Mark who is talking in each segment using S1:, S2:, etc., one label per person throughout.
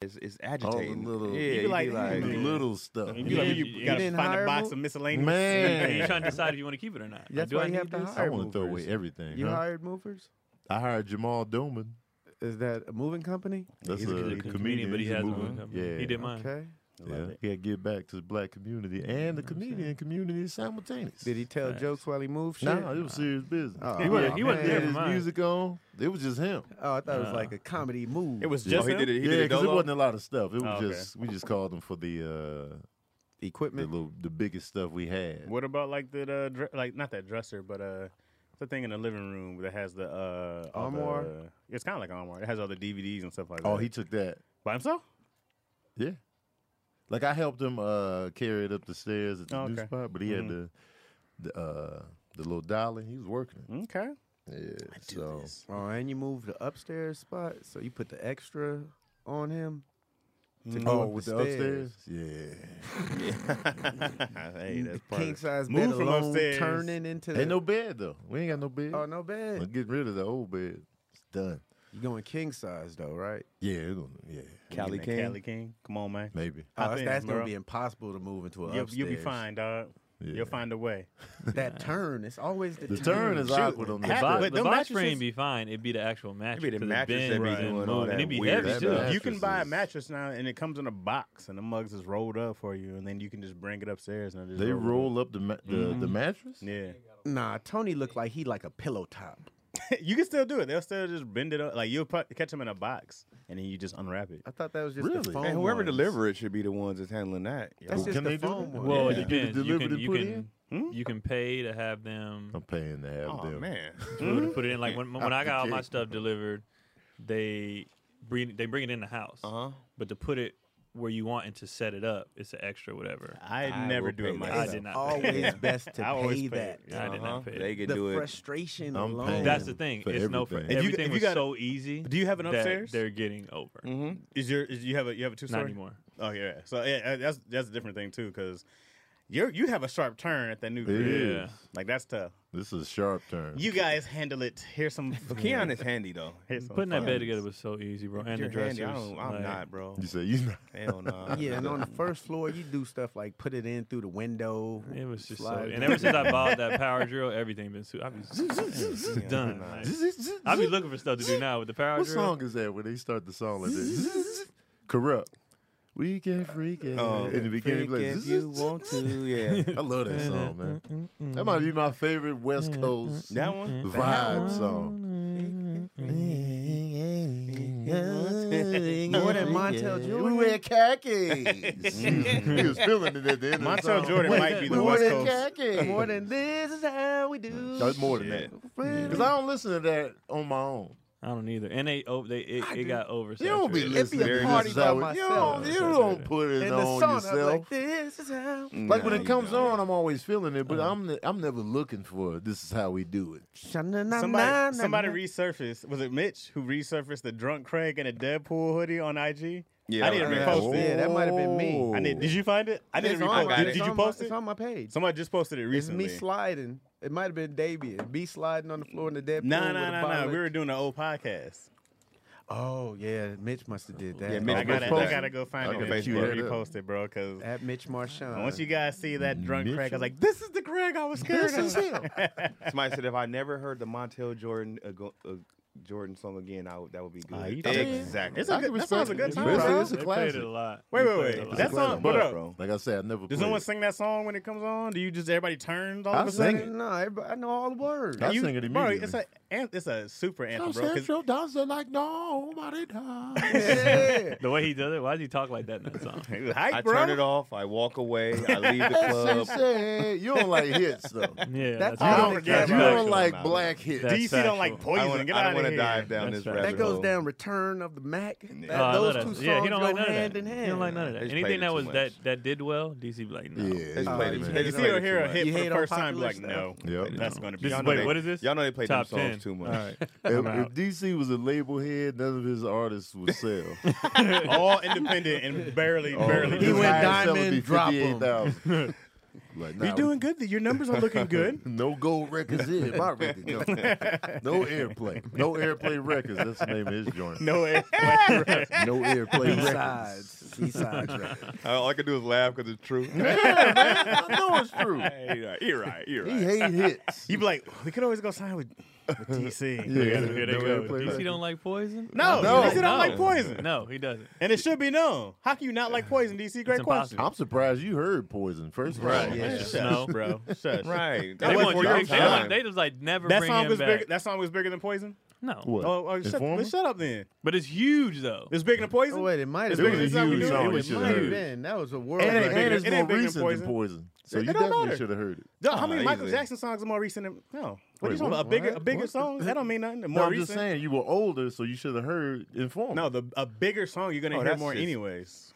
S1: is is agitating.
S2: little-
S1: yeah,
S2: You
S3: be
S1: you
S3: like,
S1: be like,
S3: "Hmm."
S2: Little stuff.
S3: You, like, you,
S4: You
S3: gotta
S2: didn't
S3: find
S2: hire
S3: a box
S2: him?
S3: of miscellaneous.
S2: Man.
S4: You're trying to decide if you want to keep it or not.
S1: That's
S4: do
S1: why
S4: I
S1: you
S4: need
S1: have to
S4: this?
S1: hire
S2: I want to throw away
S1: movers.
S2: everything.
S1: You
S2: huh?
S1: hired movers?
S2: I hired Jamal Doman.
S1: Is that a moving company?
S2: That's
S1: He's
S2: a,
S1: a
S4: He's a
S2: comedian,
S4: comedian, but he
S2: He's a
S4: has
S2: mover.
S4: one.
S2: Yeah,
S4: He did mine.
S1: Okay.
S2: Yeah, he had to give back to the black community and the comedian community simultaneous.
S1: Did he tell
S4: Facts.
S1: jokes while he moved?
S2: No,
S1: shit?
S2: it was serious business.
S1: Oh,
S4: He wasn't- he wasn't
S1: man.
S4: there
S2: had
S4: for
S2: his
S4: mine.
S2: music on. It was just him.
S1: Oh, I thought it was
S4: Nah.
S1: like a comedy move.
S3: It was
S2: Yeah.
S3: just
S1: Oh, he
S3: him?
S1: did it.
S2: Yeah,
S1: He
S2: 'cause
S1: did
S2: it
S1: dolo?
S2: wasn't a lot of stuff. It was
S3: Oh, okay.
S2: just we just called him for the uh, the
S1: equipment.
S2: little the biggest stuff we had.
S3: What about like the, uh, dre- like not that dresser, but uh, the thing in the living room that has the uh, all the-
S1: Armoire?
S3: it's kind of like Armoire. It has all the DVDs and stuff like that.
S2: Oh, he took that.
S3: by himself.
S2: Yeah. Like I helped him uh, carry it up the stairs at the
S3: Oh,
S2: new
S3: okay.
S2: spot, but he had the the uh, the little dolly. He was working it.
S3: Okay.
S2: Yeah. so
S1: Oh, and you moved the upstairs spot, so you put the extra on him.
S3: Mm.
S1: to go
S2: oh,
S1: up
S2: with the
S1: the
S2: upstairs,
S1: stairs.
S2: yeah.
S3: hey, that's part
S1: King
S3: of it.
S1: size bed
S3: Move from
S1: alone,
S3: upstairs.
S1: turning into the,
S2: Ain't no bed though. We ain't got no bed.
S1: oh no bed.
S2: We're getting rid of the old bed. It's done.
S1: You going king size though, right?
S2: Yeah, it don't, yeah,
S1: Cali
S3: Getting that
S1: King.
S3: Cali King. Come on, man.
S2: maybe.
S1: Oh,
S3: Hop
S1: that's-
S3: in,
S1: that's
S3: bro.
S1: gonna be impossible to move into an
S3: You'll,
S1: upstairs.
S3: you'll be fine, dog.
S2: Yeah.
S3: You'll find a way.
S1: That turn, it's always the,
S2: The turn is
S1: Shoot.
S2: awkward on the
S3: Half of
S2: body.
S3: it.
S4: But the
S3: them
S4: box frame
S3: mattresses-
S4: be fine. It'd be the actual mattress.
S1: be the
S4: 'cause it
S1: mattress that be
S4: bends and
S1: doing all
S4: moves, and
S1: that
S4: it'd be
S1: weird
S4: heavy
S2: stuff.
S4: too.
S2: Mattresses.
S3: You can buy a mattress now, and it comes in a box, and the mugs is rolled up for you, and then you can just bring it upstairs. And it just
S2: They
S3: rolls up.
S2: roll up the ma- the, the mattress.
S3: Yeah,
S1: Nah, Tony looked like he like a pillow top.
S3: you can still do it. They'll still just bend it up. Like you'll pro- catch them in a box, and then you just unwrap it.
S1: I thought that was just
S2: Really?
S1: the phone.
S2: And
S1: And
S2: whoever
S1: delivered,
S5: Deliver it should be the ones that's handling that. yo.
S1: that's
S2: Well,
S1: just
S2: can
S1: the
S2: they do
S1: phone
S2: it?
S1: one.
S4: Well,
S2: Yeah.
S4: it depends. You
S2: Delivered
S4: can
S2: and
S4: you
S2: put
S4: can you can pay to have them
S2: I'm paying to have
S1: Oh,
S2: them.
S5: man.
S4: deliver- put it in. Like when when I got all my
S2: Okay.
S4: stuff delivered, they bring they bring it in the house. Uh-huh. But to put it where you want and to set it up, it's an extra whatever.
S3: I,
S5: I
S3: never
S5: will
S3: do it
S5: pay that.
S3: myself.
S4: I did not. pay.
S1: always best to
S3: I always
S1: pay
S3: pay
S1: that.
S4: I did not pay.
S5: Uh-huh. They
S4: that.
S5: can
S1: The
S5: do it.
S1: frustration
S2: I'm
S1: alone.
S2: paying.
S4: That's the thing.
S2: For
S4: It's no.
S2: everything. If
S4: Everything
S2: you-
S3: if you
S4: was
S3: got a-
S4: so easy.
S3: Do you have an
S4: that
S3: upstairs?
S4: They're getting over.
S5: Mm, Mm-hmm.
S3: Is your is you have a you have a two story?
S4: Not anymore.
S3: Oh yeah. So yeah, uh, that's that's a different thing too, because you you have a sharp turn at that new crib.
S2: is.
S3: Like that's tough.
S2: This is a sharp turn.
S3: You guys handle it. Here's some.
S5: Keon is handy though.
S3: here's some
S4: Putting that
S3: fun.
S4: bed together was so easy, bro. And
S5: You're
S4: the dressers.
S5: handy. I don't, I'm
S4: like,
S5: not, bro.
S2: You say you not.
S5: Hell no.
S1: Yeah, and on the first floor, you do stuff like put it in through the window.
S4: It was just so.
S1: slide
S4: And ever since I bought that power drill, everything been su- I be done. Like, I be looking for stuff to do now with the power
S2: What
S4: drill.
S2: song is that when they start the song like this? Corrupt. We can freak it. In the beginning,
S5: Uh, Oh, Freak
S2: like,
S5: if you want to, yeah.
S2: I love that song, man. That might be my favorite West Coast
S5: That one.
S2: vibe song.
S1: More than Montel
S2: We
S1: Jordan.
S2: wear khakis. he was feeling it at the end of the
S3: Montel
S2: song.
S3: Jordan might be
S2: We
S3: the West
S2: wear
S3: Coast.
S2: khakis.
S1: More than this is how we do.
S2: That's more than that. Because I don't listen to that on my own.
S4: I don't either. And they, oh, they it, it got over.
S2: You don't be
S1: It'd
S2: listening
S1: be a
S2: to
S1: party
S2: this
S1: by
S2: hour. You don't,
S1: myself.
S2: you don't put it
S1: In the
S2: on
S1: sauna,
S2: yourself.
S1: I'm like
S2: Like,
S1: this is how.
S2: when it
S5: you
S2: comes
S5: don't.
S2: on, I'm always feeling it, but I'm ne- I'm never looking for it. this is how we do it.
S3: Somebody, somebody resurfaced. Was it Mitch who resurfaced the drunk Craig in a Deadpool hoodie on IG?
S5: Yeah,
S3: I need to
S5: I
S3: repost
S1: Yeah,
S3: it.
S1: that might have been me.
S3: I need. Did you find it? I need to
S1: It's on
S3: repost
S1: my-
S3: it. Did,
S1: it's
S3: did you
S1: on my-
S3: post it?
S1: It's on my page.
S3: Somebody just posted it
S1: It's
S3: recently.
S1: me sliding. It might have been Davian. Me sliding on the floor in the dead
S3: No,
S1: pool with
S3: no,
S1: a
S3: no,
S1: bottle
S3: no.
S1: of-
S3: We were doing an old podcast.
S1: Oh yeah, Mitch must have did that.
S5: Yeah, Mitch
S3: I
S5: Mitch
S3: gotta, I
S5: posted.
S3: gotta go find
S2: I
S3: it.
S2: can
S3: and
S2: Facebook it up.
S3: repost it, bro. Because
S1: At Mitch Marchand.
S3: once you guys see that drunk
S2: Mitchell?
S3: Craig, I was like, "This is the Craig I was scared
S2: This
S3: of."
S2: is him.
S5: Somebody said if I never heard the Montel Jordan uh, go, uh, Jordan song again, I would, that would be good.
S3: Ah, you talking-
S5: exactly.
S3: It's a
S2: I can
S3: good. That sounds a good
S2: respect it.
S3: time.
S2: Really?
S3: bro.
S2: It's a classic.
S4: Played it a lot.
S3: Wait,
S4: They
S3: wait,
S4: played
S3: wait.
S4: it a lot.
S3: That's
S2: It's like
S3: on-
S2: a
S3: but,
S2: mud,
S3: uh,
S2: bro. Like I said, I never.
S3: Does
S2: played
S3: someone
S2: it.
S3: sing that song when it comes on? Do you just everybody turns all
S2: I
S3: of a
S2: sing
S3: sudden?
S2: it.
S1: No, everybody, I know all the words.
S2: I
S3: You-
S2: sing it
S3: bro,
S2: immediately.
S3: it's a an- it's a super anthem,
S2: South
S3: bro. 'cause-
S2: Central doesn't like nobody does.
S1: Yeah.
S4: The way he does it, why does he talk like that in that song?
S3: He was hype,
S5: I
S3: bro.
S5: turn it off. I walk away. I leave the
S2: She
S5: club.
S2: said, you don't like hits though. You
S4: Yeah,
S1: That's
S4: that's,
S1: all
S4: all.
S1: they
S4: that's
S1: care
S2: don't
S1: about.
S4: factual.
S2: like
S5: Nah,
S2: black hits.
S4: That's
S3: DC don't like
S4: factual.
S5: I
S3: poison.
S5: wanna-
S3: Get
S5: I
S3: out
S5: don't
S3: of
S5: wanna
S3: here.
S5: dive down
S4: That's
S5: this
S4: fact.
S5: rabbit
S1: that goes
S5: hole.
S1: down Return of the Mac. That-
S4: Oh, I love
S1: those
S4: that.
S1: two songs
S4: yeah, he don't
S1: go
S4: like none
S1: hand
S4: of
S1: in
S4: that.
S1: hand.
S4: He don't like none of that.
S5: They just
S4: Anything
S5: played it
S4: that
S5: too
S4: was
S5: much.
S4: that that did well, DC be like, no.
S2: Yeah,
S5: It's played it-
S1: yeah.
S5: they
S3: Hey, you
S5: just
S3: see
S5: played
S3: her
S5: it too
S3: hear a
S5: much.
S3: hit
S1: You
S3: for
S1: hate
S3: the
S1: on
S3: first time, be like,
S1: popular
S3: no,
S1: stuff.
S2: Yep.
S3: that's going to be.
S4: This
S3: y'all
S4: is,
S3: know
S4: wait,
S3: they-
S4: what is this?
S5: Y'all know they play them
S4: Top
S5: songs
S4: 10.
S5: too much.
S4: All right.
S2: If,
S4: I'm out.
S2: if DC was a label head, none of his artists would sell.
S3: all independent and barely, barely.
S1: He
S2: His
S1: went
S2: highest seller would
S1: diamond,
S2: be
S1: drop 'em.
S2: 58,000. Like,
S3: You're
S2: nah,
S3: doing good. Your numbers are looking good.
S2: No gold records in my record company. No airplay. No airplay records. That's the name of his joint.
S3: No way.
S2: No airplay records.
S1: Besides, besides records.
S5: All I can do is laugh because it's true.
S2: I know it's true.
S5: Hey, you're right. You're right. You're
S2: He
S5: right.
S2: hate hits.
S3: You'd be like, we could always go sign with, with DC.
S2: Yeah,
S4: Here they
S2: no
S4: go.
S2: airplay
S4: DC
S2: records.
S4: don't like poison.
S3: No,
S2: No.
S3: DC don't
S4: No.
S3: like poison.
S4: No, he doesn't.
S3: And it should be known. How can you not like poison, DC? Great question.
S4: impossible.
S2: I'm surprised you heard Poison first. of all.
S4: Right.
S2: Yeah.
S4: It's just no.
S3: bro. Shush.
S5: Right.
S4: They,
S5: That was
S4: want
S5: for
S4: you-
S5: your
S4: they, they
S5: time.
S4: want- they just like never
S3: That
S4: bring
S3: song
S4: him
S3: was
S4: back.
S3: bigger. That song was bigger than poison.
S4: no,
S2: What?
S3: Oh, oh shut,
S2: Informer?
S3: well, shut up then.
S4: but it's huge though.
S3: It was bigger than poison.
S1: Oh wait, it might have
S3: It's bigger
S1: been.
S3: than Song We
S1: It
S3: Do.
S1: might
S3: It
S2: was
S1: have
S2: huge.
S1: been. That was a world
S2: And,
S3: ain't
S1: record.
S2: and it's
S3: It
S2: more
S3: ain't bigger than
S2: recent
S3: Poison.
S2: than Poison. So
S3: It-
S2: you
S3: it don't
S2: definitely
S3: matter.
S2: should have heard it.
S3: No, how many
S5: Ah,
S3: Michael
S5: easily.
S3: Jackson songs are more recent than no? What are
S2: Wait,
S3: you talking
S2: what?
S3: about? A bigger, a
S2: What?
S3: bigger
S2: What?
S3: song? That don't mean nothing. The
S2: No,
S3: More
S2: I'm just
S3: recent.
S2: saying you were older, so you should have heard Informer.
S3: No, the a bigger song you're gonna
S5: Oh,
S3: hear
S5: that's
S3: more
S5: just-
S3: anyways.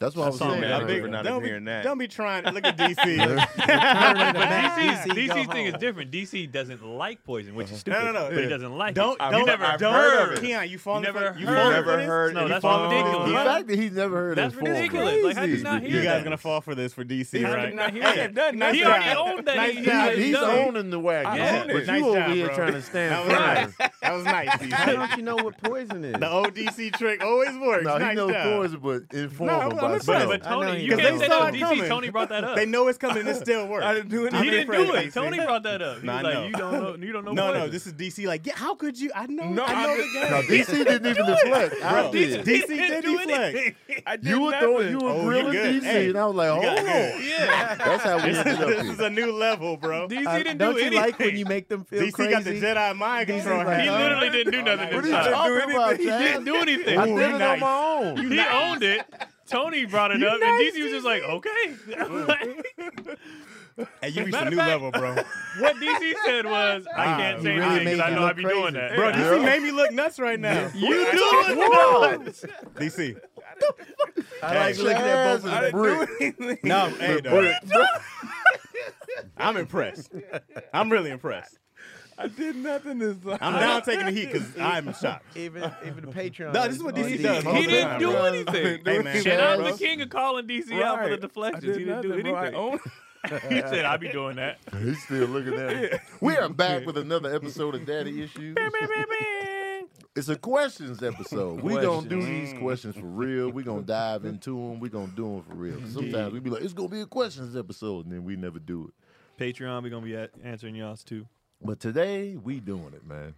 S2: that's what I was
S4: That's all
S2: saying.
S4: Yeah,
S5: I
S4: that
S5: big,
S4: big-
S5: not
S3: don't,
S5: hearing
S3: be,
S5: that.
S3: don't be trying. Look at DC.
S4: But DC's,
S1: DC, go
S4: DC's thing is
S1: home.
S4: different. DC doesn't like poison, which is stupid.
S3: no, no,
S4: But he
S3: yeah.
S4: doesn't like
S3: don't
S4: it. You
S3: don't
S4: never
S3: I've
S4: don't-
S3: heard
S5: heard.
S3: Keon, you falling
S4: You
S3: for,
S4: never
S3: you
S4: heard.
S3: falling
S5: Never
S3: for this?
S5: heard
S4: No,
S5: you
S4: that's
S5: fall-
S4: ridiculous.
S2: The
S4: What?
S2: fact that he never heard
S4: That's
S2: Informer.
S4: ridiculous. Like, how did you
S2: crazy.
S4: not hear
S3: You guys
S4: that?
S3: gonna fall for this for DC,
S4: How
S3: right?
S4: did not hear that?
S5: nice
S4: he
S5: job.
S4: already owned that.
S3: Nice
S4: he,
S3: job.
S4: he
S2: He's
S4: done.
S2: owning the wagon,
S5: I own it.
S2: but
S3: Nice
S2: you over
S3: job,
S2: here
S3: bro.
S2: trying to
S3: That
S2: stand
S3: was
S2: firm.
S3: nice. That was nice.
S1: How
S3: DC.
S1: don't you know what poison is?
S3: the old DC trick always works.
S2: No, he
S3: nice
S2: knows
S3: job.
S2: Poison, but Informer
S3: No, I'm-
S2: by
S3: I'm
S2: itself.
S4: But,
S3: No.
S4: but
S1: I know
S4: Tony,
S1: he
S4: you
S1: does.
S4: can't
S1: They
S4: say
S3: saw
S4: that
S3: it
S4: DC.
S3: coming.
S4: Tony brought that up.
S3: They know it's coming. It still works.
S5: I didn't do anything.
S4: he didn't do it.
S5: DC.
S4: Tony brought that up. He
S3: No, I
S4: was like,
S3: know.
S4: you don't know. You don't know.
S3: No,
S4: poison.
S3: no, this is DC. Like, yeah, how could you? I know.
S5: No,
S3: I
S5: I
S3: know
S5: did-
S3: the game.
S2: Now, DC didn't even deflect. I
S3: Bro,
S2: did.
S3: DC
S4: He didn't
S3: did
S4: do
S3: deflect.
S4: anything.
S5: I did
S2: You were
S5: nothing.
S2: throwing, you were
S3: Oh, you
S2: grilling
S3: good.
S2: DC,
S3: Hey,
S2: and I was like,
S3: you
S1: "Oh."
S3: got
S2: hold on.
S3: good.
S4: Yeah.
S2: That's how we ended up
S3: this is
S2: here.
S3: a new level, bro.
S4: DC
S1: I-
S4: didn't
S1: don't
S4: do
S1: you
S4: anything.
S1: like when you make them feel
S3: DC
S1: crazy?
S3: got the Jedi mind control.
S1: like,
S4: he
S1: uh,
S4: literally didn't do nothing
S2: What
S4: this
S2: are you
S4: time.
S2: talking about,
S4: He didn't
S2: Chad?
S4: do anything.
S2: I did it
S3: nice.
S2: on my own.
S4: he owned it. Tony brought it up, and DC was just like, okay.
S3: Hey, you reached
S4: Matter
S3: a
S4: of
S3: new
S4: fact-
S3: level, bro.
S4: what DC said was, I
S3: Wow,
S4: can't
S3: you
S4: say
S1: really
S4: anything
S1: made
S4: because I
S1: it
S4: know I
S1: look
S4: be
S1: crazy.
S4: doing that.
S3: Bro,
S4: Yeah.
S3: DC made me look nuts right now.
S4: you do look nuts.
S3: DC.
S1: I like
S3: Hey,
S1: looking at both
S2: Chaz, I
S1: of them.
S2: didn't do it.
S3: No, hey, dog. I'm impressed. I'm really impressed.
S5: I did nothing this time.
S3: I'm now taking the heat because I'm shocked. Oh,
S1: Even even the Patreon.
S3: No, this is what
S1: on
S3: DC
S1: these.
S3: does.
S4: He didn't do
S5: Bro.
S4: anything.
S3: Hey, man.
S4: And I'm
S5: Bro.
S4: the king of calling DC out for the
S5: Right.
S4: deflections.
S5: I
S4: He didn't do
S5: nothing, bro. I
S4: anything.
S5: own-
S4: He said, I be doing that.
S2: He's still looking at it. We are back with another episode of Daddy Issues. It's a questions episode. We gonna do these questions for real. We gonna dive into them. We gonna do them for real. Sometimes we be like, it's gonna be a questions episode, and then we never do it.
S4: Patreon, we're going to be at- answering y'all's too.
S2: But today we doing it, man.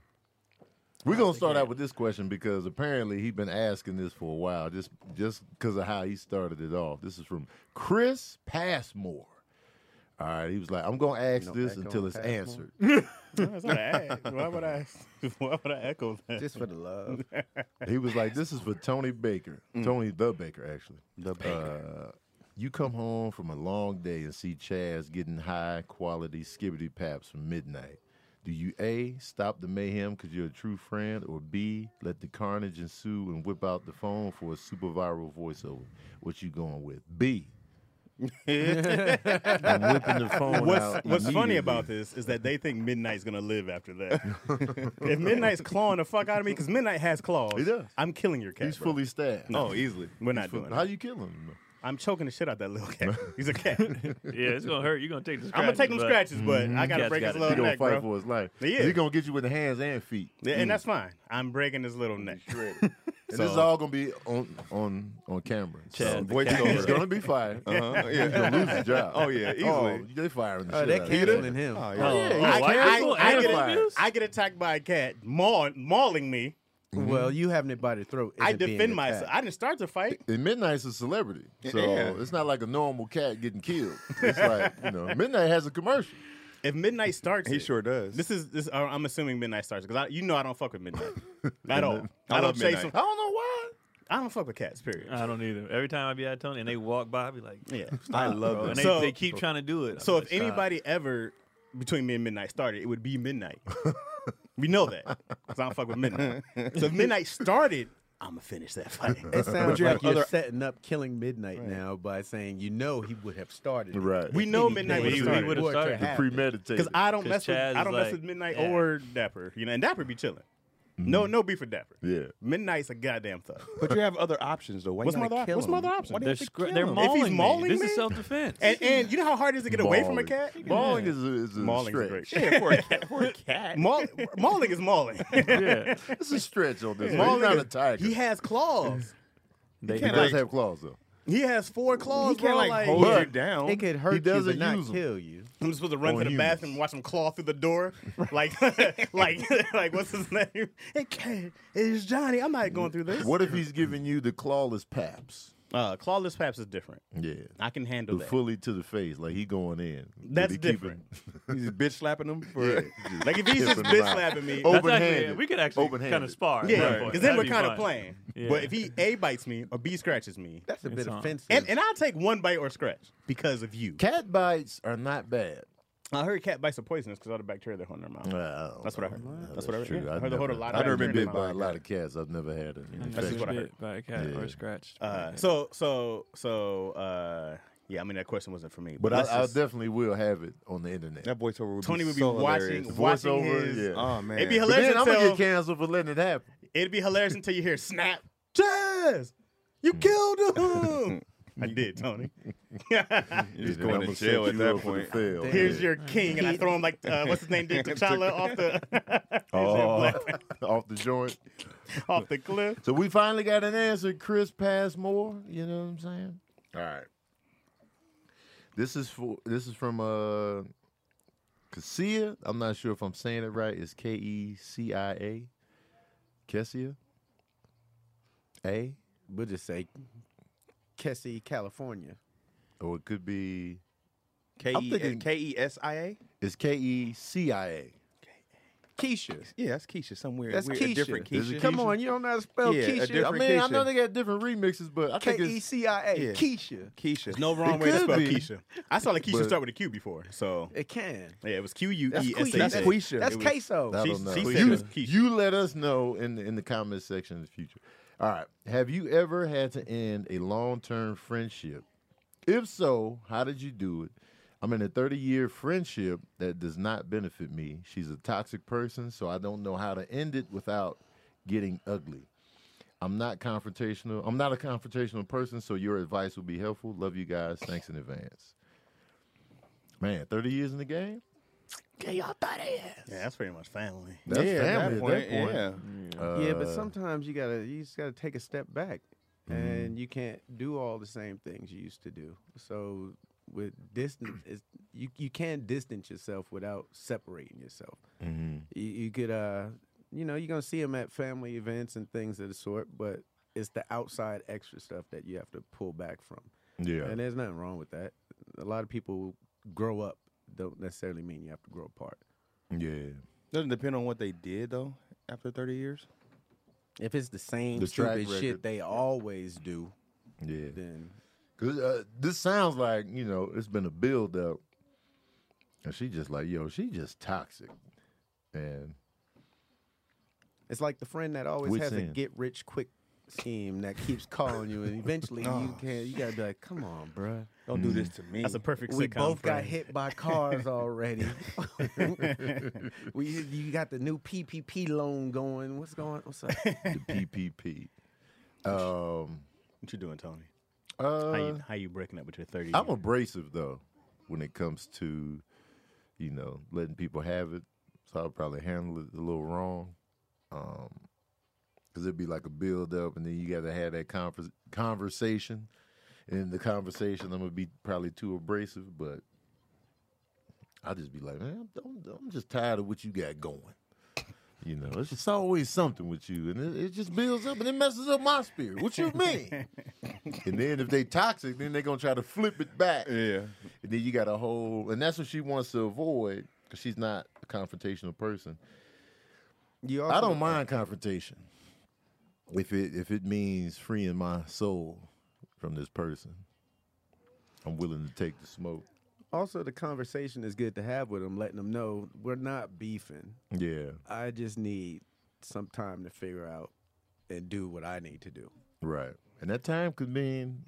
S2: We're gonna start out with this question because apparently he's been asking this for a while, just just because of how he started it off. This is from Chris Passmore. All right, he was like, "I'm gonna ask
S1: No
S2: this
S1: echo
S2: until
S1: on
S2: it's
S1: Passmore?
S2: answered."
S3: That's not an ad. Why would I? Why would I echo that?
S1: Just for the love.
S2: he was like, "This is for Tony Baker, Tony the Baker, actually."
S5: The
S2: Uh, you come home from a long day and see Chaz getting high quality skibbity paps from midnight. Do you A, stop the mayhem because you're a true friend, or B, let the carnage ensue and whip out the phone for a super viral voiceover? What you going with? B. I'm whipping the phone
S3: What's
S2: out
S3: What's funny
S2: immediately.
S3: about this is that they think Midnight's gonna live after that. if Midnight's clawing the fuck out of me, because Midnight has claws,
S2: He does.
S3: I'm killing your cat.
S2: He's
S3: bro.
S2: fully staffed.
S5: Oh, easily.
S3: We're not doing
S2: How
S3: that.
S2: you killing him?
S3: I'm choking the shit out that little cat. He's a cat. I'm
S4: Yeah, it's going to hurt. You're going to take the
S3: gonna take them
S4: but-
S3: scratches, but I gotta
S4: Cat's
S3: break his
S4: gotta
S2: He
S3: little
S2: gonna
S3: neck,
S2: fight
S3: bro.
S2: for Mm. his life.
S3: He is.
S2: He gonna get you with the hands and feet.
S3: Yeah, and that's fine. I'm breaking his little neck.
S2: And this is all gonna be on on on camera.
S4: Chad,
S2: So
S4: the
S2: voice
S4: cat.
S2: is gonna be fired.
S5: Uh-huh.
S2: He's gonna lose his job.
S5: Oh, yeah, easily.
S2: Oh, they firing the
S1: Oh,
S2: shit
S1: they're
S2: out of
S1: canceling him.
S5: Oh,
S2: Oh,
S5: yeah.
S2: yeah, he's
S4: I- I-
S2: canceled
S4: I
S2: and
S4: get it.
S2: fired.
S3: I get attacked by a cat, maul, mauling me.
S1: Well, you having it by the throat.
S3: I
S1: isn't being
S3: defend myself.
S1: attacked.
S3: I didn't start the fight.
S2: And Midnight's a celebrity, so
S5: Yeah.
S2: it's not like a normal cat getting killed. It's like you know, Midnight has a commercial.
S3: If Midnight starts,
S5: He
S3: it,
S5: sure does.
S3: This is this. I- I'm assuming Midnight starts because you know I don't fuck with Midnight at all. I,
S5: I
S3: don't
S5: love
S3: chase
S5: Midnight.
S2: I
S3: them.
S2: don't know why.
S3: I don't fuck with cats. Period.
S4: I don't either. Every time I be at Tony and they walk by, I be like,
S3: yeah.
S5: I love
S4: bro, and
S5: this.
S4: they,
S3: So-
S4: they keep trying to do it. I'm
S3: So
S4: like,
S3: if
S4: "Stop."
S3: anybody ever between me and Midnight started, it would be Midnight. we know that 'cause I don't fuck with Midnight. So if Midnight started, I'm gonna finish that fight.
S1: It sounds
S5: you have
S1: like you're
S5: other-
S1: setting up killing midnight now by saying you know he would have started. it.
S2: Right.
S3: We know Midnight
S4: He-
S3: would
S4: he
S3: have started
S4: would've
S1: Or it could
S4: started.
S1: happen.
S2: premeditated.
S3: because I don't
S4: 'Cause
S3: mess with
S4: Chaz
S3: I don't
S4: is
S3: mess
S4: like,
S3: with Midnight
S4: yeah.
S3: or Dapper. You know, and Dapper be chilling. No, no beef with Dapper.
S2: Yeah.
S3: Midnight's a goddamn thug.
S5: But you have other options though. Why
S3: What's
S5: you
S3: my
S5: gotta
S3: other,
S5: kill
S3: what's my
S5: him?
S3: other option?
S5: Why do you
S4: They're,
S5: have to
S4: scr-
S5: kill
S4: they're
S5: him?
S3: he's
S4: mauling
S3: mauling
S4: me. This
S3: me-
S4: is self defense.
S3: And, and you know how hard it is to get away from a cat?
S2: Mauling is a, is a
S3: Mauling's a
S2: stretch.
S3: great
S5: Yeah, for a cat. For a cat.
S3: Maul, mauling is mauling.
S4: yeah,
S2: It's a stretch on this. one.
S3: mauling
S2: He's not
S3: is-
S2: a tiger.
S3: He has claws.
S4: they,
S2: He does have claws though.
S3: He has four claws.
S5: He can't
S3: bro,
S5: like,
S3: like
S5: hold you
S2: But-
S5: down.
S1: It could hurt you,
S2: doesn't
S1: but not
S2: use 'em.
S1: kill you.
S3: I'm supposed to run
S2: on
S3: to the
S2: humans.
S3: bathroom and watch him claw through the door, like, like, like what's his name? Hey, cat, it's Johnny. I'm not going through this.
S2: What if he's giving you the clawless paps?
S3: Uh, clawless paps is different.
S2: Yeah.
S3: I can handle
S2: The
S3: that.
S2: fully to the face, like he going in. but
S3: That's
S2: he keeping-
S3: different.
S5: He's bitch slapping him for
S3: Like if he's just
S2: Different
S3: bitch
S2: vibe.
S3: slapping me,
S2: Oh,
S4: That's actually,
S2: Open-handed.
S4: we could actually kind
S2: Open-handed.
S4: of spar. at that
S3: yeah,
S4: point.
S3: because then
S4: That'd
S3: we're
S4: be
S3: kind of
S4: fun.
S3: playing.
S4: Yeah.
S3: But if he a bites me or b scratches me,
S1: That's a bit
S4: It's on.
S1: offensive.
S3: and and I'll take one bite or scratch because of you.
S2: Cat bites are not bad.
S3: I heard cat bites are poisonous because all the bacteria that hold in their mouth.
S2: Well,
S3: That's what I heard.
S2: don't know.
S3: That's what I heard.
S2: True.
S3: Yeah, I
S2: I've
S3: heard they hold a
S2: never-
S3: lot of
S2: I've never been
S3: bacteria in
S2: bit
S3: my
S2: by a
S3: mouth.
S2: lot of cats. I've never had an
S3: That's
S2: infection.
S3: what I heard.
S4: By a cat
S2: Yeah.
S4: or scratched.
S3: Uh, so so so uh, yeah. I mean that question wasn't for me.
S2: But I,
S3: let's
S2: I
S3: just-
S2: definitely will have it on the internet.
S5: that voiceover. Would
S3: Tony
S5: be
S3: would be
S5: so
S3: watching
S5: hilarious.
S3: watching
S2: Voiceover,
S3: his.
S2: yeah.
S5: Oh man,
S3: It'd be
S2: But
S3: hilarious
S2: then I'm gonna
S3: until
S2: get canceled for letting it happen.
S3: it'd be hilarious until you hear snap. Jazz, you killed him. I did, Tony.
S5: You're just
S2: And then
S5: going
S2: I'ma
S5: to jail
S2: set
S5: at
S2: you
S5: that
S2: up for the
S5: point.
S2: fail.
S3: Here's
S2: Yeah.
S3: your king, and I throw him like uh, what's his name did T'Challa off the
S2: Oh, off the joint.
S3: off the cliff.
S2: So we finally got an answer. Chris Passmore. You know what I'm saying? All right. This is for this is from uh Cassia. I'm not sure if I'm saying it right. It's K E C I A. Kessia. A.
S1: We'll just say Kessie, California.
S2: Or it could be
S5: K
S2: I'm thinking-
S5: E K E S I A.
S2: it's K E C I A.
S1: Keisha.
S5: Yeah, that's Keisha. Some weird.
S1: That's
S5: weird, a
S1: Keisha.
S5: different
S2: Is it
S5: Keisha.
S1: Come on, you don't know how to spell
S5: Yeah, a
S1: Keisha.
S2: I
S5: different
S2: mean, I know
S5: Keisha.
S2: they got different remixes, but I
S1: K
S2: think
S1: E
S2: it's
S1: C
S5: Yeah.
S1: I A. Keisha.
S5: Keisha.
S3: There's no wrong
S2: It
S3: way to
S2: could
S3: spell
S2: be.
S3: Keisha. I saw the Keisha
S2: But-
S3: start with a Q before, so
S1: It can.
S3: yeah, it was Q U
S1: That's
S3: E S
S1: Quisha.
S3: A.
S5: That's
S1: That's,
S5: Quisha.
S1: that's
S3: It was-
S1: queso.
S2: I
S3: She-
S2: don't know.
S3: she said
S2: you,
S3: it was Keisha.
S2: you let us know in the, in the comments section in the future. All right. Have you ever had to end a long term friendship? If so, how did you do it? I'm in a 30 year friendship that does not benefit me. She's a toxic person, so I don't know how to end it without getting ugly. I'm not confrontational. I'm not a confrontational person, so your advice will be helpful. Love you guys. Thanks in advance. Man, 30 years in the game?
S3: Yeah, that's pretty much family.
S2: That's
S5: yeah,
S2: family
S5: at that point. Yeah.
S1: yeah, but sometimes you gotta you just gotta take a step back, and you can't do all the same things you used to do. So with distance, it's, you you can distance yourself without separating yourself.
S2: Mm-hmm.
S1: You, you could uh you know you're gonna see them at family events and things of the sort, but it's the outside extra stuff that you have to pull back from.
S2: Yeah.
S1: And there's nothing wrong with that. A lot of people grow up don't necessarily mean you have to grow apart.
S2: Yeah.
S5: Doesn't depend on what they did though. After thirty years,
S1: If it's the same
S2: The track
S1: stupid
S2: record.
S1: shit they always do,
S2: Yeah.
S1: then
S2: Cause uh, this sounds like, you know, it's been a build up. And she just like, yo, she just toxic. And
S1: It's like the friend that always
S2: Which
S1: has a
S2: end?
S1: get rich quick scheme that keeps calling you, and eventually
S2: Oh.
S1: you can you gotta be like, "Come on, bruh.
S5: don't do this
S2: Mm.
S5: to me.
S3: That's a perfect
S1: We
S3: sitcom
S1: both got
S3: friend.
S1: hit by cars already. we you got the new PPP loan going. What's going? What's up?
S2: the PPP. Um
S3: What you doing, Tony?
S2: uh,
S3: How you how you breaking up with your thirty?
S2: I'm abrasive though when it comes to, you know, letting people have it. So I'll probably handle it a little wrong. Um Cause it'd be like a build up, and then you gotta have that conver- conversation. And in the conversation, I'm gonna be probably too abrasive, but I'll just be like, man, I'm, I'm, I'm just tired of what you got going. You know, it's just always something with you, and it, it just builds up and it messes up my spirit. What you mean? and then if they toxic, then they're gonna try to flip it back.
S5: yeah.
S2: And then you got a whole, and that's what she wants to avoid because she's not a confrontational person.
S1: You also,
S2: I don't mind confrontation if it if it means freeing my soul from this person. I'm willing to take the smoke.
S1: Also, the conversation is good to have with them, letting them know we're not beefing.
S2: Yeah,
S1: I just need some time to figure out and do what I need to do.
S2: right. And that time could mean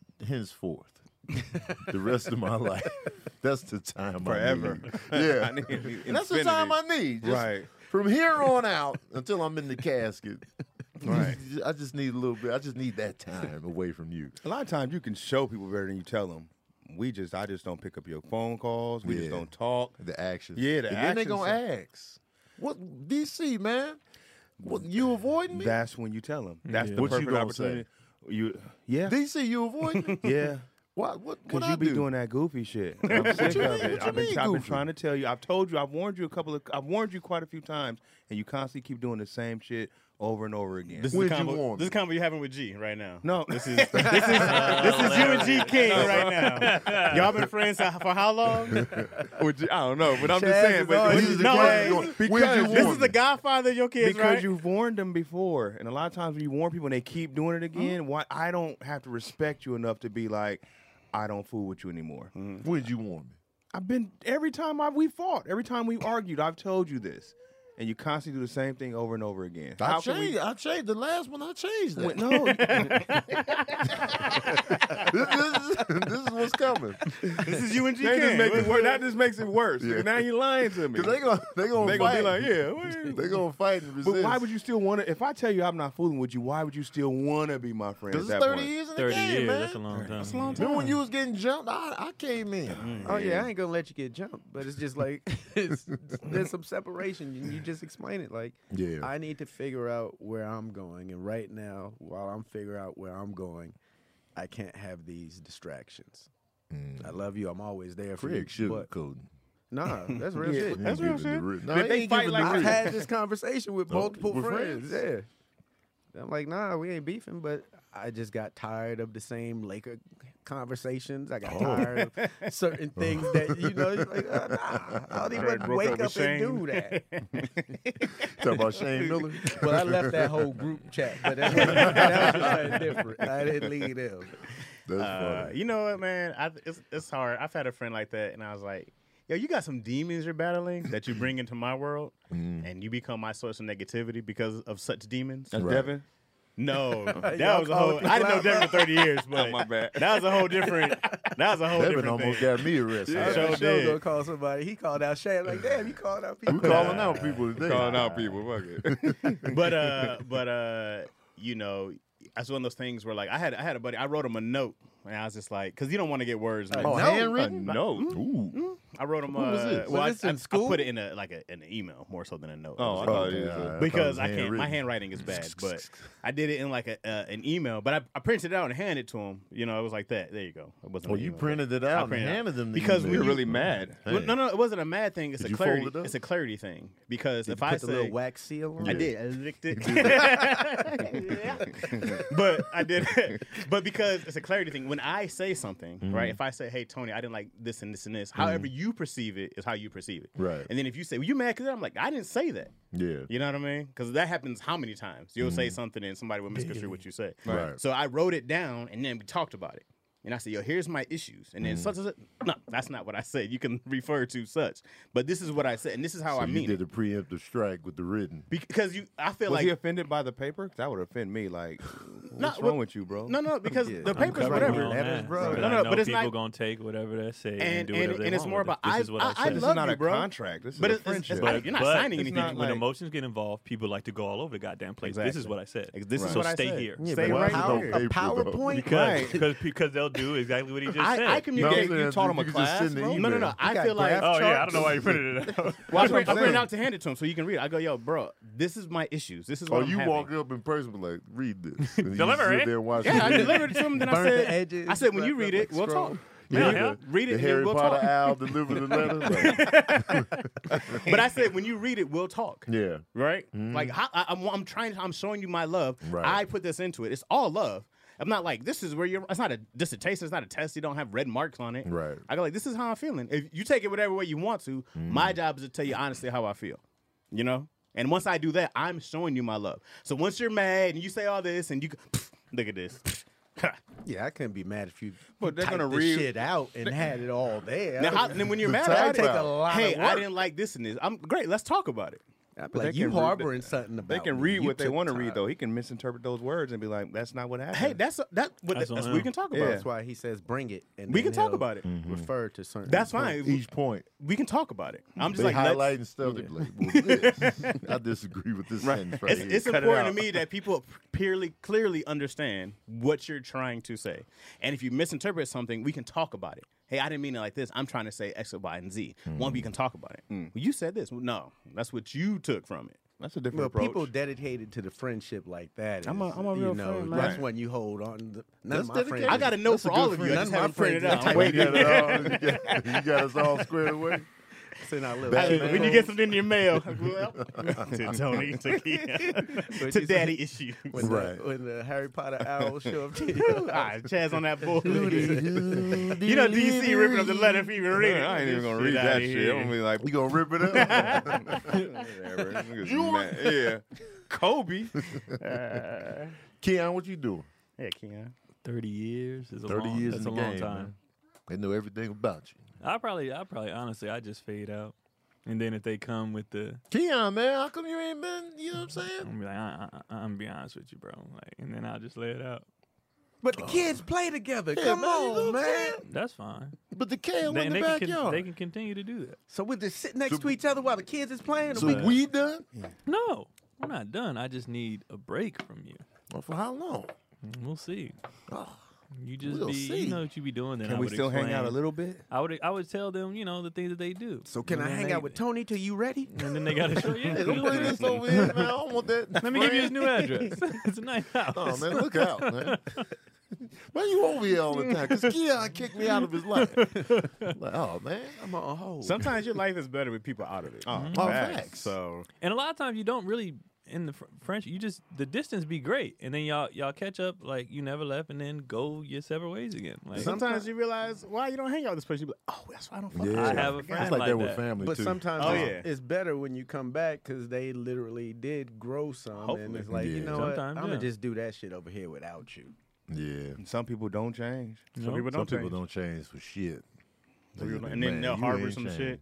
S2: henceforth, the rest of my life. That's the time I
S5: Forever.
S2: need. Yeah,
S5: I need
S2: and that's the time I
S5: infinity.
S2: need. Just
S5: Right.
S2: From here on out until I'm in the casket,
S5: Right.
S2: I just need a little bit. I just need that time away from you.
S5: A lot of times you can show people better than you tell them. We just, I just don't pick up your phone calls. We
S2: Yeah.
S5: just don't talk.
S2: The action.
S5: Yeah, the
S2: and then they
S5: action
S2: gonna ask, "What DC man? What you avoiding me?
S5: That's when you tell them. That's the
S2: What you
S5: perfect
S2: gonna say?
S5: opportunity. You, yeah,
S2: DC, you avoiding me?
S5: yeah.
S2: Why? What? What
S5: Because
S2: I
S5: you be
S2: do?
S5: doing that goofy shit. I'm sick
S2: you
S5: of it.
S2: mean- what you
S5: I've, been,
S2: mean
S5: I've been
S2: goofy?
S5: trying to tell you. I've told you. I've warned you a couple of. I've warned you quite a few times, and you constantly keep doing the same shit over and over again.
S3: This is,
S2: Would
S3: the
S2: you
S3: combo,
S2: want
S3: this
S2: it?
S3: is the combo you're having with G right now.
S5: no,
S3: This is this is this is you and G King right now. Y'all been friends for how long?
S5: Would you- I don't know, but I'm
S1: Chaz
S5: just saying.
S1: is
S5: But
S1: always
S5: this is
S3: the guy
S5: no,
S3: you
S2: want.
S5: because
S2: Where'd you
S5: this
S2: want
S5: is
S3: This is the
S5: the
S3: godfather of your kids,
S5: because
S3: right?
S5: you've warned them before, and a lot of times when you warn people and they keep doing it again, why I don't have to respect you enough to be like, I don't fool with you anymore.
S2: Mm-hmm. Would you want me?
S5: I've been every time I we fought, every time we argued, I've told you this, and you constantly do the same thing over and over again.
S2: I
S5: How can we-
S2: changed. I changed the last one. I changed that.
S5: Wait, no,
S2: this, this is, this is what's coming.
S3: This is you and G
S5: They just
S3: King.
S5: make it
S3: What's-
S5: worse. That just makes it worse.
S2: Yeah.
S5: Now you lying to me.
S2: Cause they gonna they gonna
S5: They
S2: fight.
S5: gonna be like, yeah. well,
S2: they gonna fight and resist.
S5: But why would you still want to? If I tell you I'm not fooling with you, why would you still want to be my friend?
S2: Cause
S5: At
S2: it's
S5: that
S2: thirty
S5: point?
S2: years in the
S4: Thirty
S2: game,
S4: years.
S2: man.
S4: That's a long time. That's a long
S2: Remember when you was getting jumped? I, I came in. Mm.
S1: Oh yeah, I ain't gonna let you get jumped, but it's just like it's, there's some separation, and you just explain it like,
S2: Yeah.
S1: I need to figure out where I'm going, and right now, while I'm figuring out where I'm going, I can't have these distractions. I love you. I'm always there for
S2: Craig
S1: you.
S2: should
S1: But
S2: code.
S1: nah, that's real shit.
S5: That's what I'm saying.
S2: No,
S5: But
S2: he
S5: they
S2: ain't
S5: fight
S2: giving
S5: like
S2: the
S1: I've
S2: real.
S1: had this conversation with
S2: Oh,
S1: multiple
S2: with
S1: friends.
S2: friends?
S1: Yeah. I'm like, nah, we ain't beefing, but I just got tired of the same Laker conversations. I got tired of certain things that you know. It's like, uh, nah, I don't
S3: Craig
S1: even
S3: broke up
S1: wake
S3: with
S1: up and do
S3: Shane.
S1: that.
S2: Talking about Shane Miller.
S1: Well, I left that whole group chat, but that was, that was something different. I didn't leave them.
S2: That's
S3: Uh,
S2: funny.
S3: you know what, man? I, it's, it's hard. I've had a friend like that, and I was like, yo, you got some demons you're battling that you bring into my world, and you become my source of negativity because of such demons.
S5: That's
S2: Right.
S5: Devin.
S3: No, that
S1: Y'all
S3: was a
S1: calling
S3: whole.
S1: people
S3: I didn't know
S1: out,
S3: Devin for thirty years, but
S5: my bad.
S3: that was a whole different. That was a whole
S2: Devin
S3: different
S2: almost
S3: thing.
S2: got me arrested.
S1: I was
S3: Sure
S1: sure
S3: did.
S1: gonna call somebody. He called out Shane. Like, damn, you called out people.
S2: We calling out people today.
S5: Calling out people. Fuck it.
S3: but uh but uh you know that's one of those things where like i had i had a buddy i wrote him a note and i was just like because you don't want to get words mixed.
S2: Oh, handwritten?
S3: Uh,
S5: No.
S2: Ooh.
S3: i wrote him
S2: What
S3: uh,
S2: was this?
S3: well I,
S1: Was this in
S3: I- I
S1: school?
S3: put it in a like a, an email more so than a note
S5: Oh, I
S2: Oh,
S5: thought
S2: yeah,
S5: you
S2: I thought
S5: was.
S2: it was
S3: because I can't. My
S2: handwritten.
S3: handwriting is bad, but I did it in like a uh, an email. But I, I printed it out and handed it to him. You know, it was like that. There you go. It wasn't.
S2: Well,
S3: an
S2: Oh, you
S3: email, but
S2: printed it
S3: I
S2: out and
S3: printed it out.
S2: handed them the
S3: Because
S2: email.
S5: You're really mad.
S2: Hey.
S3: Well, no, no, it wasn't a mad thing. It's
S2: Did
S3: a
S2: you fold
S3: clarity.
S2: it up?
S3: It's a clarity thing because if
S1: Put
S3: I
S1: the
S3: say
S1: little wax seal on
S3: I
S1: it.
S3: did. I licked it. Yeah. but I did. but because it's a clarity thing. When I say something, right?
S2: Mm-hmm.
S3: If I say, "Hey, Tony, I didn't like this and this and this," however you perceive it is how you perceive it.
S2: Right.
S3: And then if you say, "Well, you mad?" Because I'm like, "I didn't say that."
S2: Yeah.
S3: You know what I mean? Because that happens how many times? You'll say something and somebody will misconstrue what you say.
S2: Mm-hmm. Right.
S3: So I wrote it down and then we talked about it. And I said, yo, here's my issues. And
S2: Mm-hmm.
S3: then such and such. No, that's not what I said. You can refer to such. But this is what I said. And this is how
S2: So
S3: I
S2: you
S3: mean
S2: did
S3: it.
S2: a preemptive strike with the written.
S3: Because you, I feel
S5: Was
S3: like
S5: he offended by the paper? 'Cause That would offend me. Like, what's
S3: what-
S5: wrong with you, bro?
S3: No, no, because
S1: Yeah,
S3: the
S1: I'm
S3: papers,
S1: covering
S3: whatever.
S1: my own ass, bro.
S4: No,
S3: No, no,
S4: no,
S3: but it's
S4: people
S3: not-
S4: gonna take whatever they say and,
S3: And-
S4: do
S3: and-
S4: whatever they
S3: and it's
S4: want
S3: more
S4: with it.
S3: about
S4: this
S3: I-
S4: is what
S3: I- I
S4: said.
S5: This
S3: love
S5: is not
S3: you,
S5: a
S3: bro.
S5: contract. This
S3: But
S5: is
S3: it's,
S5: a
S3: it's, it's
S5: friendship.
S3: not, you're not
S4: but
S3: signing
S4: it's
S3: anything.
S5: not
S4: when
S5: like-
S4: emotions get involved, people like to go all over the goddamn place. This is
S3: Exactly.
S4: what I said.
S3: Ex- this is
S4: so
S3: what I
S4: stay
S3: said.
S4: here.
S1: Yeah,
S3: Stay
S1: but
S3: right
S1: power-
S2: here.
S1: a PowerPoint.
S4: Because,
S5: Right.
S4: because, because they'll do exactly what he just said.
S3: I, I communicate.
S2: No,
S5: you
S2: it's-
S5: taught him
S2: you
S5: a
S2: could
S5: class,
S2: Just send the
S5: bro?
S3: No, no,
S2: email.
S3: no. I
S1: got
S3: feel like
S1: graph
S4: oh, yeah. I don't know why you printed it out.
S3: Well, I
S5: That's what
S3: print, I
S5: I'm
S3: print it
S5: saying.
S3: out to hand it to him so you can read. it. I go, yo, bro, this is my issues. This is
S2: Oh,
S3: what I'm
S2: you
S3: having.
S2: walk up in person, be like, read this. And you
S4: Deliver
S2: sit
S4: it.
S2: there and watch
S3: Yeah, I
S2: it.
S3: delivered it to him. Then I
S1: Burn the
S3: said,
S1: edges,
S3: I said, when you
S1: wrap it up
S3: read it,
S1: like
S3: we'll
S1: scroll.
S3: talk.
S2: You
S4: Yeah,
S2: know,
S4: yeah.
S2: the-
S3: Read
S2: the
S3: it and
S2: Harry
S3: we'll
S2: Potter
S3: talk.
S2: owl deliver the letter. Like,
S3: But I said, when you read it, we'll talk.
S2: yeah.
S3: right?
S1: Mm-hmm.
S3: Like how, I, I'm, I'm trying, I'm showing you my love.
S2: Right.
S3: I put this into it. It's all love. I'm not like this is where you're. It's not a dissertation. It's not a test. You don't have red marks on it.
S2: Right.
S3: I go like this is how I'm feeling. If you take it whatever way you want to,
S1: Mm-hmm.
S3: my job is to tell you honestly how I feel. You know. And once I do that, I'm showing you my love. So once you're mad and you say all this and you go, look at this.
S1: Yeah, I couldn't be mad if you,
S5: Well,
S1: you
S5: they're
S1: typed
S5: gonna
S1: the
S5: read-
S1: shit out and had it all there.
S3: now, how, then when you're
S1: The
S3: mad about
S1: type
S3: it,
S1: out. Take a lot
S3: hey,
S1: of
S3: I
S1: work.
S3: didn't like this and this. I'm great. Let's talk about it.
S1: I be
S5: But
S1: like
S5: they
S1: you
S5: can read-
S1: harboring something about
S5: They can
S1: me.
S5: read
S1: You
S5: what they
S1: took
S5: want to
S1: time.
S5: read though. He can misinterpret those words and be like, "That's not what happened."
S3: Hey, that's that. What, that's
S4: That's on
S3: what
S4: him.
S3: we can talk about.
S1: That's why he says bring it, and
S3: We
S1: then
S3: can talk
S1: he'll
S3: about it.
S1: Refer to certain.
S3: That's
S1: points.
S3: fine.
S2: Each point.
S3: we can talk about it. I'm just
S2: they
S3: like let's-
S2: highlighting stuff. They be like, well, this, I disagree with this sentence right
S3: It's,
S2: here.
S3: it's
S5: Cut it
S3: important to
S5: out.
S3: me that people clearly, clearly understand what you're trying to say. And if you misinterpret something, we can talk about it. Hey, I didn't mean it like this. I'm trying to say X, Y, and Z. One, we can talk about it. Well, you said this. Well, no, that's what you took from it.
S5: that's a different
S1: Well,
S5: approach.
S1: people dedicated to the friendship like that. Is,
S3: I'm a- I'm a
S1: you
S3: real
S1: know,
S3: friend,
S1: That's
S3: man.
S1: one you hold on. To. None
S2: That's
S1: of my friends.
S2: dedication.
S3: I got a note
S2: That's a
S3: for
S2: good
S3: all of you.
S2: friend.
S3: I
S1: None of
S3: just
S1: my
S3: haven't printed it
S1: friends-
S3: out.
S2: Wait, you got it all. You got us all squared away.
S1: send out little.
S2: Hey,
S3: When you get something in your mail, well, to Tony, to, Kia,
S1: But
S3: to
S1: you said-
S3: daddy issues.
S1: when
S5: Right.
S1: the, when the Harry Potter owl show up to
S3: All
S1: you.
S3: right, Chaz on that bull. you
S2: you
S3: know, DC ripping up the letter if you even read it.
S5: I ain't even gonna
S4: Get
S5: read
S4: outta
S5: that shit.
S4: here.
S5: I'm gonna be like,
S2: You gonna rip it up?
S5: whatever. you yeah, Kobe.
S2: Keon, what you doing?
S3: Yeah, Keon.
S4: Thirty years is a
S2: 30
S4: long,
S2: years
S4: that's
S2: in the
S4: a long
S2: game,
S4: time.
S2: man. They know everything about you.
S4: I probably, I probably, honestly, I just fade out, and then if they come with the,
S2: Keon, man, how come you ain't been? You know what I'm saying?
S4: I'm be like, I, I, I'm gonna be honest with you, bro. Like, and then I'll just lay it out.
S1: But the kids play together.
S2: Yeah,
S1: Come
S2: man, you know
S1: on,
S2: what I'm
S1: man.
S2: saying?
S4: That's fine.
S2: But the Keon
S4: They,
S2: in
S4: and
S2: the
S4: they, can, con-
S2: backyard.
S4: they can continue to do that.
S1: So we just sit next to each other while the kids is playing.
S2: so
S1: we-
S2: we done?
S4: No, I'm not done. I just need a break from you.
S2: Well, for how long?
S4: We'll see.
S2: Oh,
S4: You just
S2: We'll
S4: be,
S2: see.
S4: you know what you be doing. Then I
S5: Can we
S4: would
S5: still hang out a
S4: explain-
S5: little bit?
S4: I would, I would tell them, you know, the things that they do.
S1: so can
S4: And
S1: I
S4: then
S1: hang
S4: they-
S1: out with Tony till you ready?
S4: And then they got to show you.
S2: hey, don't play this over here, man. I don't want that.
S4: Let me give you his new address. it's a nice house.
S2: Oh man, look out, man. Why you over here all the time? Because Keon kicked me out of his life. Like, oh man.
S1: I'm on hold.
S3: Sometimes your life is better with people out of it.
S2: Oh,
S3: Mm-hmm.
S2: facts.
S3: So
S4: And a lot of times you don't really in the fr- French. You just the distance be great, and then y'all y'all catch up like you never left, and then go your separate ways again. Like
S3: sometimes you realize why you don't hang out with this person. You be like, oh, that's why I don't. Fuck
S2: Yeah.
S4: I have a friend
S2: it's like,
S4: like
S2: that with
S4: that.
S2: family
S1: but
S2: too.
S1: sometimes
S3: Oh,
S1: it's,
S3: yeah.
S1: it's better when you come back because they literally did grow some, and
S3: Hopefully.
S1: it's like you
S2: Yeah.
S1: know what, I'm
S4: Sometimes,
S1: gonna
S4: yeah.
S1: just do that shit over here without you.
S2: yeah.
S5: And some people don't change.
S4: you
S3: Some
S4: know?
S3: people
S2: Some
S3: don't.
S2: people
S3: change.
S2: don't change for shit.
S3: Some people don't-
S2: Like,
S3: And then
S2: man,
S3: they'll
S2: you
S3: harbor
S2: ain't
S3: some
S2: changed.
S3: shit.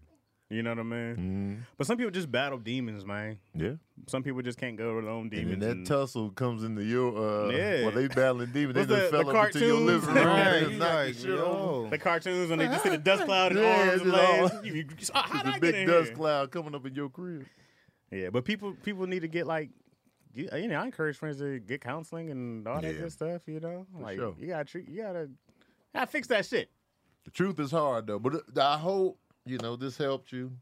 S3: You know what I mean?
S2: Mhm.
S3: But some people just battle demons, man.
S2: Yeah.
S3: Some people just can't go over their own demons.
S2: And then
S3: and-
S2: that tussle comes into your uh
S3: Yeah.
S2: well they battling demons, they
S3: What's
S2: just
S3: the-
S2: fell
S3: the
S2: up into your
S3: cartoons?
S2: living room.
S3: Right,
S2: They knocked the
S5: Like,
S2: shit over.
S5: yo.
S3: the cartoons when they just see the dust cloud and
S2: Yeah,
S3: arms
S2: it's
S3: and
S2: just all-
S3: legs. You- you- you- "Ah,
S2: It's
S3: how'd I
S2: a
S3: get
S2: big
S3: in
S2: dust
S3: here?"
S2: cloud coming up in your crib.
S3: Yeah, but people people need to get like. You, you know, I encourage friends to get counseling and all that
S2: Yeah.
S3: good stuff. You know, like
S2: sure.
S3: you gotta treat, you gotta, gotta fix that shit.
S2: The truth is hard though, but uh, I hope you know this helped you.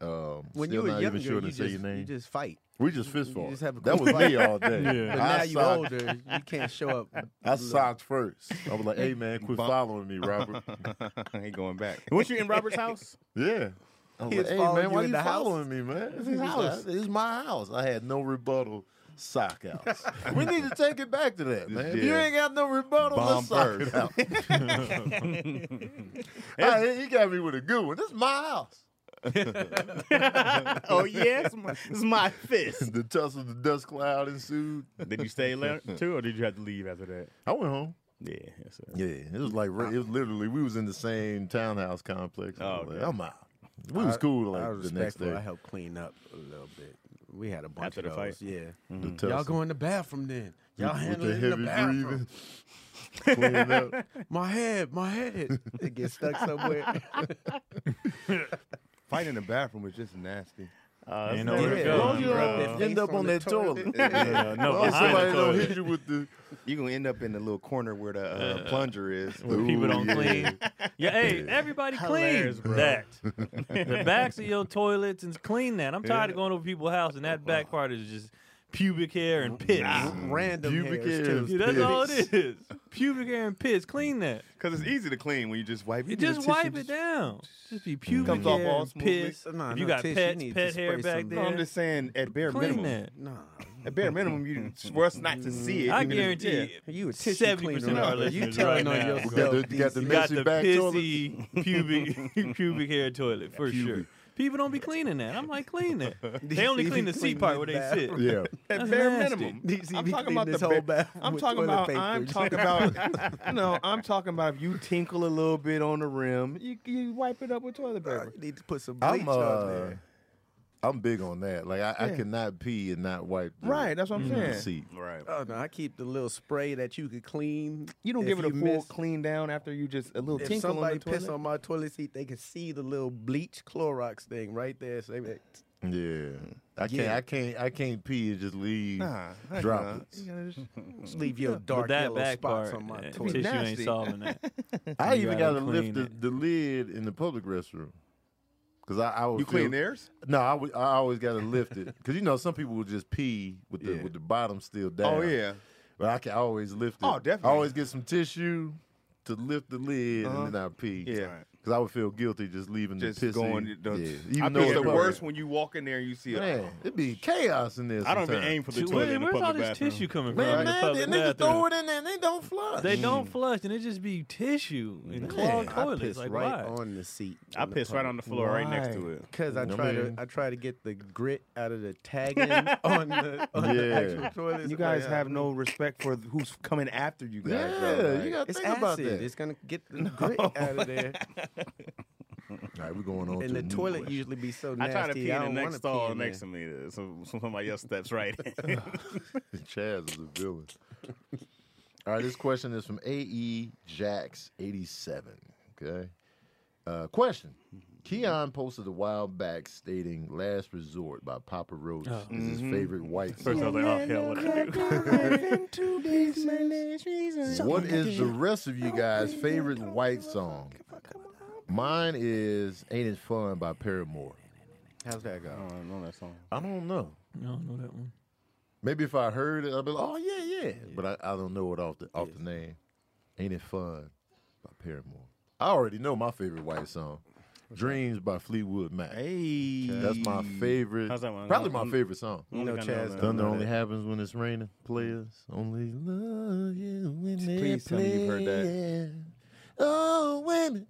S2: Um, still
S1: When you were
S2: not
S1: younger,
S2: even sure to
S1: you,
S2: say
S1: just,
S2: your name.
S1: you just fight.
S2: we just fist
S1: you
S2: fought.
S1: just have a
S2: That
S1: quick
S2: was me
S1: fight.
S2: all day.
S4: Yeah.
S1: But
S2: I
S1: now you're
S2: socked-
S1: older, you can't show up.
S2: I socked first. I was like, "Hey man, quit following me, Robert."
S5: ain't going back.
S3: Weren't you in Robert's house?
S2: yeah. I was
S1: He
S2: like,
S1: was
S2: "Hey
S1: following
S2: man,
S1: you
S2: why
S1: in
S2: you
S1: the house?
S2: following me, man? It's
S3: his house."
S2: Like, it's my house. I had no rebuttal. Sock out. we need to take it back to that, man. If you
S5: Yeah.
S2: ain't got no rebuttal,
S5: Bomb
S2: let's sock it
S5: first.
S2: out. Hey, he got me with a good one. This is my house.
S3: oh yeah, it's my, it's my fist.
S2: the tussle, the dust cloud ensued.
S3: Did you stay there too, or did you have to leave after that?
S2: I went home.
S3: Yeah, yes, sir.
S2: Yeah, it was like re- it was literally we was in the same townhouse complex. I
S3: Oh,
S2: was like,
S3: okay.
S2: I'm out. We was cool
S1: I
S2: like
S1: was
S2: the next
S1: respectful.
S2: day.
S1: I helped clean up a little bit. We had a bunch
S3: After
S1: of
S3: the fight?
S1: those. Yeah,
S2: The
S1: y'all
S2: tussle.
S1: go in the bathroom then.
S2: With-
S1: Y'all handle
S2: with
S1: it
S2: the
S1: in the
S2: heavy
S1: bathroom.
S2: breathing, cleaning up.
S1: My head, my head. it gets stuck somewhere.
S5: Fighting in the bathroom is just nasty. Uh,
S3: Uh, that's
S4: Ain't nowhere
S3: not-
S4: to
S1: Yeah,
S4: go,
S1: long you
S4: bro.
S1: don't-
S2: End up on that toilet. Long as
S4: Yeah, no, behind the
S2: Oh, somebody don't
S4: toilet.
S2: hit you with the
S5: You're gonna end up in the little corner where the uh, plunger is.
S4: When people
S2: Ooh,
S4: don't
S2: yeah.
S4: clean. Yeah, hey, everybody clean
S3: Hilarious, bro.
S4: that. the backs of your toilets and clean that. I'm tired of going over people's house and that back part is just pubic hair and piss.
S1: Ah, Random
S2: pubic
S1: hairs,
S2: hairs.
S1: too.
S4: Yeah, that's all it is. Pubic hair and piss. Clean that.
S5: Cause it's easy to clean when you just wipe. You
S4: You
S5: get a
S4: just
S5: tissue,
S4: wipe it down. Just be pubic
S5: Comes off
S4: hair
S5: all
S4: and
S5: smoothly.
S4: piss.
S1: Nah,
S4: if you
S1: no
S4: got
S1: tissue, you
S4: pets,
S1: need to
S4: pet hair
S1: spray
S4: back
S1: some-
S4: there,
S5: No, I'm just saying at bare
S4: clean
S5: minimum.
S4: that.
S1: Nah,
S5: At bare minimum, you for us not to see it.
S4: I
S5: even if-
S4: guarantee
S5: yeah.
S4: you,
S1: you a tissue
S4: 70%
S1: cleaner.
S4: of our
S1: over there. you
S4: listeners
S1: telling
S4: right
S1: on
S4: now.
S1: yourself.
S2: Got the- got the
S1: DC.
S4: got
S2: Messy
S4: the
S2: back toilet?
S4: pissy pubic pubic hair toilet for sure. People don't be cleaning that. I'm like, clean that. They only
S1: You
S4: clean the
S1: clean
S4: seat part
S1: the
S4: where they sit.
S1: bathroom.
S2: yeah.
S5: At
S4: That's
S5: bare
S4: nasty.
S5: minimum.
S1: DC
S5: I'm
S1: be
S5: talking
S1: cleaning
S5: about the
S1: this
S5: ba-
S1: whole bathroom
S5: I'm
S1: with
S5: talking
S1: toilet
S5: about.
S1: paper.
S5: I'm talking about. No, I'm talking about. If you tinkle a little bit on the rim, you, you wipe it up with toilet
S1: Uh,
S5: paper.
S1: you need to put some bleach
S2: I'm
S1: on
S2: uh,
S1: there.
S2: I'm big on that. Like I, I
S5: Yeah.
S2: cannot pee and not wipe. The,
S5: Right, that's what I'm
S2: the
S5: saying.
S2: Seat.
S3: Right.
S1: Oh no, I keep the little spray that you could clean.
S5: You don't
S1: if
S5: give it a
S1: you
S5: full
S1: miss-
S5: clean down after you just a little
S1: If
S5: tinkle on
S1: somebody
S5: the toilet.
S1: piss on my toilet seat, they can see the little bleach Clorox thing right there. So they be like,
S2: Yeah, I can't.
S1: Yeah.
S2: I can't. I can't pee and just leave
S5: nah, heck
S2: droplets.
S5: nah. You gotta just-
S1: "Just leave your dark
S4: but that
S1: yellow
S4: back
S1: spots
S4: part,
S1: on my
S4: eh,
S1: toilet.
S4: tissue
S5: Nasty.
S4: ain't solving that.
S2: I
S4: You
S2: even got
S4: gotta
S2: to lift
S4: clean
S2: the,
S4: it.
S2: the lid in the public restroom because I, I would
S5: You
S2: feel-
S5: clean theirs?
S2: No, I, would, I always got to lift it because you know some people will just pee with the
S1: Yeah.
S2: with the bottom still down.
S5: Oh yeah.
S2: but I can always lift it.
S5: Oh, definitely.
S2: I always get some tissue to lift the lid and then I pee.
S5: Uh-huh. Yeah.
S2: because I would feel guilty just leaving
S5: Just
S2: the pissy.
S5: going. The,
S2: yeah,
S5: I
S2: even though
S5: think it's the
S2: public.
S5: worst when you walk in there and you see a
S2: Man, it'd be chaos in there.
S3: I don't even
S2: sometimes.
S3: aim for the
S4: Dude,
S3: toilet
S4: where-
S3: in the
S4: where's all
S3: public
S4: this
S3: bathroom.
S4: tissue coming from?
S2: Man,
S4: in the
S2: man,
S4: public
S2: and they just
S4: bathroom?
S2: throw it in there and they don't flush.
S4: They don't flush, and it just be tissue and clogged
S1: I
S4: toilets.
S1: piss
S4: Like
S1: right
S4: why?
S1: on the seat.
S3: I pissed right on the floor right next to
S5: Why?
S3: it.
S1: because I
S2: I
S1: try
S2: mean-
S1: to I try to get the grit out of the tagging on the on the
S2: Yeah.
S1: actual toilet. uh,
S5: You guys have no respect for who's coming after you guys.
S2: Yeah,
S5: though, like-
S2: you got to
S1: It's
S2: think
S1: acid.
S2: about that.
S1: It's gonna get the grit out of there,
S2: All right, we're going on
S1: and
S2: to
S1: the
S2: a new
S1: toilet
S2: question.
S1: usually be so
S3: I
S1: nasty.
S3: try to pee in
S1: I
S3: the
S1: don't
S3: next
S1: wanna pee
S3: stall
S1: in
S3: next
S1: there.
S3: to me, uh, so so somebody else steps right in.
S2: Chaz is a villain. All right, this question is from AE Jax 87. Okay. Uh, question.
S4: Mm-hmm.
S2: Keon posted a while back stating Last Resort by Papa Roach is his favorite white
S4: Oh. Mm-hmm. First I
S2: song.
S4: was like, oh hell, what I do? "Oh,
S2: What is the rest of you guys' favorite white song? Mine is Ain't It Fun by Paramore.
S1: How's that go?
S3: I know that song.
S2: I don't know.
S4: No, no, that one.
S2: Maybe if I heard it, I'd be like, oh, yeah, yeah. But I, I don't know it off the, off the name. Ain't It Fun by Paramore. I already know my favorite white song. Dreams by Fleetwood Mac.
S5: Hey,
S2: That's my favorite.
S3: How's that one?
S2: Probably
S3: Mm,
S2: my favorite song.
S1: You know,
S3: Only kinda
S1: Chaz
S3: know that.
S1: don't
S2: Thunder
S1: know
S2: only
S1: that.
S2: happens when it's raining. Players only love you when they
S5: Please tell me you've heard that.
S2: playing. Oh, women,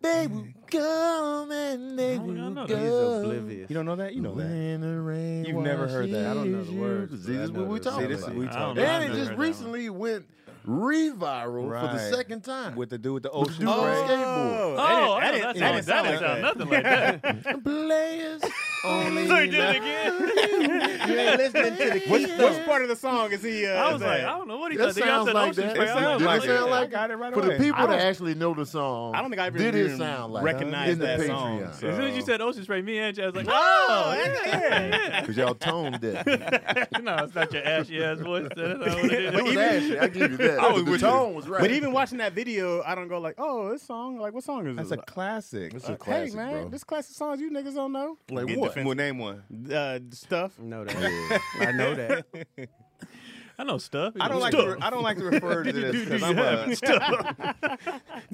S2: they will come and they
S4: How would I
S2: will
S4: know
S2: go.
S4: that?
S1: He's oblivious.
S5: you don't know that? You know that.
S2: When the rain
S5: You've never heard that. I
S1: don't know the
S2: washes you-
S1: words,
S2: See,
S1: but I
S2: this is
S1: know
S2: what we
S1: the-
S2: talking
S5: See, this is
S2: about.
S5: we
S4: I
S5: talking
S4: don't know.
S5: about.
S2: and it
S4: never
S2: just
S4: heard that one.
S2: recently went reviral for the
S5: Right.
S2: second time.
S5: With the dude with the
S2: With
S5: ocean
S2: the dude on
S5: spray.
S2: skateboard.
S4: Oh, I didn't,
S3: didn't-
S4: that didn't
S3: I
S4: sound like
S3: didn't
S4: that.
S3: know
S4: Nothing like that.
S2: Oh. Players only
S4: so he did it
S2: love
S4: again.
S1: You ain't listening to the
S3: Which,
S1: key.
S3: which part of the song is he? Uh,
S4: I
S3: is
S4: was like, I
S3: that?
S4: don't know what he
S2: That
S4: thought. They
S2: sounds
S4: all said
S2: like
S4: ocean
S2: that.
S4: spray.
S2: It
S4: I
S2: sounds
S4: was
S2: like
S4: like,
S2: it sound
S5: I
S2: like-
S5: got it right
S2: For the
S5: away.
S2: people
S3: don't-
S2: that actually know the song,
S3: I don't think I ever
S2: did
S3: even
S2: it sound like
S3: recognized
S2: in the
S3: that song,
S2: Patreon.
S3: so-
S4: as soon as you said ocean spray, me and Chad was like,
S3: Oh,
S4: oh,
S3: yeah. yeah.
S2: Cause y'all toned that.
S4: no, it's not your ashy ass voice. That's not what it
S2: It was
S4: is.
S2: ashy. I give you that.
S3: I was
S2: the
S3: with
S2: tone
S3: you.
S2: was right.
S3: But even watching that video, I don't go like, "Oh, this song, like, what song is
S5: That's
S3: this?"
S5: a classic.
S2: It's a
S5: Uh,
S2: classic,
S3: hey, man,
S2: bro.
S3: this classic songs you niggas don't know.
S5: Like
S3: Get
S5: what?
S3: defensive.
S5: Well, name one.
S3: Uh, stuff.
S1: Know that. I know that.
S4: I know stuff.
S5: I don't like.
S4: Stuff.
S5: To, I don't like to refer to this because I'm a. I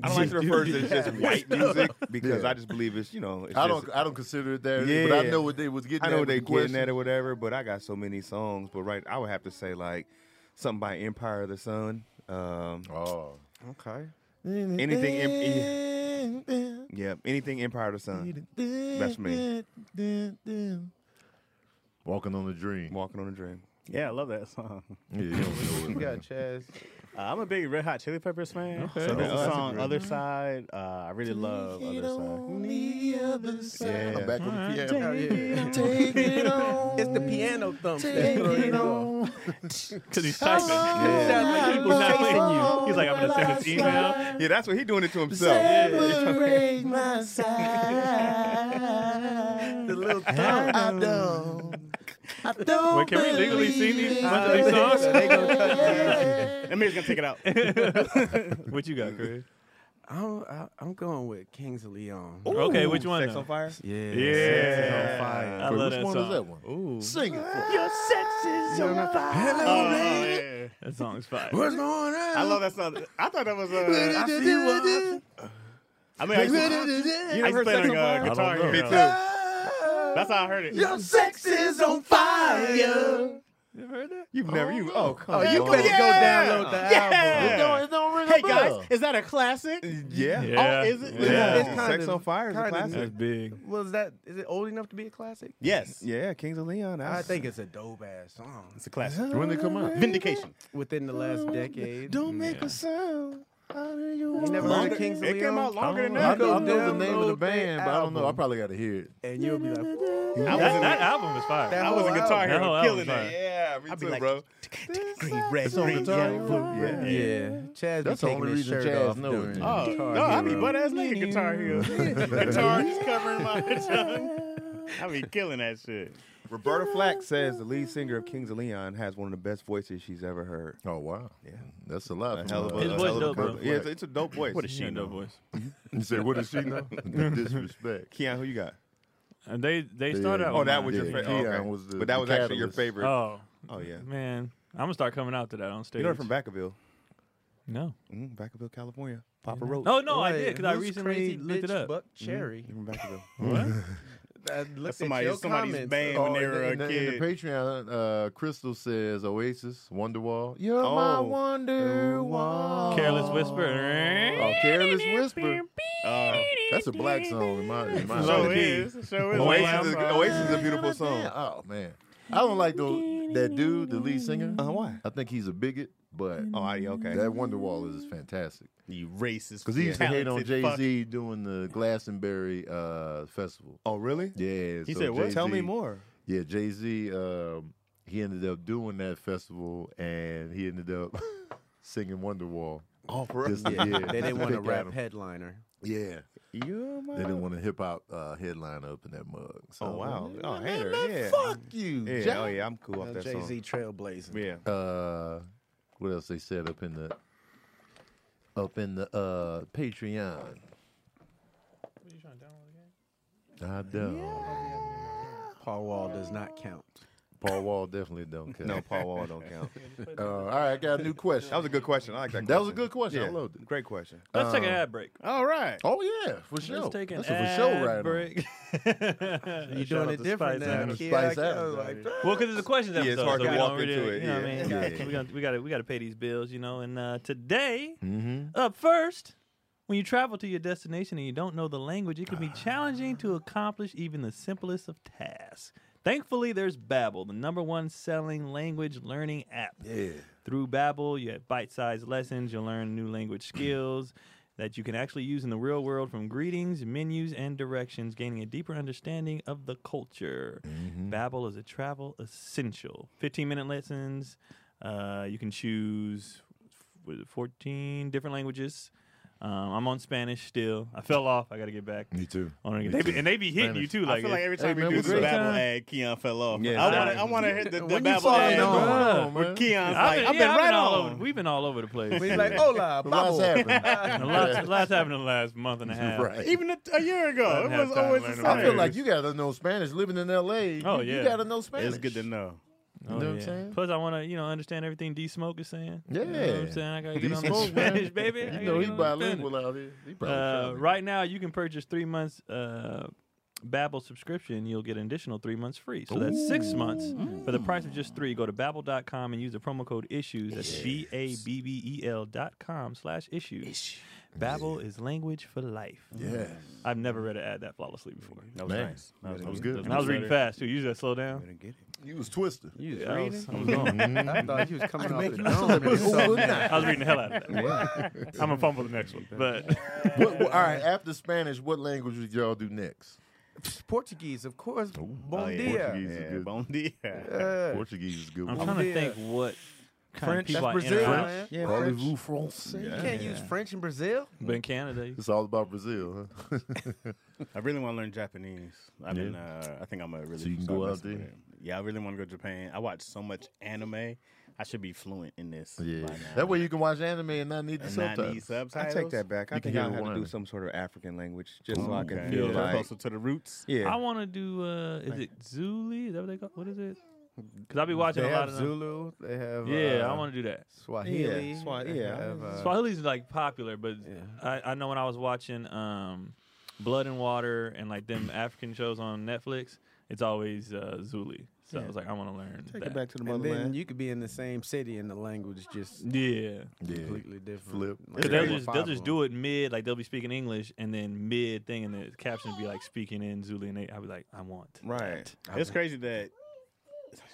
S5: don't like to refer to this as white music because
S2: Yeah.
S5: I just believe it's you know. It's
S2: I
S5: just-
S2: don't. I don't consider it that. Yeah. But I
S5: Yeah.
S2: know what they was getting.
S5: I know
S2: at
S5: they
S2: with the
S5: getting
S2: question.
S5: at or whatever, but I got so many songs. But right, I would have to say like something by Empire of the Sun. Um,
S2: Oh.
S1: Okay.
S5: Anything E. yeah, anything Empire of the Sun.
S2: That's
S5: me.
S2: Walking on the dream.
S5: Walking on a Dream.
S3: Yeah, I love that song.
S2: Yeah, you don't
S1: You
S2: know
S1: got
S2: it.
S1: Chaz.
S3: Uh, I'm a big Red Hot Chili Peppers fan.
S5: Okay.
S3: So
S5: Oh,
S3: there's
S5: that's
S3: a
S5: a
S3: song
S5: good
S3: "Other Side." Uh, I really love "Other Side."
S5: Yeah.
S2: I'm back on the piano.
S1: Take it on. It's the piano thump. Take it on.
S4: Because he's typing.
S1: Yeah.
S4: Sounds like people not
S1: Chasing
S4: playing
S1: you.
S4: you. He's like, I'm gonna send this email.
S5: Yeah, that's what he doing it to himself.
S2: Break my side.
S1: The little thump.
S2: I don't. I don't.
S4: Wait, can we legally sing these bunch of these
S1: They
S4: songs?
S1: gonna cut that.
S3: That means gonna take it out.
S4: what you got, Chris?
S1: I'm, I- I'm going with Kings of Leon.
S4: Okay, which one?
S5: Sex
S4: though?
S5: on Fire.
S1: Yeah.
S4: Yeah.
S1: On fire.
S4: I
S2: Which
S4: love that
S2: one is that
S4: song.
S2: one?
S1: Ooh.
S2: Sing it.
S3: Oh,
S1: Uh,
S3: yeah.
S4: That song's fire.
S1: What's going on?
S3: I love that song. I thought that was
S1: I
S3: uh,
S1: see what-
S3: I mean, I used to, I used to play it on uh, guitar.
S2: know.
S3: Hero.
S2: Me
S3: That's how I heard it.
S1: sex is on fire.
S4: You heard that?
S5: You've never you oh come
S2: Oh,
S5: on.
S2: you better
S1: Go download the album.
S2: It don't, it don't ring
S3: Hey
S2: a bell.
S3: guys, is that a classic?
S5: Uh, yeah.
S4: Yeah.
S3: Oh, is it?
S4: Yeah.
S1: It's kind
S5: Sex
S1: of-
S5: on Fire is a
S1: kind of-
S5: classic.
S4: That's big.
S1: Was that is it old enough to be a classic?
S3: Yes,
S5: Yeah, Kings of Leon.
S1: I
S5: that's-
S1: think it's a dope ass song.
S3: it's a classic.
S2: When they come out?
S3: Vindication.
S1: Within the last decade.
S5: Don't make a sound out of your
S1: You never heard
S3: Longer-
S1: of Kings of
S3: it
S1: Leon?
S3: came out longer than
S2: I
S3: that.
S2: know, I know the
S1: Download
S2: name of the
S1: that
S2: band, but I don't know. I
S1: album.
S2: probably got to hear it.
S1: And you'll be like,
S4: That, that album is fire.
S1: That
S3: I was a
S1: whole
S3: guitar
S1: album.
S3: hero,
S4: No, that
S3: killing
S4: was
S3: it.
S4: fine.
S3: Yeah, me
S5: I'd be
S3: too,
S5: like,
S3: bro. Green, red, green, yellow.
S2: Yeah.
S1: yeah.
S2: That's
S1: Chaz be
S2: the
S1: taking
S2: only
S1: his
S2: reason
S1: shirt
S2: Chaz
S1: off
S2: know it.
S1: during
S2: Oh,
S3: Oh,
S1: Guitar
S3: no, I be
S1: Hero.
S3: butt ass naked guitar hero. guitar just covering my tongue. I be killing that shit.
S5: Roberta Flack says the lead singer of Kings of Leon has one of the best voices she's ever heard.
S2: Oh wow, yeah, that's a lot.
S5: A hell of a,
S4: His
S5: a
S4: voice
S5: hell of a
S4: dope, bro.
S5: cover. Yeah, it's, it's a dope voice.
S3: What a she know.
S4: voice.
S2: You say what does she know? Disrespect.
S5: Keon, who you got?
S4: And they they started out.
S5: Oh,
S4: with
S5: that
S4: mine.
S5: was your
S2: Yeah,
S5: favorite.
S2: Keon
S5: okay.
S2: was the-
S5: but that
S2: the
S5: was actually your
S2: catalyst.
S5: favorite.
S4: Oh
S5: oh yeah,
S4: man, I'm gonna start coming out to that on stage.
S5: you know her from Vacaville,
S4: no.
S5: mm, Vacaville, California. Papa Roach.
S4: Oh no, I
S1: Wait,
S4: did because I
S1: who's
S4: recently
S1: Creed
S4: looked it
S1: Litch
S4: up.
S1: Buck
S5: Mm-hmm.
S1: Cherry.
S5: You from Vacaville?
S1: I looked at
S3: somebody-
S1: your
S3: somebody's
S1: comments.
S3: band.
S2: Oh,
S3: when they
S2: in,
S3: were
S2: the,
S3: a
S2: in, the, in the
S3: kid.
S2: Patreon, uh, Crystal says Oasis, Wonderwall. You're my
S5: Oh.
S2: Wonderwall.
S4: Careless Whisper.
S2: Oh, Careless Whisper. That's a black song in my in my.
S3: So
S4: it
S3: Uh, is. So is.
S5: Oasis, is,
S3: Lamb.
S5: Oasis is a beautiful song.
S2: Oh man, I don't like the, that dude, the lead singer.
S5: Uh, why?
S2: I think he's a bigot, but
S5: Oh, I, okay.
S2: that Wonderwall is fantastic.
S3: You racist.
S2: Because he used to hate on Jay
S3: talented fuck.
S2: Z doing the Glastonbury uh, festival.
S5: oh, really?
S2: Yeah.
S3: He
S2: so
S3: said, what?
S2: Jay-Z-
S5: Tell me more.
S2: Yeah, Jay Z. Um, he ended up doing that festival, and he ended up singing Wonderwall.
S5: Oh, for
S2: Just to-
S1: Yeah,
S2: yeah,
S1: they didn't want
S2: to
S1: a
S2: pick at
S1: rap
S2: him.
S1: headliner.
S2: Yeah,
S5: You're my
S2: they didn't want a hip hop uh, headline up in that mug. So,
S5: Oh wow!
S2: yeah,
S5: Oh hater, yeah.
S2: Fuck you,
S5: Yeah,
S2: Jack.
S5: oh yeah, I'm cool off that
S1: Jay Z
S5: song.
S1: trailblazing.
S5: Yeah,
S2: Uh, what else they said up in the up in the uh, Patreon? I don't.
S1: Paul Wall does not count.
S2: Paul Wall definitely don't care.
S5: no, Paul Wall don't count.
S2: Uh, all right, I got a new question.
S5: That was a good question. I like that.
S2: That was a good question. I
S5: Yeah,
S2: loved it.
S5: Great question.
S4: Let's take an ad break.
S3: All right.
S2: Oh yeah, for sure.
S4: Let's take an
S2: That's a
S4: ad
S2: for sure right now.
S4: break.
S1: You're
S4: You're
S1: doing it different now.
S2: Adams.
S1: kid.
S2: Spice
S1: I- I
S2: Adams
S1: was
S2: out
S1: like,
S4: Well, because it's a questions
S5: Yeah,
S4: episode,
S5: it's hard
S4: so
S5: to
S4: we
S5: walk
S4: don't really,
S5: into it,
S4: You know
S5: yeah.
S4: what I mean?
S2: Yeah.
S4: we got we got to we got to pay these bills, you know. And uh, today,
S2: Mm-hmm.
S4: up first, when you travel to your destination and you don't know the language, it can be challenging to accomplish even the simplest of tasks. Thankfully, there's Babbel, the number one selling language learning app.
S2: Yeah.
S4: Through Babbel, you have bite-sized lessons, you'll learn new language skills that you can actually use in the real world from greetings, menus, and directions, gaining a deeper understanding of the culture.
S2: Mm-hmm.
S4: Babbel is a travel essential. 15-minute lessons. Uh, you can choose was it 14 different languages. Um, I'm on Spanish still. I fell off. I got to get back.
S2: Me too.
S4: On it. They be, and they be hitting you
S2: Spanish.
S4: too. Like,
S3: I feel like every
S2: Hey,
S3: time we
S2: man,
S3: do
S2: what's
S3: the
S2: up?
S3: Babel ad, Keon fell off.
S5: Yeah,
S3: I
S5: nah.
S3: want to I want to hit the, the
S1: When you
S3: Babel
S1: falling
S3: ad.
S1: on,
S3: bro.
S2: Come on,
S3: Where
S2: man.
S3: Keon's
S4: I've
S3: like,
S4: been,
S3: I've
S4: yeah,
S3: been
S4: I've
S3: right
S4: been all
S3: on.
S4: over. We've been all over the place.
S1: He's like, hola,
S2: Lots
S1: babo.
S4: a
S2: happened.
S4: lot, lots happened in the last month and a half.
S2: right.
S3: Even a, a year ago,
S4: Didn't
S3: it
S4: have
S3: was
S4: time
S3: always the
S4: to learn
S3: same.
S4: about
S2: I feel like you gotta know Spanish living in L.A.
S4: Oh,
S2: you,
S4: yeah.
S2: you gotta know Spanish.
S3: It's good to know.
S4: Oh,
S2: You know what I'm
S4: yeah.
S2: saying?
S4: Plus, I want to, you know, understand everything D Smoke is saying. You know what I'm
S2: Yeah.
S4: saying? I got to
S2: D
S4: get on
S2: Smoke,
S4: the Spanish,
S2: man.
S4: baby. I
S2: You
S4: gotta
S2: know
S4: get
S2: he's
S4: on the Spanish.
S2: bilingual out here. He probably
S4: Uh,
S2: traveling.
S4: right now, you can purchase three months uh, Babbel subscription. You'll get an additional three months free. So that's six months for the price of just three. Go to babbel.com and use the promo code issues. That's B A B B E L dot com slash issues. Babbel is language for life.
S2: Yeah.
S4: I've never read an ad that flawlessly before.
S3: That was
S2: Man,
S3: nice. That was,
S2: that was good.
S4: And I was reading fast too. Usually I slow down.
S3: Better get it.
S2: You was twisted.
S1: You was
S4: Yeah, I was-
S1: reading? I thought you was coming off the dome. or something.
S4: I was reading the hell out of that. I'm gonna fumble the next one, but
S2: What- what- all right. After Spanish, what language would y'all do next?
S1: Portuguese, of course. Bon
S3: Oh, yeah.
S1: dia. Uh,
S2: Portuguese is
S3: Yeah,
S2: good.
S3: bon dia.
S1: Yeah.
S2: Portuguese is a good.
S4: I'm
S2: one.
S4: trying to
S1: Yeah.
S4: think what kind
S5: French,
S4: of people
S1: That's
S4: I
S1: Brazil,
S4: interact-
S1: man.
S5: Yeah,
S2: Parlez-vous français?
S1: You can't use French in Brazil.
S4: But in Canada, you-
S2: It's all about Brazil, huh?
S3: I really want to learn Japanese. I've
S2: Yeah.
S3: been. Uh, I think I'm gonna really.
S2: So you can
S3: start
S2: go out
S3: messing with
S2: there?
S3: it. Yeah, I really want to go to Japan. I watch so much anime. I should be fluent in this.
S2: yeah.
S3: by now.
S2: That way you can watch anime and not need the
S3: and not need
S2: subtitles.
S5: I
S3: subtitles.
S5: take that back. I
S2: You can
S5: think
S2: hear
S5: I
S2: the
S5: have to
S2: whining.
S5: do some sort of African language just so I can
S3: Okay.
S5: feel
S3: Yeah.
S5: like
S3: closer to the roots.
S5: yeah.
S4: I want to do. Uh, is it Zulu? Is that what they call? What is it? Because I'll be watching
S1: They
S4: a lot
S1: have
S4: of them.
S1: Zulu. They have
S4: Yeah,
S1: uh,
S4: I want to do that.
S1: Swahili.
S5: Yeah, Swa-
S1: they
S5: yeah.
S1: have, uh,
S4: Swahili's like popular, but
S1: yeah.
S4: I, I know when I was watching um, Blood and Water and like them African shows on Netflix, it's always uh, Zulu. So I was like, I want to learn
S5: take
S4: that.
S5: it back to the
S1: And then
S5: motherland.
S1: you could be in the same city and the language just
S4: Yeah,
S2: Yeah.
S1: completely different.
S2: Flip.
S1: Like,
S4: they
S1: three
S4: they'll
S1: or
S4: just
S1: five
S4: they'll
S1: of
S4: just
S1: them.
S4: do it mid, like they'll be speaking English and then mid thing, and the caption be like speaking in Zulu, and they, I'll be like, I want.
S5: right.
S3: It's crazy that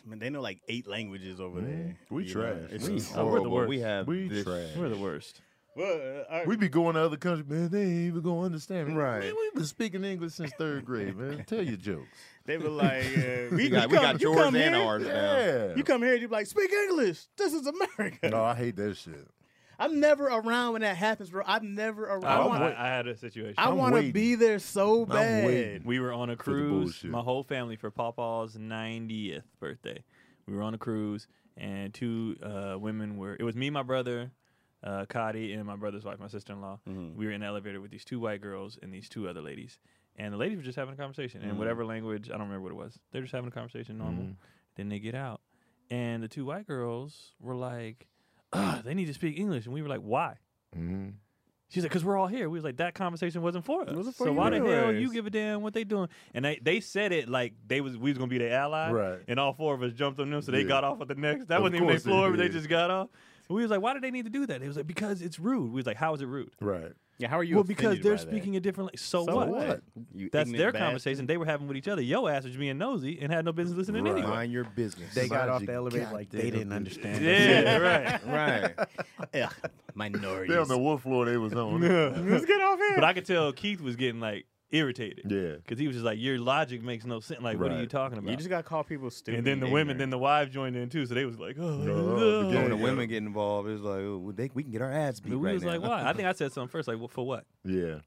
S3: man, they know like eight languages over there.
S2: Mm-hmm. We
S3: you
S2: trash.
S3: know? It's
S2: We
S3: just-
S4: Oh, we're the
S5: Horrible.
S4: worst.
S5: We have
S2: We
S5: this
S2: trash.
S4: We're the worst.
S3: Well, uh,
S2: We be going to other countries, man. They ain't even gonna understand me.
S5: Right.
S2: Man, we've been speaking English since third grade, man. Tell your jokes.
S3: they were like, uh, we,
S6: We got,
S3: you
S6: we
S3: come,
S6: got
S3: you
S6: yours
S3: come
S6: and
S3: here,
S6: ours now.
S2: Yeah.
S3: You come here and you be like, speak English. This is America.
S2: no, I hate that shit.
S3: I'm never around when that happens, bro. I'm never
S2: Oh,
S4: I,
S3: around.
S4: I- I had a situation.
S3: I
S2: I'm
S3: want to
S2: waiting.
S3: be there so bad.
S2: waiting.
S4: we were on a
S2: For the
S4: cruise,
S2: bullshit.
S4: my whole family for Papa's 90th birthday. We were on a cruise, and two uh, women were. It was me, my brother, uh, Cotty, and my brother's wife, my sister in law.
S2: Mm-hmm.
S4: We were in an elevator with these two white girls and these two other ladies, and the ladies were just having a conversation
S2: Mm-hmm.
S4: in whatever language. I don't remember what it was. They're just having a conversation normal. Then they get out, and the two white girls were like, Ugh, "They need to speak English," and we were like, "Why?"
S2: Mhm.
S4: She's like, because we're all here. We was like, that conversation wasn't for us.
S3: wasn't for
S4: so
S3: you
S4: why the hell
S3: anyways."
S4: you give a damn what they doing? And they, they said it like they was we was gonna be their ally,
S2: Right.
S4: And all four of us jumped on them, so they
S2: Yeah.
S4: got off at the next. That
S2: Of
S4: wasn't even their
S2: course they
S4: floor, but they
S2: did.
S4: just got off. But we was like, why did they need to do that? They was like, because it's rude. We was like, how is it rude?
S2: Right.
S3: Yeah, how are you?
S4: well, because
S3: offended
S4: they're
S3: by that?
S4: speaking a different. la- So,
S3: So
S4: what?
S2: what?
S3: You
S4: That's
S3: ignorant
S4: their
S3: bastard.
S4: conversation they were having with each other. Yo ass was being nosy and had no business listening
S2: Right.
S4: anyway.
S5: Mind your business.
S1: They got
S2: Mind
S1: off
S2: you,
S1: the elevator like
S2: goddamn
S1: they didn't
S2: good.
S1: understand. it.
S4: Yeah, right.
S5: right.
S3: Ugh,
S2: They don't
S3: minorities.
S2: know what floor they was on.
S3: Let's get off here.
S4: But I could tell Keith was getting like irritated
S2: yeah.
S4: because he was just like, your logic makes no sense. Like, what are
S2: Right.
S4: you talking about?
S3: you just gotta call people stupid.
S4: and then the women, then
S3: ignorant.
S4: the wives joined in too. So they was like, oh,
S2: No,
S5: So when
S2: There
S5: the
S2: you
S5: women get involved, it's like, oh, well, they, we can get our ads beat
S4: we
S5: right
S4: was
S5: now.
S4: like, why? I think I said something first, like, well, for what?
S2: Yeah.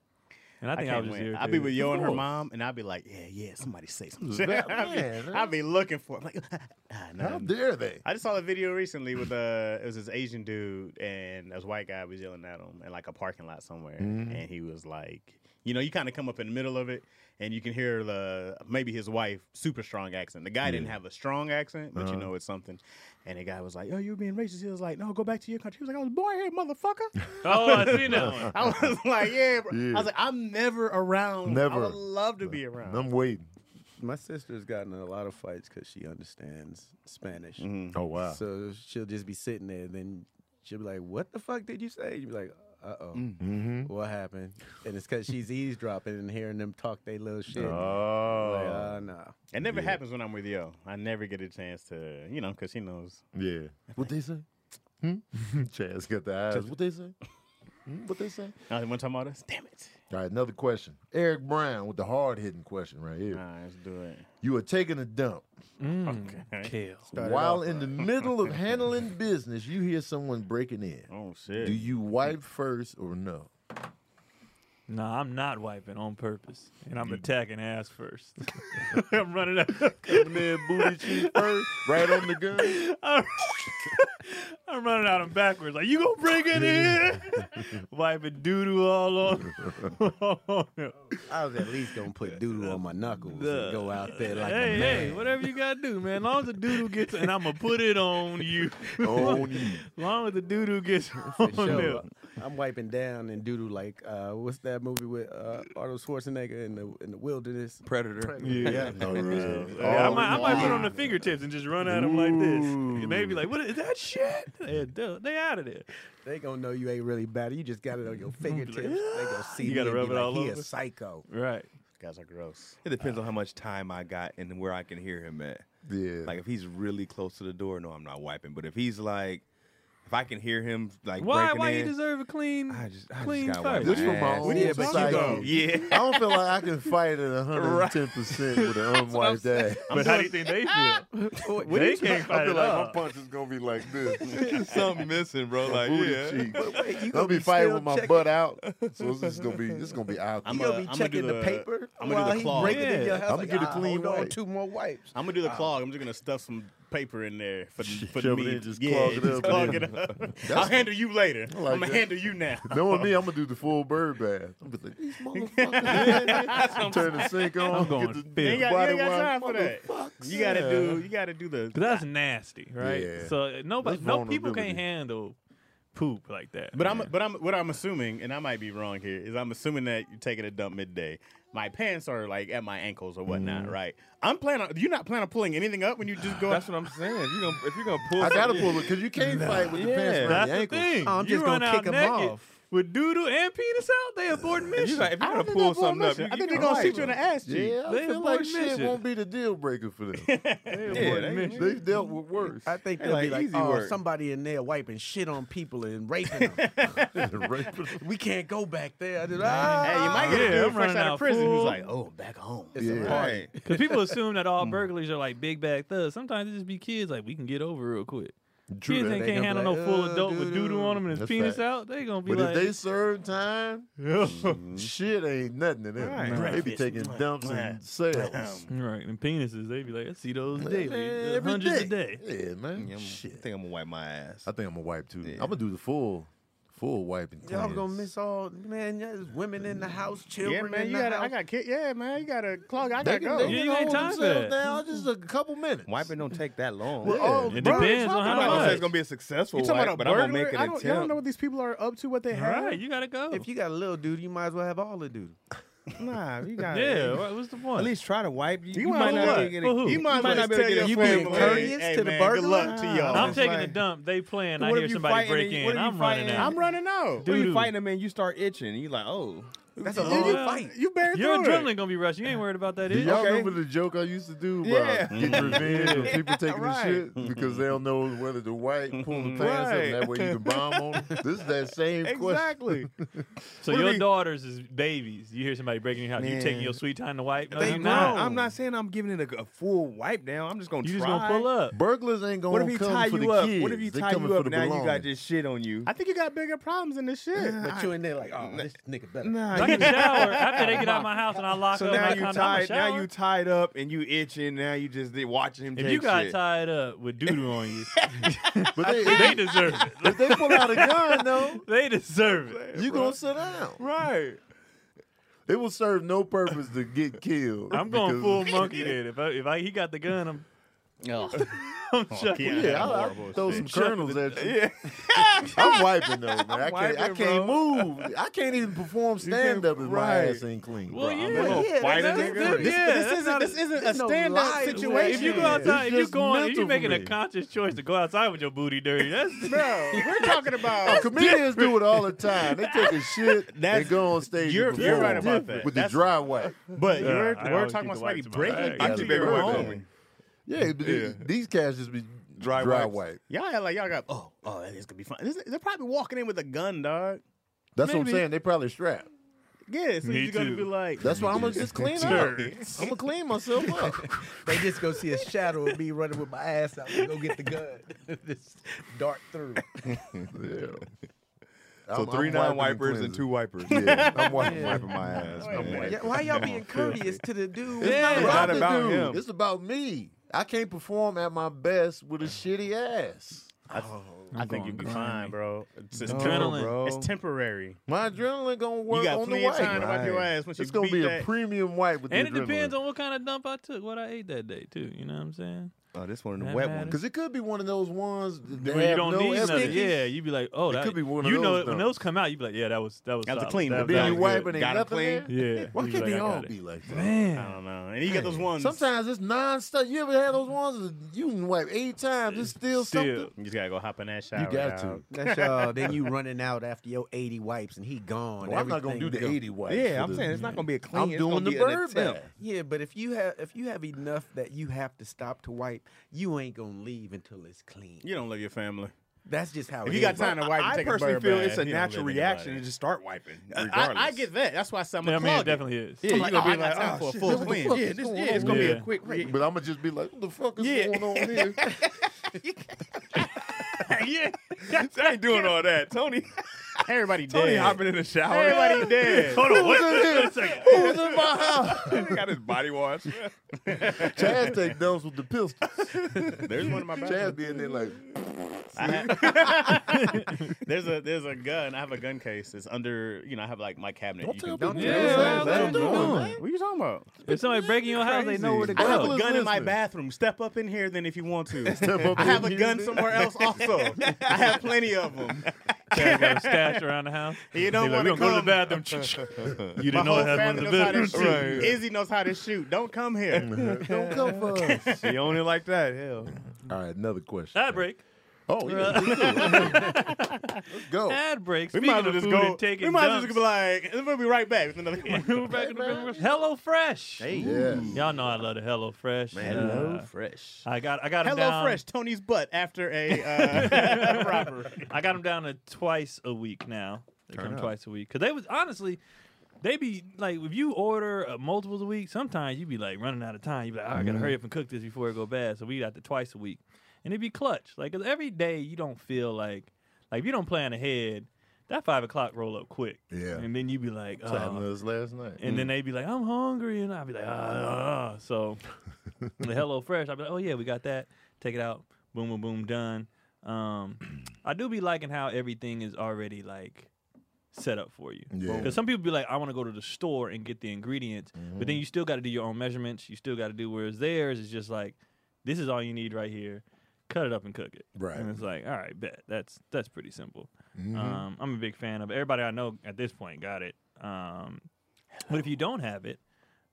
S4: And I think I,
S3: can't
S4: was just
S3: win.
S4: irritated.
S3: I'd be with yo and her
S4: Of course.
S3: mom, and I'd be like, yeah, yeah, somebody say something.
S2: That-
S3: I'd, be,
S2: man,
S3: I'd be looking for it. Like, ah,
S2: How
S3: nothing.
S2: dare they?
S3: I just saw a video recently with uh, it was this Asian dude and this white guy was yelling at him in like a parking lot somewhere,
S2: Mm-hmm.
S3: and he was like, you know, you kind of come up in the middle of it, and you can hear the maybe his wife super strong accent. The guy didn't have a strong accent,
S2: Uh-huh.
S3: but you know it's something. And the guy was like, "Oh, you're being racist." He was like, "No, go back to your country." He was like, "I was born here, motherfucker."
S4: Oh, I seen that one.
S3: I was like, "Yeah, bro."
S2: Yeah.
S3: I was like, "I'm never around. I
S2: Never.
S3: would love to be around."
S2: I'm waiting.
S1: My sister's gotten in a lot of fights because she understands Spanish.
S3: Mm-hmm.
S2: Oh wow.
S1: So she'll just be sitting there, and then she'll be like, "What the fuck did you say?" You'll be like, "Uh oh,
S2: mm-hmm.
S1: what happened?" And it's because she's eavesdropping and hearing them talk they little shit.
S2: Oh.
S1: Like, uh, nah.
S3: It never happens when I'm with yo. I never get a chance to, you know, because he knows.
S2: Yeah. What uh, they say? Hmm? Chaz got the eyes. What they say? Hmm? What they say?
S3: I want to talk about this. Damn it!
S2: All right, another question. Eric Brown with the hard hitting question right here.
S3: All right, let's do it.
S2: You are taking a dump.
S4: Mm,
S3: Okay.
S4: Kill.
S1: Started
S2: While
S1: off
S2: in the middle of handling business, you hear someone breaking in.
S3: Oh shit!
S2: Do you wipe first or no?
S4: No, I'm not wiping on purpose, and I'm attacking ass first. I'm running up.
S2: Coming in booty cheek first, right on the gun.
S4: I'm, I'm running out and backwards. Like you gonna bring it in? wiping doo doo all on. all on
S1: I was at least gonna put doodle on my knuckles
S4: The-
S1: and go out there like
S4: hey,
S1: a
S4: hey,
S1: man.
S4: whatever you gotta do, man. As long as the doodle gets, and I'm gonna put it on you.
S2: On you.
S4: As long as the doodle gets
S1: For
S4: on
S1: sure.
S4: them.
S1: I'm wiping down and doodle like uh, what's that movie with uh, Arnold Schwarzenegger in the in the wilderness?
S6: Predator.
S2: Yeah. Oh,
S4: Yeah, I
S2: All
S4: might, I might put
S2: you.
S4: on the fingertips and just run at them like this. And they be like, "What is that shit?" They, they out of there.
S1: They gonna know you ain't really bad. You just got it on your fingertips. they gonna see
S4: "Ah." You
S1: me
S4: gotta
S1: and be
S4: rub it
S1: like,
S4: all
S1: he
S4: over."
S1: a psycho.
S4: Right.
S3: guys are gross.
S5: It depends on how much time I got and where I can hear him at.
S2: Yeah.
S5: Like if he's really close to the door, no, I'm not wiping. But if he's like, if I can hear him like
S4: Why?
S5: breaking
S4: Why you
S5: in,
S4: deserve a clean,
S5: I just- I just
S4: clean
S5: gotta wipe
S4: first?
S5: my
S2: This from my
S5: ass.
S2: own
S1: Yeah, but you
S2: psyche.
S1: go-
S5: yeah.
S2: I don't feel like I can fight at 110% with an unwiped ass.
S4: But how do you think they feel? they can't
S2: I
S4: fight
S2: feel
S4: it
S2: like my
S4: up.
S2: punch is going to be like this.
S5: Something missing, bro. Like
S2: booty
S5: yeah.
S2: cheek.
S1: Wait, you
S2: I'll
S1: gonna
S2: be
S1: be
S2: fighting
S1: still
S2: with my
S1: checking-
S2: butt out. So it's just gonna be it's gonna be out.
S3: I'm
S1: You
S3: a-
S2: there.
S1: gonna be
S3: I'ma
S1: checking
S3: do the-
S1: the paper
S3: I'ma do
S1: while
S3: the
S1: he
S3: claw.
S1: breaking in
S4: Yeah.
S1: your house.
S2: I'ma
S1: like,
S2: get a
S1: "Ah,
S2: clean
S1: hold on,
S2: wipe."
S1: two more wipes.
S3: I'm gonna do the clog. I'm just gonna stuff some paper in there for for
S2: Shove it
S3: me.
S2: in, just
S3: yeah,
S2: clog it
S3: just
S2: up,
S3: clog
S2: man.
S3: it up. I'll handle you later.
S2: I like
S3: I'm gonna
S2: that.
S3: handle you now.
S2: Knowing me, I'm gonna do the full bird bath. I'm gonna like, these motherfuckers. Turn the sink on.
S4: I'm going
S2: get the
S4: You ain't
S3: got- you
S2: body
S3: ain't got
S2: wash.
S3: time for that.
S2: Motherfucks.
S3: You gotta
S2: Yeah.
S3: do. You gotta do the.
S4: 'Cause that's nasty, right?
S2: Yeah.
S4: So uh, nobody,
S2: That's
S4: no people
S2: vulnerability.
S4: can't handle poop like that.
S3: But I'm, but I'm, what I'm assuming, and I might be wrong here, is I'm assuming that you're taking a dump midday. My pants are like at my ankles or whatnot,
S2: Mm.
S3: right? I'm planning. on You're not planning on pulling anything up when you just go.
S5: That's what I'm saying. If you're gonna if you're gonna pull,
S2: I gotta
S5: something-
S2: pull it because you can't fight with your pants around
S4: that's
S2: your
S4: the
S2: ankles.
S4: thing.
S1: I'm
S4: you
S1: just
S4: run
S1: gonna
S4: out
S1: kick him
S4: naked.
S1: off.
S4: with doodle and penis out, they abort
S5: If
S4: mission.
S5: you like, if you're gonna
S3: think
S5: pull
S3: that's what
S5: something up,
S3: I'm missing.
S5: you,
S3: I think
S5: you
S3: they're gonna
S5: right.
S3: shoot you in the ass cheek.
S2: Yeah, I
S4: They
S2: feel
S4: the
S2: like
S4: boy
S2: shit
S4: mission.
S2: won't be the deal breaker for them.
S5: Yeah, they-
S2: They've dealt with worse.
S1: I think
S5: Hey,
S1: they'll be
S5: like,
S1: like,
S5: easy
S1: oh,
S5: work."
S1: somebody in there wiping shit on people and raping them.
S2: Rape-
S1: we can't go back there. I did, ah,
S3: Hey, you might get
S4: Yeah,
S3: a
S4: I'm
S3: dude fresh
S4: running
S3: out
S4: out
S3: of prison who's
S4: full.
S3: like, "Oh, I'm back home."
S1: it's
S2: Yeah.
S1: a party.
S5: Right.
S4: Because people assume that all burglaries are like big bag thugs. Sometimes it just be kids. Like we can get over real quick.
S2: True
S4: kids
S2: that.
S4: ain't
S1: They
S4: can't
S1: gonna
S4: handle
S1: be
S4: no
S1: like,
S4: full
S1: "Uh,
S4: adult with
S1: doo-doo."
S4: doodle on them and his
S2: That's
S4: penis
S2: fact.
S4: out. They gonna be
S2: But
S4: like,
S2: if they serve time, Mm-hmm. shit ain't nothing to them.
S5: Right.
S2: They be
S3: Breakfast.
S2: taking dumps and sales.
S4: right, and penises, they be like, I see those daily,
S2: Man,
S4: uh,
S2: every
S4: hundreds a day.
S2: Yeah, man.
S5: Yeah, I'm- I
S2: Shit.
S5: think I'm gonna wipe my ass.
S2: I think I'm gonna wipe too.
S5: Yeah.
S2: I'm gonna do the full, full wipe and cleanse.
S1: Y'all gonna miss all man. There's women in the house, children in the house.
S3: got kid. Yeah, man, you got to clog. I
S2: They can, they
S4: You
S2: can
S4: ain't
S2: hold
S4: time for
S2: themselves
S4: that.
S2: down just a couple minutes.
S5: Wiping don't take that long.
S2: Well, oh,
S4: It
S2: bro,
S4: depends on
S5: I'm
S4: how
S5: not gonna say
S4: much.
S5: it's gonna be a successful
S3: You talking
S5: wipe,
S3: about a
S5: but I'm gonna make an
S3: burglar? I don't,
S5: attempt.
S3: y'all don't know what these people are up to, what they
S4: All
S3: have.
S4: right, you gotta go.
S1: If you got a little dude, you might as well have all the dude.
S5: nah, you got
S4: yeah, what- what's the point?
S5: At least try to wipe. You,
S3: You
S5: you
S3: might
S5: might
S3: as
S5: not
S3: well.
S5: be able to get
S4: For who?
S5: a-
S4: You
S5: You might
S3: might
S5: as well
S3: not be able
S5: tell
S3: to
S5: your
S3: get
S1: You
S3: a
S1: being
S5: family.
S3: Hey,
S1: courteous
S3: hey,
S1: to the
S3: man,
S1: burglar.
S3: Good luck to y'all.
S4: I'm
S5: it's
S4: taking
S5: like-
S4: a dump. They playing. I
S5: What
S4: hear
S5: if you
S4: somebody
S5: fighting
S4: break
S5: and-
S4: in.
S5: what if you
S4: I'm running
S5: fighting
S4: out.
S5: and-
S3: I'm running out.
S5: When
S4: Doo-doo.
S5: you fighting them and you start itching, you like, oh,
S1: That's a
S4: You-
S1: long
S4: you-
S1: fight.
S3: You bear
S4: Your
S3: through it.
S4: adrenaline gonna be rushing. You ain't worried about that.
S2: Do
S4: Is
S2: y'all
S5: Okay.
S2: remember the joke I used to do about
S5: Yeah.
S4: Mm-hmm.
S2: getting revenge on people taking
S5: Right.
S2: the shit because they don't know whether the white
S4: Mm-hmm.
S2: pull the pants up
S5: Right.
S2: and that way you can bomb on them? This is that same question.
S5: exactly.
S4: so
S5: What
S4: your
S5: if he-
S4: daughters is babies. You hear somebody breaking your house. You taking
S5: Man.
S4: your sweet time to wipe? No,
S5: They
S4: you're
S5: grown.
S4: not.
S5: I'm not saying I'm giving it a, a full wipe down. I'm just gonna
S4: You
S5: try.
S4: just gonna pull up.
S2: Burglars ain't gonna
S5: What if he
S2: come
S5: tie
S2: for
S5: you
S2: the
S5: up?
S2: kids.
S5: What if he
S2: They
S5: tie
S2: coming
S5: you
S2: for
S5: up?
S2: the
S5: Now you got
S2: belongings.
S5: this shit on you.
S3: I think you got bigger problems than this shit.
S1: But you in there like, oh, this nigga better.
S5: Nah,
S4: I
S5: you-
S4: can shower after they get out of my house and I lock
S5: so
S4: up.
S5: now
S4: my
S5: you
S4: condo. I'ma
S5: tied. Now
S4: shower.
S5: you tied up and you itching. Now you just did- watching him.
S4: If
S5: take
S4: you got
S5: shit.
S4: tied up with doodoo on you,
S2: But they,
S4: they deserve it.
S2: if they pull out a gun, though,
S4: They deserve it.
S2: you gonna sit down.
S4: Right.
S2: It will serve no purpose to get killed.
S4: I'm going
S2: because-
S4: full monkey then. If I, if I, he got the gun, I'm I'm chucking.
S3: yeah.
S2: Yeah, I'll, I'll throw some kernels at you.
S5: Yeah.
S2: I'm wiping though, man. I can't, I
S5: wiping,
S2: can't move. I can't even perform stand up if my
S5: right.
S2: ass ain't clean.
S4: Well,
S2: bro. I'm
S4: yeah.
S2: like,
S1: Well, yeah,
S5: fight a
S1: that's-
S5: nigga?
S1: that's-
S4: Yeah,
S1: but this
S4: that's
S1: isn't
S4: not a-
S1: this isn't a
S3: there's no
S1: stand up
S3: lie to it.
S1: situation.
S4: If you go
S3: Yeah.
S4: outside, if you
S2: just
S4: going, if
S2: mental
S4: you making
S2: for
S4: a
S2: me.
S4: conscious choice to go outside with your booty dirty, that's
S3: Bro, we're talking
S2: Oh,
S3: about.
S2: comedians do it all the time. They take a shit
S3: That's-
S2: and go on stage. and
S3: you're- you're
S2: perform
S3: right about that.
S2: With
S3: That's-
S2: the dry wipe.
S3: But
S4: Yeah,
S3: we're,
S4: I
S3: we're
S4: always
S3: talking
S4: keep
S3: about somebody
S4: the wipes in my
S3: breaking
S4: bag. I
S2: keep
S3: into
S2: it
S3: your
S2: right
S3: home.
S2: there. Yeah, but the-
S5: Yeah.
S2: these cats just be
S5: Dry
S2: dry, dry
S5: wipes.
S2: wipe.
S3: Y'all act like y'all got. Oh, oh, it's gonna be fun. This- They're probably walking in with a gun, dog.
S2: That's what I'm
S4: Maybe.
S2: saying. They probably strapped.
S3: Yeah, so
S4: Me
S3: you're gonna
S4: too.
S3: be like,
S2: That's why I'm gonna just clean up. I'm gonna clean myself up.
S1: They just go see a shadow of me running with my ass out and go get the gun. just dart through.
S2: Yeah.
S5: So
S2: I'm- I'm
S5: three non
S2: wiping
S5: wipers and two
S2: cleansing.
S5: wipers.
S2: Yeah.
S5: I'm wiping, wiping my ass.
S1: Wait a
S5: man.
S1: minute. Why y'all being courteous to the dude?
S2: It's not
S5: Yeah.
S2: about,
S5: Not
S2: the
S5: about
S2: dude.
S5: him.
S2: It's about me. I can't perform at my best with a shitty ass.
S3: I think you'll be fine, bro. It's, it's
S5: No,
S3: temporary.
S5: bro.
S3: It's temporary.
S2: My adrenaline gonna work
S3: you got
S2: on the
S3: plenty of
S2: wipe.
S3: time to wipe your
S5: Right.
S3: ass once you
S2: It's gonna
S3: beat
S2: be
S3: that.
S2: a premium wipe with
S4: And
S2: the
S4: it depends on what kind of dump I took, what I ate that day too. You know what I'm saying?
S5: Oh, this one, the
S4: That
S5: wet
S4: matters.
S5: one.
S2: because it could be one of those ones that
S4: Where you
S2: have
S4: don't
S2: no
S4: need nothing.
S2: evidence.
S4: Yeah, you'd be like, oh,
S2: It
S4: that
S2: could be one of
S4: You know,
S2: those
S4: it, when
S2: dumps.
S4: those come out, you'd be like, yeah, that was that was
S3: That was a
S4: solid.
S3: clean one.
S2: Then you
S4: was
S2: wipe
S4: good.
S2: it, ain't
S3: Gotta
S2: nothing
S3: clean.
S2: there.
S4: Yeah.
S2: Why
S4: you'd be
S2: can't they
S4: like, I got
S2: all
S4: it.
S2: be like that?
S3: I
S4: Man,
S3: don't know. And you got those ones.
S2: Sometimes it's non-stop. You ever had those ones that you can wipe eight times? It's still, something.
S3: you just gotta go hop in that shower.
S2: You got
S3: dog.
S2: to.
S1: That's y'all. Then you running out after your 80 wipes and he gone.
S2: Well, I'm not gonna do
S1: Everything
S2: the
S1: gone.
S2: 80 wipe.
S5: Yeah, I'm saying it's not gonna be a clean.
S2: I'm
S5: it's
S2: doing
S5: gonna
S2: the
S5: be an
S2: bird
S5: attempt.
S2: bath.
S1: Yeah, but if you have if you have enough that you have to stop to wipe, you ain't gonna leave until it's clean.
S3: You don't love your family.
S1: That's just how
S3: If
S1: it
S3: you got
S1: is.
S3: time to wipe, and
S5: I
S3: take
S5: personally
S3: a bird
S5: feel
S3: bath,
S5: it's a
S3: you don't
S5: natural
S3: live
S5: reaction to
S3: anybody.
S5: just start wiping.
S3: I, I
S5: regardless.
S3: get that. That's why I said I'm
S4: I
S3: a
S4: mean, it
S3: clog.
S4: definitely is.
S5: Yeah,
S3: I'm
S5: you're
S3: like,
S5: gonna
S3: oh,
S5: be
S3: I got
S5: like,
S3: time
S5: oh,
S3: for a
S5: shit,
S3: full
S5: what the
S3: cleanse.
S5: fuck
S3: Yeah,
S5: is
S3: this-
S5: going
S3: yeah,
S5: on?
S3: it's gonna
S4: be a
S3: quick
S2: But I'm gonna just be like, what the fuck is
S3: Yeah.
S2: going on here?
S3: yeah.
S5: I ain't doing all that, Tony.
S3: Everybody
S5: Tony
S3: dead.
S5: hopping in the shower.
S3: Everybody dead.
S4: Hold on, wait, wait a second.
S2: Who was in my house?
S5: He got his body wash.
S2: Chaz take dumps with the pistols.
S3: There's one in my
S2: Chaz be in there like,
S3: I have- there's a there's a gun. I have a gun case. It's under you know I have like my cabinet.
S2: don't
S3: you
S2: tell
S3: can-
S2: people.
S1: don't
S2: that. Let
S1: tell
S2: them
S1: them.
S2: do
S1: Let
S2: it,
S1: them
S2: man.
S3: What are you talking about?
S4: If somebody breaking your house, they know where to
S2: crazy.
S4: go.
S3: I have a gun
S2: Let's
S3: in my
S2: listen.
S3: bathroom. Step up in here then if you want to.
S2: Step up
S3: I
S2: in
S3: have a
S2: here.
S3: gun somewhere else also. I have plenty of them.
S4: Chaz got a stash around the house.
S3: You don't
S4: They like,
S3: want
S4: we
S3: to
S4: gonna go to
S3: come.
S4: the bathroom. you
S3: My
S4: didn't know
S3: whole
S4: it had one
S3: family
S4: of the
S3: knows how to
S4: bedrooms.
S3: shoot.
S5: Right.
S3: Izzy knows how to shoot. Don't come here.
S2: Don't come for us.
S5: She owned it like that. Hell.
S2: All right, another question.
S4: Tie break.
S2: Oh yeah, let's do it. Let's go.
S4: Ad breaks.
S3: Oh. We
S4: Speaking
S3: might as well just
S4: of food
S3: go.
S4: and taking
S3: we might as well
S4: dumps.
S3: just be like, we'll be right back with another.
S4: We're back in the business. Hello Fresh.
S2: Yes.
S4: Y'all know I love the Hello Fresh. uh,
S3: Hello Fresh.
S4: I got I got 'em
S3: Hello
S4: down.
S3: Fresh. Tony's butt after a uh, robbery.
S4: I got them down to twice a week now. They come twice a week because they was honestly, they be like if you order uh, multiples a week, sometimes you be like running out of time. You be like, "Oh, I gotta hurry up and cook this before it go bad. So we got the twice a week, and it be clutch. Like 'cause every day you don't feel like like if you don't plan ahead, that five o'clock roll up quick.
S2: Yeah.
S4: and then you be like,
S2: That's what happened
S4: oh.
S2: to us last night.
S4: and then they be like, I'm hungry, and I be like, ah. So the Hello Fresh, I be like, oh yeah, we got that. Take it out. Boom, boom, boom, done. Um, I do be liking how everything is already like set up for you.
S2: Yeah.
S4: Because some people be like, I want to go to the store and get the ingredients, but then you still got to do your own measurements. You still got to do whereas theirs is just like, this is all you need right here. Cut it up and cook it.
S2: Right.
S4: And it's like, all right, bet that's that's pretty simple. Um, I'm a big fan of everybody I know at this point got it. Um, but if you don't have it,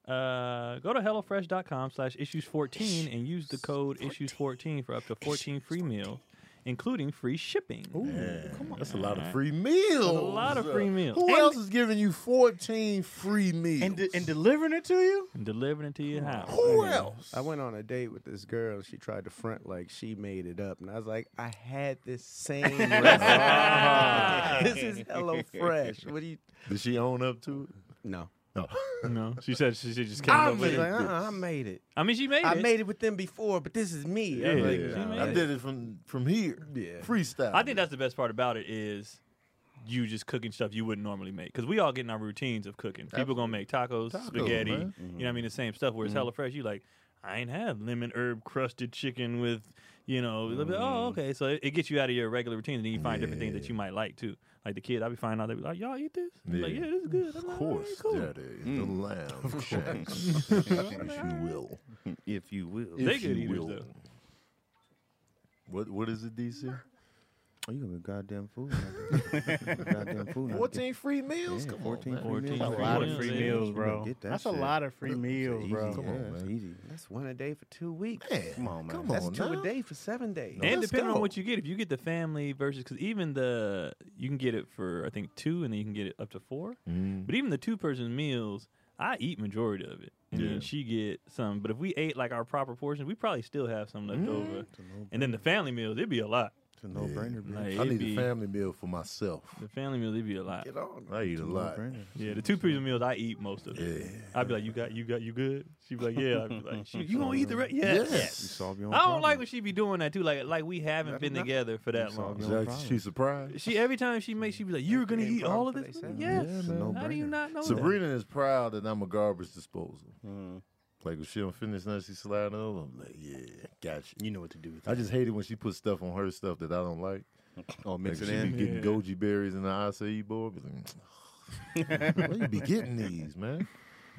S4: uh, go to HelloFresh.com slash issues14 and use the code issues14 for up to 14 free meals, including free shipping.
S2: Man, that's a lot of free meals.
S4: A lot of free meals.
S2: Who
S4: And-
S2: else is giving you 14 free meals?
S3: and de- and delivering it to you.
S4: And delivering it to your house.
S2: Who else?
S1: I went on a date with this girl. She tried to front like she made it up, and I was like, "I had this same recipe. this is Hello Fresh. What do you?
S2: Did she own up to it?
S1: No,
S2: No.
S4: No, she said she, she just came
S1: I
S4: up
S1: was
S4: with
S1: like,
S4: it.
S1: uh-uh, I made it.
S4: I mean, she made
S1: I
S4: it.
S1: made it with them before, but this is me. I was
S4: Yeah.
S1: like,
S4: She
S1: "Nah,
S4: made
S2: I
S4: it.
S2: did it from from here.
S1: Yeah.
S2: Freestyle.
S4: I think that's the best part about it is you just cooking stuff you wouldn't normally make because we all get in our routines of cooking. People gonna make tacos,
S2: Tacos,
S4: spaghetti,
S2: man. Mm-hmm.
S4: you know what I mean, the same stuff. Whereas hella fresh, you like, I ain't had lemon herb crusted chicken with, you know,
S2: Mm.
S4: oh okay, so it, it gets you out of your regular routine, and then you find different things that you might like too. Like the kids, I be finding out they be like, y'all eat this? I'm Like
S2: Yeah.
S4: yeah, this is good. I'm
S2: Of
S4: like,
S2: course,
S4: "Alright, cool.
S2: Daddy. The lamb shanks, if you will.
S5: if you will.
S4: They
S2: If you
S4: good eaters,
S2: will.
S4: though.
S2: What what is it, DC?
S5: Oh, you gonna be goddamn fool. goddamn fool.
S2: Fourteen free meals. Come on, man. That's
S4: 14 free
S2: a lot
S4: meals.
S2: of free
S4: Yeah.
S2: meals.
S5: bro. Get that
S3: That's a
S5: shit.
S3: lot of free meals,
S2: easy.
S3: bro.
S2: Come on,
S5: yeah, it's
S2: man.
S5: easy.
S1: That's one a day for two weeks.
S2: Man,
S5: Come on, man.
S2: Come
S1: That's
S2: on,
S1: two
S2: now.
S1: a day for seven days.
S2: No.
S4: And
S2: Let's
S4: depending
S2: go.
S4: on what you get, if you get the family versus, because even the you can get it for I think two, and then you can get it up to four.
S2: Mm.
S4: But even the two person meals, I eat majority of it, and
S2: Yeah.
S4: then she get some. But if we ate like our proper portion, we probably still have some left over. And then the family meals, it'd be a lot.
S5: It's a no-brainer, bro.
S4: Like,
S2: I
S4: it'd
S2: need
S4: be-
S2: a family meal for myself.
S4: The family meals, it'd be a lot.
S1: Get on.
S2: I eat a lot.
S5: No-brainer.
S4: Yeah, the two person meals, I eat most of it. I'd be like, you got, you got, you good. She'd be like, yeah. I'd be like, "Shoot, you gonna eat the rest? Yes.
S5: You
S2: Yes.
S5: solve your own
S4: I don't
S5: problem.
S4: like when she be doing that too. Like, like we haven't
S1: That's
S4: been
S1: not-
S4: together for that
S5: saw
S4: long.
S5: me
S2: Is
S5: No
S2: that-
S5: problem.
S2: she surprised.
S4: She every time she makes, she be like, "You're gonna
S1: ain't
S4: eat all of
S1: problem
S4: this?"
S1: for
S4: Yes.
S1: they
S5: Yeah, man.
S4: How do you
S5: No-brainer.
S4: not know that?
S2: Sabrina is proud that I'm a garbage disposal. Like if she don't finish nothing, she sliding over. I'm like, yeah, gotcha.
S3: You know what to do with
S2: I just hate it when she puts stuff on her stuff that I don't like.
S5: Oh,
S2: Like
S5: mix
S2: she
S5: it
S2: be
S5: in.
S2: getting goji berries in the acai bowl. Be like, "Mm, where you be getting these, man?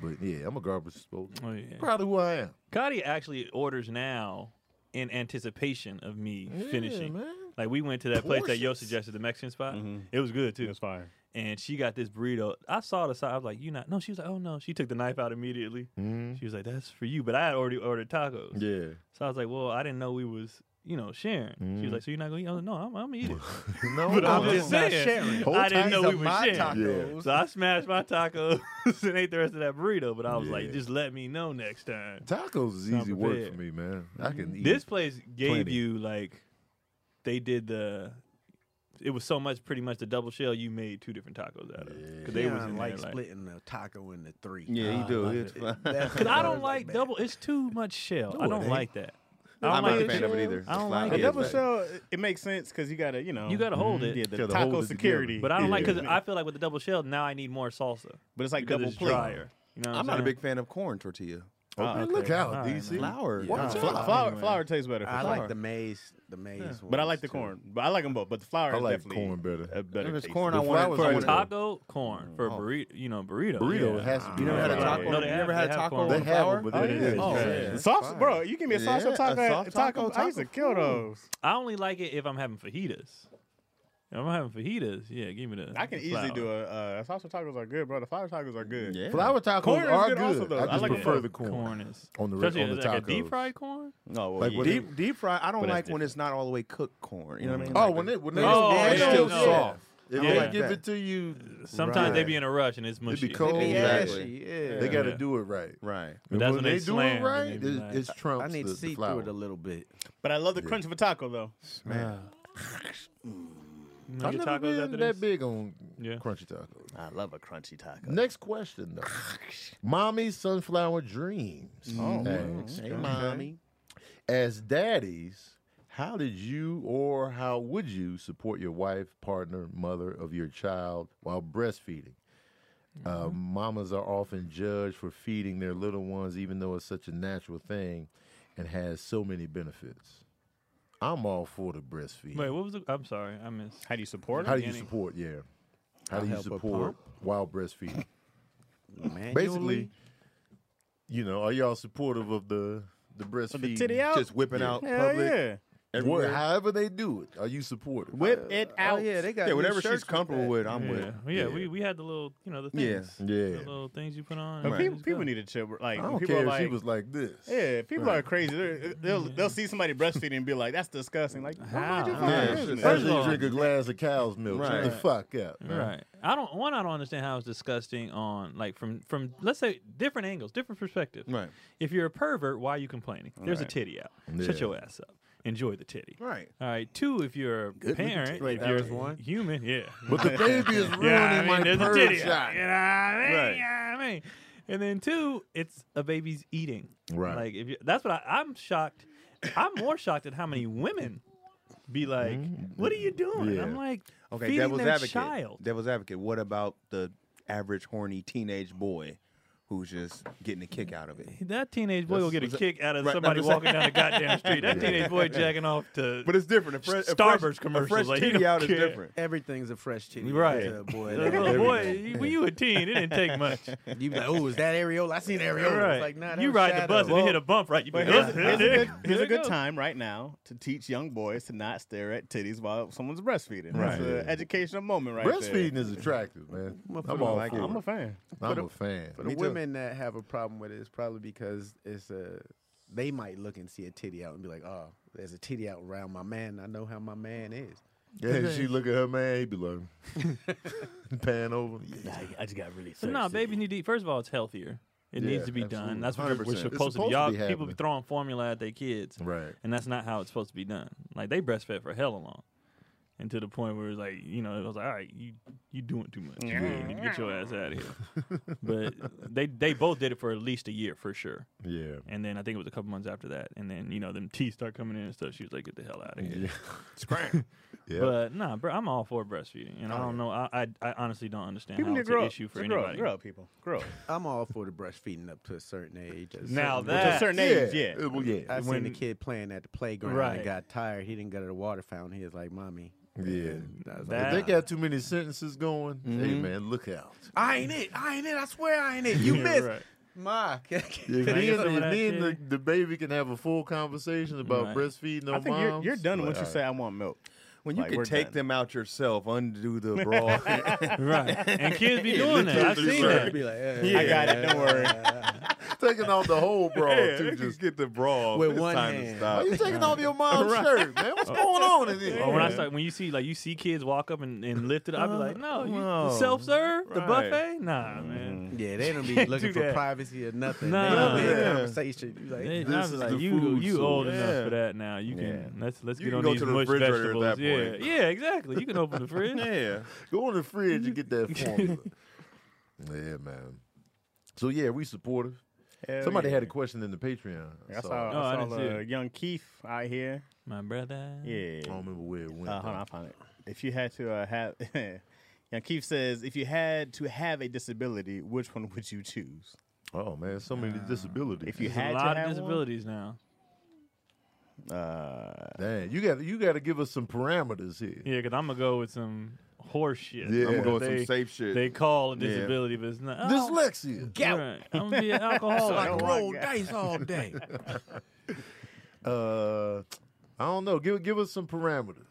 S2: But yeah, I'm a garbage disposal.
S4: Oh yeah.
S2: Proud of who I am.
S4: Cody actually orders now in anticipation of me
S2: Yeah,
S4: finishing.
S2: man.
S4: Like we went to that place that Yo
S2: Portions.
S4: suggested, the Mexican spot.
S2: Mm-hmm.
S4: It was good too.
S3: It's fire.
S4: And she got this burrito. I saw the side. I was like, "You not?" No, she was like, "Oh no." She took the knife out immediately.
S5: Mm.
S4: She was like, "That's for you." But I had already ordered tacos.
S2: Mm-hmm. Yeah.
S4: So I was like, "Well, I didn't know we was, you know, sharing." She
S2: Mm.
S4: was like, "So you're not gonna eat?" I was like, "No, I'm, I'm gonna eat it."
S2: no,
S4: But
S2: I'm
S4: I'm just
S1: not
S4: saying.
S1: sharing.
S2: Whole
S4: I didn't
S2: times
S4: know we
S2: of
S4: was
S2: my
S4: sharing.
S2: tacos.
S4: So I smashed my tacos and ate the rest of that burrito, but I was like,
S2: Yeah.
S4: just let me know next time.
S2: tacos is
S4: Not
S2: easy work
S4: prepared.
S2: for me, man. I can eat
S4: Mm-hmm. This place gave
S2: Plenty.
S4: you like they did the it was so much pretty much the double shell you made two different tacos out of. Cuz they was
S1: Keon
S4: in
S1: like
S4: there, like
S1: splitting the taco into three.
S5: Yeah, you do. It's fine.
S2: Oh,
S4: Cuz I don't like double it's too much shell. I
S2: it
S4: don't
S2: ain't.
S4: like that. I
S5: I'm
S4: don't
S5: not a
S4: like
S5: fan of it
S4: shell.
S5: either.
S4: I don't
S5: It's
S4: like
S5: not
S4: it.
S5: good,
S3: double
S5: but-
S3: shell, it- it makes sense because you gotta, you know,
S4: You got to hold it.
S3: yeah, the
S2: Gotta
S3: taco
S2: hold it
S3: security.
S2: together.
S4: But I don't like
S2: Yeah.
S4: cuz I feel like with the double shell now I need more salsa.
S3: but it's like
S4: because
S3: double
S4: it's
S3: plate.
S4: drier. You know what
S5: I'm not a
S4: saying?
S5: big fan of corn tortilla.
S2: Oh,
S3: Ah,
S2: man,
S3: okay.
S2: Look out,
S4: All right,
S2: DC.
S4: man.
S5: Flour.
S1: Yeah.
S5: Watch
S1: Nah,
S5: out.
S3: Flour, flour, flour tastes better. For
S1: I
S3: flour.
S1: like the maize. The maize.
S3: but I
S1: ones,
S3: like the
S1: too.
S3: corn. But I like them both. But the flour
S2: I
S3: is
S2: like
S3: definitely
S2: corn better.
S3: A better
S5: If it's
S3: taste.
S5: corn,
S2: The
S5: I want
S2: flowers I
S5: it
S2: want-
S5: for a
S4: taco corn for burrito, you know, burrito.
S2: Burrito
S4: yeah.
S2: has to be.
S5: You never had a
S2: better.
S5: taco?
S4: No,
S5: you
S4: they
S5: never
S4: have-
S5: had
S4: they
S5: a
S4: have
S5: taco
S4: corn.
S5: on
S2: They
S5: the flour?
S2: have them, but they
S4: yeah.
S2: didn't.
S4: Oh, yeah.
S3: Sauce, bro, you give me a
S5: Yeah,
S3: salsa
S5: a
S3: taco.
S5: soft
S3: taco,
S5: taco,
S3: I used to
S5: taco
S3: kill
S5: food.
S3: those.
S4: I only like it if I'm having fajitas. I'm having fajitas. Yeah, give me the.
S3: I can easily do a uh, salsa tacos are good, bro. The flour tacos are good.
S5: Yeah.
S2: Flour tacos
S3: Corn is
S2: are
S3: good
S2: good.
S3: also, though.
S2: I
S3: I
S2: just
S3: like
S2: prefer
S3: that.
S2: the corn,
S4: Corn is
S2: on the re-
S4: especially
S2: on the
S4: like a
S2: tacos.
S4: deep fried corn.
S3: No, well,
S2: Like,
S3: yeah.
S2: what
S5: Deep deep fry. I don't
S3: But that's
S5: like when it's not all the way cooked corn. You know what I mean?
S2: Oh,
S5: Like
S2: when
S5: the-
S2: they when they
S4: Oh,
S2: when they
S4: yeah,
S2: still
S4: yeah.
S2: soft. If
S4: Yeah.
S2: they give it to you,
S4: Sometimes they
S2: Right.
S4: be in a rush and it's
S2: it
S4: mushy.
S2: be cold.
S1: They be
S5: Exactly.
S1: ashy, yeah.
S2: They got to
S4: Yeah.
S2: do it right.
S5: right.
S4: But that's when they
S2: do it
S4: slam and
S2: right.
S4: they
S2: It,
S4: be like-
S2: it's Trump's
S1: I need
S2: the,
S1: to see
S2: the
S1: through
S2: flour.
S1: it a little bit.
S3: but I love the crunch of a taco though.
S4: You know
S2: I've
S4: your
S2: never
S4: tacos
S2: been that
S4: after this?
S2: big on
S4: Yeah.
S2: crunchy tacos.
S3: I love a crunchy taco.
S2: Next question though. Mommy sunflower dreams.
S4: Oh,
S2: asks,
S1: You know what I mean?
S2: As daddies, how did you or how would you support your wife, partner, mother of your child while breastfeeding? Uh,
S4: Mm-hmm.
S2: mamas are often judged for feeding their little ones, even though it's such a natural thing and has so many benefits. I'm all for the breastfeeding.
S4: Wait, what was the? I'm sorry, I missed.
S3: How do you support
S2: how
S3: it?
S2: do you support? Yeah, how do you
S1: help her
S2: support while breastfeeding?
S1: Manually?
S2: Basically, you know, are y'all supportive of the the breastfeeding?
S3: titty out?
S5: Just whipping out
S3: Hell
S5: public.
S3: yeah.
S2: What-
S5: everywhere.
S2: however they do it, are you supportive?
S5: Whip it
S1: out. yeah, they got
S5: yeah,
S1: new
S5: whatever
S1: shirts
S5: she's
S1: with
S5: comfortable
S1: that.
S5: with, I'm
S4: Yeah,
S5: with.
S4: yeah, we we had the little, you know, the
S5: Yeah.
S4: things, the
S2: Yeah.
S4: little things you put on.
S3: But
S4: Right.
S3: people,
S4: It's
S3: people
S4: good.
S3: need to chill. bro. Like
S2: I don't
S3: people
S2: care
S3: are
S2: if
S3: like,
S2: she was like this.
S3: yeah, people are crazy. They're, they'll they'll see somebody breastfeeding and be like, that's disgusting. Like,
S4: How?
S3: why would you
S4: Yeah.
S3: fucking do
S5: First
S3: this?
S2: First
S4: of all-
S2: drink a glass of cow's milk. Shut
S5: Right.
S2: the fuck up.
S4: Right. I don't. One, I don't understand how it's disgusting on like from from let's say different angles, different perspectives.
S5: Right.
S4: If you're a pervert, why are you complaining? There's a
S3: Right.
S4: titty out. Shut
S2: Yeah.
S4: your ass up. Enjoy the titty.
S5: Right.
S4: All right. Two, if you're a parent,
S1: Wait,
S4: if
S1: that
S4: you're
S1: was one?
S4: human, yeah.
S2: But the baby is ruining
S4: yeah, I
S2: my
S4: mean, there's a
S2: purge
S4: titty out.
S2: shot.
S4: You know what I mean?
S5: Right.
S4: You know what I mean? And then two, it's a baby's eating.
S2: Right.
S4: Like if you, that's what I, I'm shocked. I'm more shocked at how many women be like, "What are you doing?"
S2: Yeah.
S4: I'm like,
S5: Okay,
S4: feeding
S5: devil's
S4: their
S5: advocate.
S4: child.
S5: Devil's advocate. What about the average horny teenage boy who's just getting a kick out of it?
S4: That teenage boy will get a
S5: was it-
S4: kick out of
S5: Right, no, I'm
S4: somebody
S5: just saying-
S4: walking down the goddamn street. That teenage boy jacking off to.
S5: But it's different. A fresh, a
S4: Starburst
S5: fresh,
S4: commercials,
S5: A fresh
S4: like, you
S5: titty
S4: don't
S5: out is
S4: care.
S5: different.
S1: Everything's a fresh titty.
S4: Right.
S1: to a boy.
S4: Like, little boy, you- when you a teen, it didn't take much.
S1: You be like, oh, is that areola? I seen areola. It's
S4: Right.
S1: like, nah, that
S4: you
S1: was
S4: ride the
S1: shadow.
S4: bus and it hit a bump, right? You be
S3: But
S4: like,
S3: here's,
S4: "Ah,
S3: here's
S4: there-
S3: a good, here's
S4: there
S3: a
S4: it
S3: good
S4: goes."
S3: time right now to teach young boys to not stare at titties while someone's breastfeeding.
S5: Right.
S3: That's an educational moment right
S2: Breastfeeding is attractive, man. I'm all
S5: like
S2: for
S5: it.
S3: there.
S2: it.
S3: I'm a fan.
S2: I'm a fan.
S1: For
S5: Me
S1: the
S5: too.
S1: women that have a problem with it, it's probably because it's a. They might look and see a titty out and be like, oh, there's a titty out around my man. I know how my man is.
S2: Yeah, she look at her man, he be like, pan over. Yeah.
S3: I just got really
S4: So nah, babies need to eat. First of all, it's healthier. It
S2: Yeah,
S4: needs to be done.
S2: absolutely.
S4: That's what we're- we're
S2: 100%. It's
S4: supposed to
S2: supposed
S4: be.
S2: to
S4: Y'all
S2: be
S4: people be
S2: happening.
S4: throwing formula at their kids,
S2: Right.
S4: and that's not how it's supposed to be done. Like they breastfed for hella long, and to the point where it's like, you know, it was like, all right, you you doing too much. You need to get your ass out of here. but they they both did it for at least a year for sure.
S2: Yeah.
S4: And then I think it was a couple months after that. And then, you know, them teeth start coming in and stuff. She was like, get the hell out of here.
S2: Yeah. Yeah. Oh,
S4: But nah, bro, I'm all for breastfeeding. And I don't know. I, I I honestly don't understand
S3: People
S4: how
S3: need to
S4: it's an
S3: grow up.
S4: issue for
S3: Just grow up.
S4: anybody.
S3: Grow up, people. Grow up.
S1: I'm all for the breastfeeding up to a certain age. A
S4: Now
S1: certain-
S4: that-
S3: To a certain age, yeah.
S2: Uh, Well, yeah.
S1: I seen
S4: when-
S1: the kid playing at the playground
S4: Right.
S1: and got tired. He didn't go to the water fountain. He was like, mommy.
S2: Yeah.
S1: And I was
S4: That-
S1: like,
S2: If they got too many sentences going, hey, man, look out.
S1: I ain't it. I ain't it. I swear I ain't it. You
S4: Yeah,
S1: missed.
S4: right.
S1: Ma.
S2: If
S4: Can I get
S2: then,
S4: some of
S2: if
S4: that
S2: then the,
S4: titty?
S2: the baby can have a full conversation about
S4: Right.
S2: breastfeeding on
S3: I think you're,
S2: moms.
S3: you're done
S2: like,
S3: once you
S2: all
S3: say, I want milk.
S5: When you
S3: Like,
S5: can
S3: we're
S5: take
S3: done.
S5: them out yourself, undo the bra.
S4: Right. And kids be doing that. I've seen that.
S1: Be like, eh,
S3: I got it. Don't worry.
S2: right. taking off the whole bra
S5: yeah,
S2: too.
S5: you
S2: Just
S5: just get the bra. off.
S1: With
S5: it's
S1: one
S5: time
S1: hand.
S5: to
S2: why
S5: stop.
S2: you taking off your mom's shirt, man? What's going on in here?
S4: Or Oh, when I start, when you see like you see kids walk up and, and lift it, up, I be like, no, you
S5: no.
S4: self serve the
S5: Uh, Right. Mm-hmm.
S4: buffet, nah, man.
S1: Yeah, they don't be looking
S4: do
S1: for
S4: that.
S1: privacy or nothing.
S4: Nah.
S1: They don't
S5: Yeah.
S1: yeah. conversation. You like,
S4: They- I
S2: This
S4: was
S2: is
S4: like,
S2: the
S4: you
S2: food
S4: you
S2: source.
S4: old enough
S5: Yeah.
S4: for that now. You can
S5: Yeah.
S4: let's let's
S5: You
S4: get
S5: can
S4: on
S5: go
S4: these
S5: to the
S4: mush
S5: refrigerator at
S4: vegetables.
S5: that
S4: yeah,
S5: point.
S4: yeah, exactly. You can open the fridge.
S5: Yeah.
S2: Go in the fridge and get that formula. yeah, man. So yeah, we supportive.
S3: Hell
S2: Somebody
S3: yeah.
S2: had a question in the Patreon.
S3: I
S2: so
S3: saw,
S4: Oh, I
S3: I saw
S4: didn't see
S3: the
S4: it.
S3: uh, young Keith out here.
S4: My brother.
S3: Yeah.
S2: I don't remember where it went.
S3: Uh, hold on,
S2: though.
S3: I found it. If you had to uh, have, now Keith says, if you had to have a disability, which one would you choose?
S2: oh man, so many disabilities.
S3: If you
S4: There's
S3: had
S4: a lot
S3: to
S4: of
S3: have
S4: disabilities now.
S3: one, uh,
S2: Dang, you got you got to give us some parameters here.
S4: Yeah, because I'm gonna go with some horse shit.
S2: Yeah.
S5: I'm gonna go with
S4: they,
S5: some safe shit.
S4: They call a
S5: Yeah.
S4: disability, but it's not. oh,
S2: Dyslexia.
S4: right. I'm gonna be an
S3: Like,
S4: alcoholic.
S3: roll dice
S1: all day.
S4: Oh.
S2: Uh, I don't know. Give give us some parameters.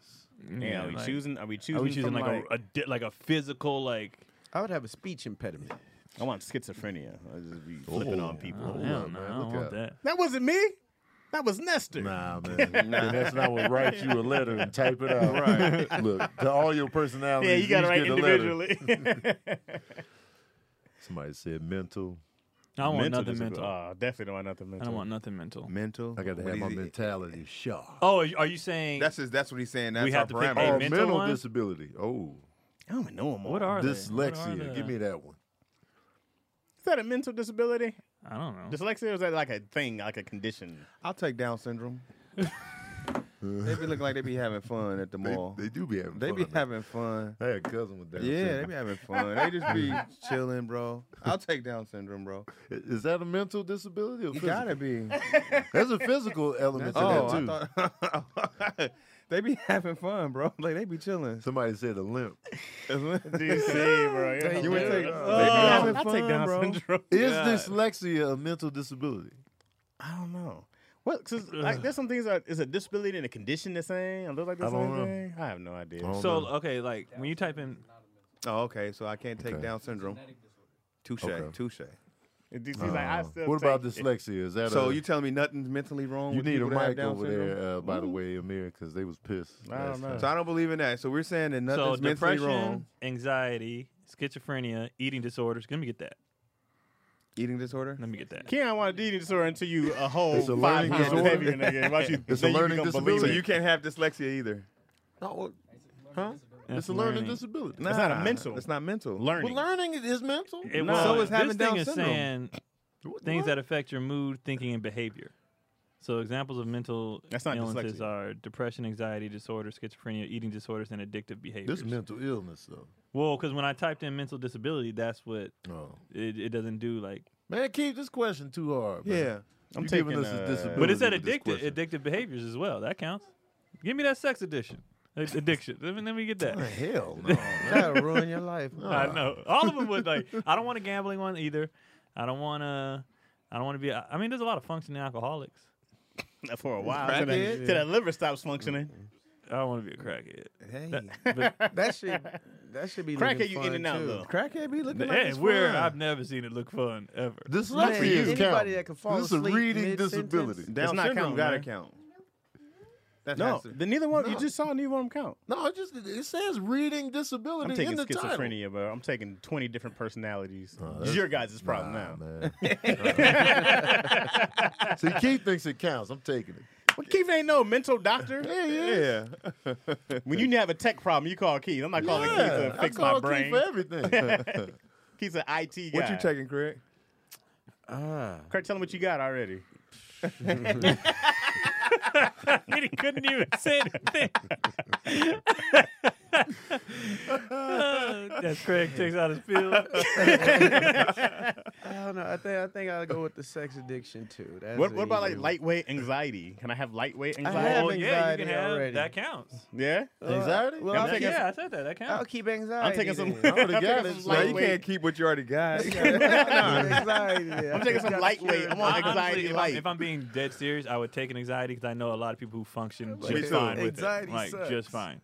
S3: Yeah, are we
S4: Mm, like-
S3: choosing? Are we choosing?
S4: Are we choosing
S3: from,
S4: like,
S3: like
S4: a, a di- like a physical like?
S1: I would have a speech impediment.
S3: I want schizophrenia. I'll just be flipping on people.
S4: Oh,
S2: Hold
S4: hell
S2: up,
S4: no,
S2: man,
S4: I
S2: look
S4: don't want
S2: out.
S4: that.
S3: That wasn't me. That was Nestor.
S2: Nah, man. Then that's not what write you a letter and type it out. Right. Look, to all your personalities.
S3: Yeah, you got to
S2: each
S3: write
S2: get a letter.
S3: individually.
S2: Somebody said mental.
S4: I don't want
S3: Mental
S4: nothing
S3: disability.
S4: mental.
S3: Oh, definitely don't want nothing mental.
S4: I don't want nothing mental.
S5: Mental.
S2: I got to
S5: What
S2: have
S5: is
S2: my
S5: it?
S2: mentality sharp.
S4: Oh, are you- are you saying
S5: That's his, that's what he's saying. That's
S4: We
S5: our
S4: have to pick
S5: parameter.
S4: a
S2: Oh,
S4: mental
S2: mental
S4: one?
S2: disability. Oh,
S3: I don't even know them all.
S4: what are they? What are
S2: dyslexia.
S4: the-
S2: Give me that one.
S3: Is that a mental disability?
S4: I don't know.
S3: Dyslexia or is that like a thing, like a condition?
S5: I'll take Down syndrome. they be looking like they be having fun at the
S2: They,
S5: mall.
S2: they do be having.
S5: They
S2: fun
S5: be
S2: with that.
S5: having fun.
S2: I had a cousin with Down
S5: Yeah, they
S2: syndrome.
S5: be having fun. They just be chilling, bro. I'll take Down syndrome, bro.
S2: I- Is that a mental disability? Or
S5: You
S2: physical?
S5: gotta be.
S2: There's a physical element to
S5: Oh,
S2: that too.
S5: I thought they be having fun, bro. Like they be chilling.
S2: Somebody said a limp.
S3: DC, bro.
S5: Hey, you ain't take-
S2: They be
S5: I'll
S2: having
S5: take Down syndrome.
S2: Is dyslexia a mental disability?
S3: I don't know. What? Cause like, there's some things that is a disability and a condition the same. I look like the
S2: I don't
S3: same
S2: know. Uh,
S3: thing. I have no idea.
S2: I don't
S4: So
S2: know.
S4: okay, like when you type in,
S5: Oh, okay. So I can't take
S2: Okay.
S5: Down syndrome. Touche,
S2: Okay.
S5: touche.
S3: DC's like, I
S2: Uh,
S3: still
S2: what about
S3: take it.
S2: dyslexia? Is that
S5: So
S2: a,
S5: you telling me nothing's mentally wrong?
S2: You
S5: with
S2: need a
S5: people that have
S2: mic
S5: Down
S2: over
S5: syndrome?
S2: there, uh, by the way, Amir, because they was pissed.
S3: I don't
S2: last
S3: know.
S2: time.
S5: So I don't believe in that. So we're saying that
S4: so
S5: nothing's mentally
S4: depression,
S5: wrong.
S4: anxiety, schizophrenia, eating disorders. Let me get that.
S5: Eating disorder.
S4: Let me get that.
S3: Ken, I want a eating disorder until you a whole
S2: It's a
S3: five
S2: learning
S3: pounds
S2: disorder.
S3: heavier than that. Why you,
S2: It's
S3: then
S2: a
S3: you
S2: learning
S3: become
S2: disability.
S5: So
S3: believing.
S5: you can't have dyslexia either.
S2: No, huh?
S4: That's
S2: It's a learning, disability.
S5: Nah,
S3: not a mental.
S5: It's not mental.
S3: learning.
S2: Well, learning is mental.
S4: It,
S5: No,
S4: well,
S5: so is having
S4: this
S5: Down
S4: thing is
S5: syndrome.
S4: saying things that affect your mood, thinking, and behavior. So examples of mental
S3: That's not
S4: illnesses
S3: dyslexia.
S4: are depression, anxiety disorder, schizophrenia, eating disorders, and addictive behaviors.
S2: this mental illness though.
S4: well, because when I typed in mental disability, that's what
S2: Oh.
S4: it, it doesn't do. Like,
S2: Man, keep this question too hard. Man.
S5: Yeah.
S3: I'm
S2: You
S3: taking
S2: giving us a
S3: uh,
S2: disability.
S4: but it said
S2: with this
S4: addictive,
S2: question.
S4: addictive behaviors as well. That counts. Give me that sex addiction. Ad- Addiction. let, me, let me get that.
S2: What the hell? No, man.
S1: That'll ruin your life.
S2: Ah.
S4: I know. All of them would like. I don't want a gambling one either. I don't want to. I don't want to be. I I mean, there's a lot of functioning alcoholics.
S3: for a while till that,
S5: Crackhead?
S3: till that liver stops functioning.
S4: I don't want to be a crackhead.
S5: Hey,
S1: That should that should be looking
S3: Crackhead, you in
S1: fun,
S3: and out
S1: too.
S3: though.
S5: crackhead be looking like
S4: Hey,
S5: it's
S4: where
S5: fun.
S4: I've never seen it look fun ever.
S1: Man,
S2: Dyslexia is
S1: anybody
S2: counting.
S1: that can fall
S2: This is a
S1: asleep
S2: reading
S1: mid-sentence?
S2: disability.
S5: Down
S3: not
S5: syndrome
S3: count,
S5: gotta
S3: man.
S5: count. That's
S3: No,
S5: not-
S3: the neither one. You
S2: No.
S3: just saw neither one count.
S2: No, it just it says reading
S3: I'm
S2: disability in
S3: taking
S2: the
S3: schizophrenia, bro. I'm taking 20 different personalities.
S2: Oh,
S3: it's
S2: that's-
S3: your guys' problem
S2: title.
S3: now.
S2: man. See, Keith thinks it counts. I'm taking it.
S3: Well, Keith ain't no mental doctor. yeah,
S5: yeah.
S3: When you have a tech problem, you call Keith. I'm not calling Keith to
S2: I
S3: fix
S2: call
S3: my
S2: Keith
S3: brain.
S2: for everything.
S3: Keith's an IT guy.
S5: What you taking, Craig?
S1: Ah,
S3: Craig, tell him what you got already.
S4: and he couldn't even say anything. That's Craig takes out his pill.
S1: I don't know. I think I think I'll go with the sex addiction too. That's
S3: What,
S1: an
S3: what about
S1: easy
S3: like
S1: one.
S3: lightweight anxiety? Can I have lightweight
S1: I
S3: anxiety?
S1: have
S4: Well, yeah, you
S1: anxiety
S4: can have
S1: already.
S4: that counts.
S3: yeah.
S1: Uh,
S2: Anxiety?
S1: well,
S3: I'm
S1: I'll,
S3: taking
S1: keep,
S4: Yeah, I said that. That
S1: I'll
S4: counts.
S1: keep anxiety.
S3: I'm taking some.
S1: then.
S2: I would've
S3: I'm taking
S2: got
S3: some
S2: it.
S5: Bro, you
S2: Lightweight.
S5: can't keep what you already got.
S1: anxiety. then.
S3: I'm taking some
S1: Gotta
S3: lightweight.
S1: cure
S3: I'm
S1: it.
S3: on
S4: I- honestly,
S3: anxiety
S4: if,
S3: light.
S4: I'm, if I'm being dead serious, I would take an anxiety because I know a lot of people who function
S5: Me
S4: just
S5: too.
S4: fine with it.
S5: Anxiety
S4: Like
S5: sucks.
S4: just fine.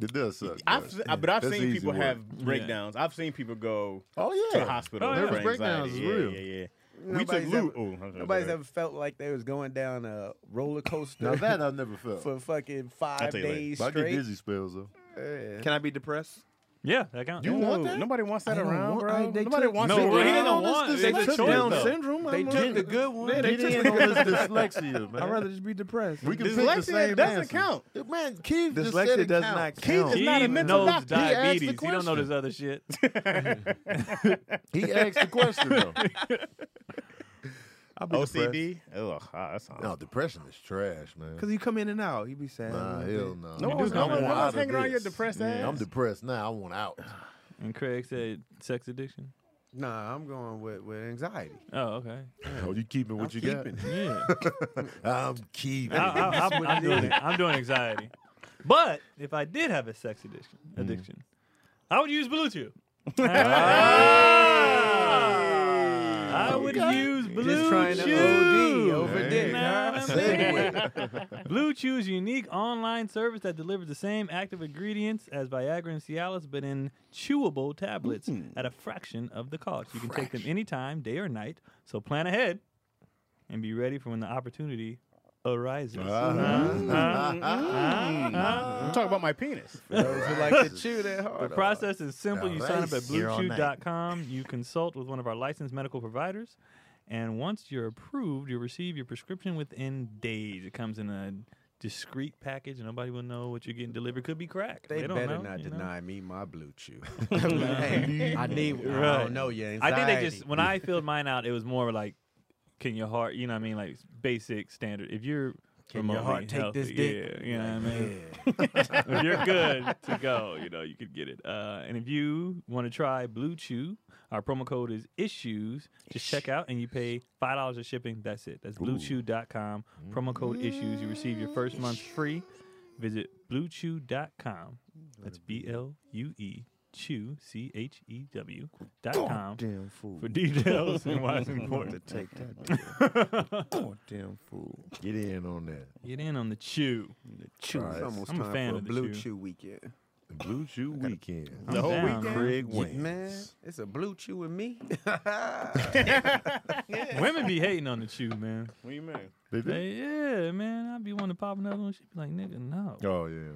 S2: It does suck.
S3: I've,
S2: but-
S3: I- but I've
S2: That's
S3: seen
S2: easy
S3: people
S2: work.
S3: have breakdowns. I've seen people go
S2: Oh
S3: to
S2: yeah.
S3: the hospital.
S4: Oh,
S3: for
S4: nervous
S2: breakdowns
S3: anxiety.
S2: is
S3: yeah,
S2: real.
S3: Yeah, yeah. we
S1: Nobody's
S3: took Lou.
S1: ever-
S3: Oh, I'm
S1: Nobody's
S3: sorry.
S1: ever felt like they was going down a roller coaster
S2: Now that I've never felt.
S1: for fucking
S3: I'll
S1: five
S3: tell you later.
S1: days
S2: But I get
S1: straight.
S2: dizzy spells though.
S1: Yeah.
S5: Can I be depressed?
S4: Yeah, that counts.
S2: You
S3: No,
S2: want that?
S3: Nobody wants that
S1: I don't
S3: around,
S1: want-
S3: bro.
S1: I- they
S3: Nobody
S1: took-
S3: wants
S4: No,
S3: that
S4: well, he
S3: around.
S4: didn't
S2: on this
S4: want-
S5: They
S2: dyslexia,
S5: took
S2: though.
S5: Down syndrome.
S1: They
S5: I'm
S1: took
S5: like-
S1: the good one.
S5: Yeah,
S2: They
S5: they took
S2: did
S5: the
S2: on this dyslexia, man.
S5: I'd rather just be depressed.
S2: we can pick the
S3: Dyslexia
S2: same
S3: doesn't
S2: answer.
S3: count.
S2: Man, Keith just said
S5: Dyslexia
S2: it
S5: does
S2: counts.
S5: not
S2: Keith
S5: count.
S2: is
S4: He
S2: not a mental
S4: knows
S2: doctor. He asked the
S4: diabetes. He don't know
S2: question.
S4: this other shit.
S2: He asked the question though.
S5: I'll be
S3: OCD. Ugh, ah, that's awful.
S2: no, depression is trash, man.
S5: Because you come in and out. You be sad.
S2: Nah,
S5: a
S2: hell
S5: little
S2: no.
S3: No
S2: I
S3: one's
S2: want- I want
S3: gonna- no one's
S2: out of
S3: hanging around
S2: this.
S3: your depressed
S2: Yeah, I'm
S3: ass.
S2: depressed now. I want out.
S4: And Craig said sex addiction.
S1: Nah, I'm going with, with anxiety.
S4: Oh, okay.
S2: Oh, you keeping what
S1: I'm
S2: you got?
S1: keeping
S4: Yeah.
S2: I'm keeping.
S4: I,
S3: Uh-uh.
S4: I, I'm, I'm doing it. I'm doing anxiety. But if I did have a sex addiction,
S1: Mm.
S4: addiction, I would use Bluetooth.
S1: Ah.
S4: Ah. I would use Bluetooth.
S1: Just trying to OD over
S5: Hey.
S1: dick. Ah.
S4: Nah,
S1: huh?
S4: nah,
S1: Segue.
S4: Blue Chew's unique online service that delivers the same active ingredients as Viagra and Cialis, but in chewable tablets
S1: Mm.
S4: at a fraction of the cost. You can take them anytime, day or night. So plan ahead and be ready for when the opportunity arises.
S2: Ah.
S1: Uh-huh.
S3: Uh-uh. I'm talking about my penis.
S1: Those who like to chew that hard.
S4: The
S1: on.
S4: process is simple. You sign up at
S2: Nice. Here all night.
S4: bluechew.com. You consult with one of our licensed medical providers. And once you're approved, you'll receive your prescription within days. It comes in a discreet package. and Nobody will know what you're getting delivered. Could be crack.
S1: They,
S4: don't
S1: better
S4: know,
S1: not
S4: you know?
S1: deny me my blue chew. hey, I need. I
S4: Right.
S1: don't know your anxiety.
S4: I think they just, when I filled mine out, it was more like, can your heart, you know what I mean? Like basic standard. If you're.
S1: Can your
S4: remotely
S1: heart take this
S4: healthy,
S1: dick?
S4: Yeah, you know what I mean?
S1: Yeah.
S4: if you're good to go, you know, you could get it. Uh, and if you want to try Blue Chew, our promo code is issues. Just check out and you pay $5 of shipping. That's it. That's bluechew.com. Promo code issues. You receive your first month free. Visit bluechew.com. That's B L U E chew, C H E W dot com
S5: Damn fool.
S4: for details and why it's
S5: to
S4: important.
S5: take that. Damn fool.
S2: Get in on that.
S4: Get in on the chew.
S1: Chew. It's almost
S4: I'm a
S1: time
S4: fan
S1: for a
S4: of the
S1: blue
S4: chew.
S1: chew, weekend.
S2: Blue Chew Weekend.
S4: I'm down.
S2: Craig
S1: Yeah,
S2: Wayne.
S1: Man, it's a blue chew and me.
S4: Women be hating on the chew, man.
S3: What do you mean?
S2: They do?
S4: Hey, yeah, man, I'd be wanting to pop another one. She'd be like, nigga, no.
S2: Oh yeah.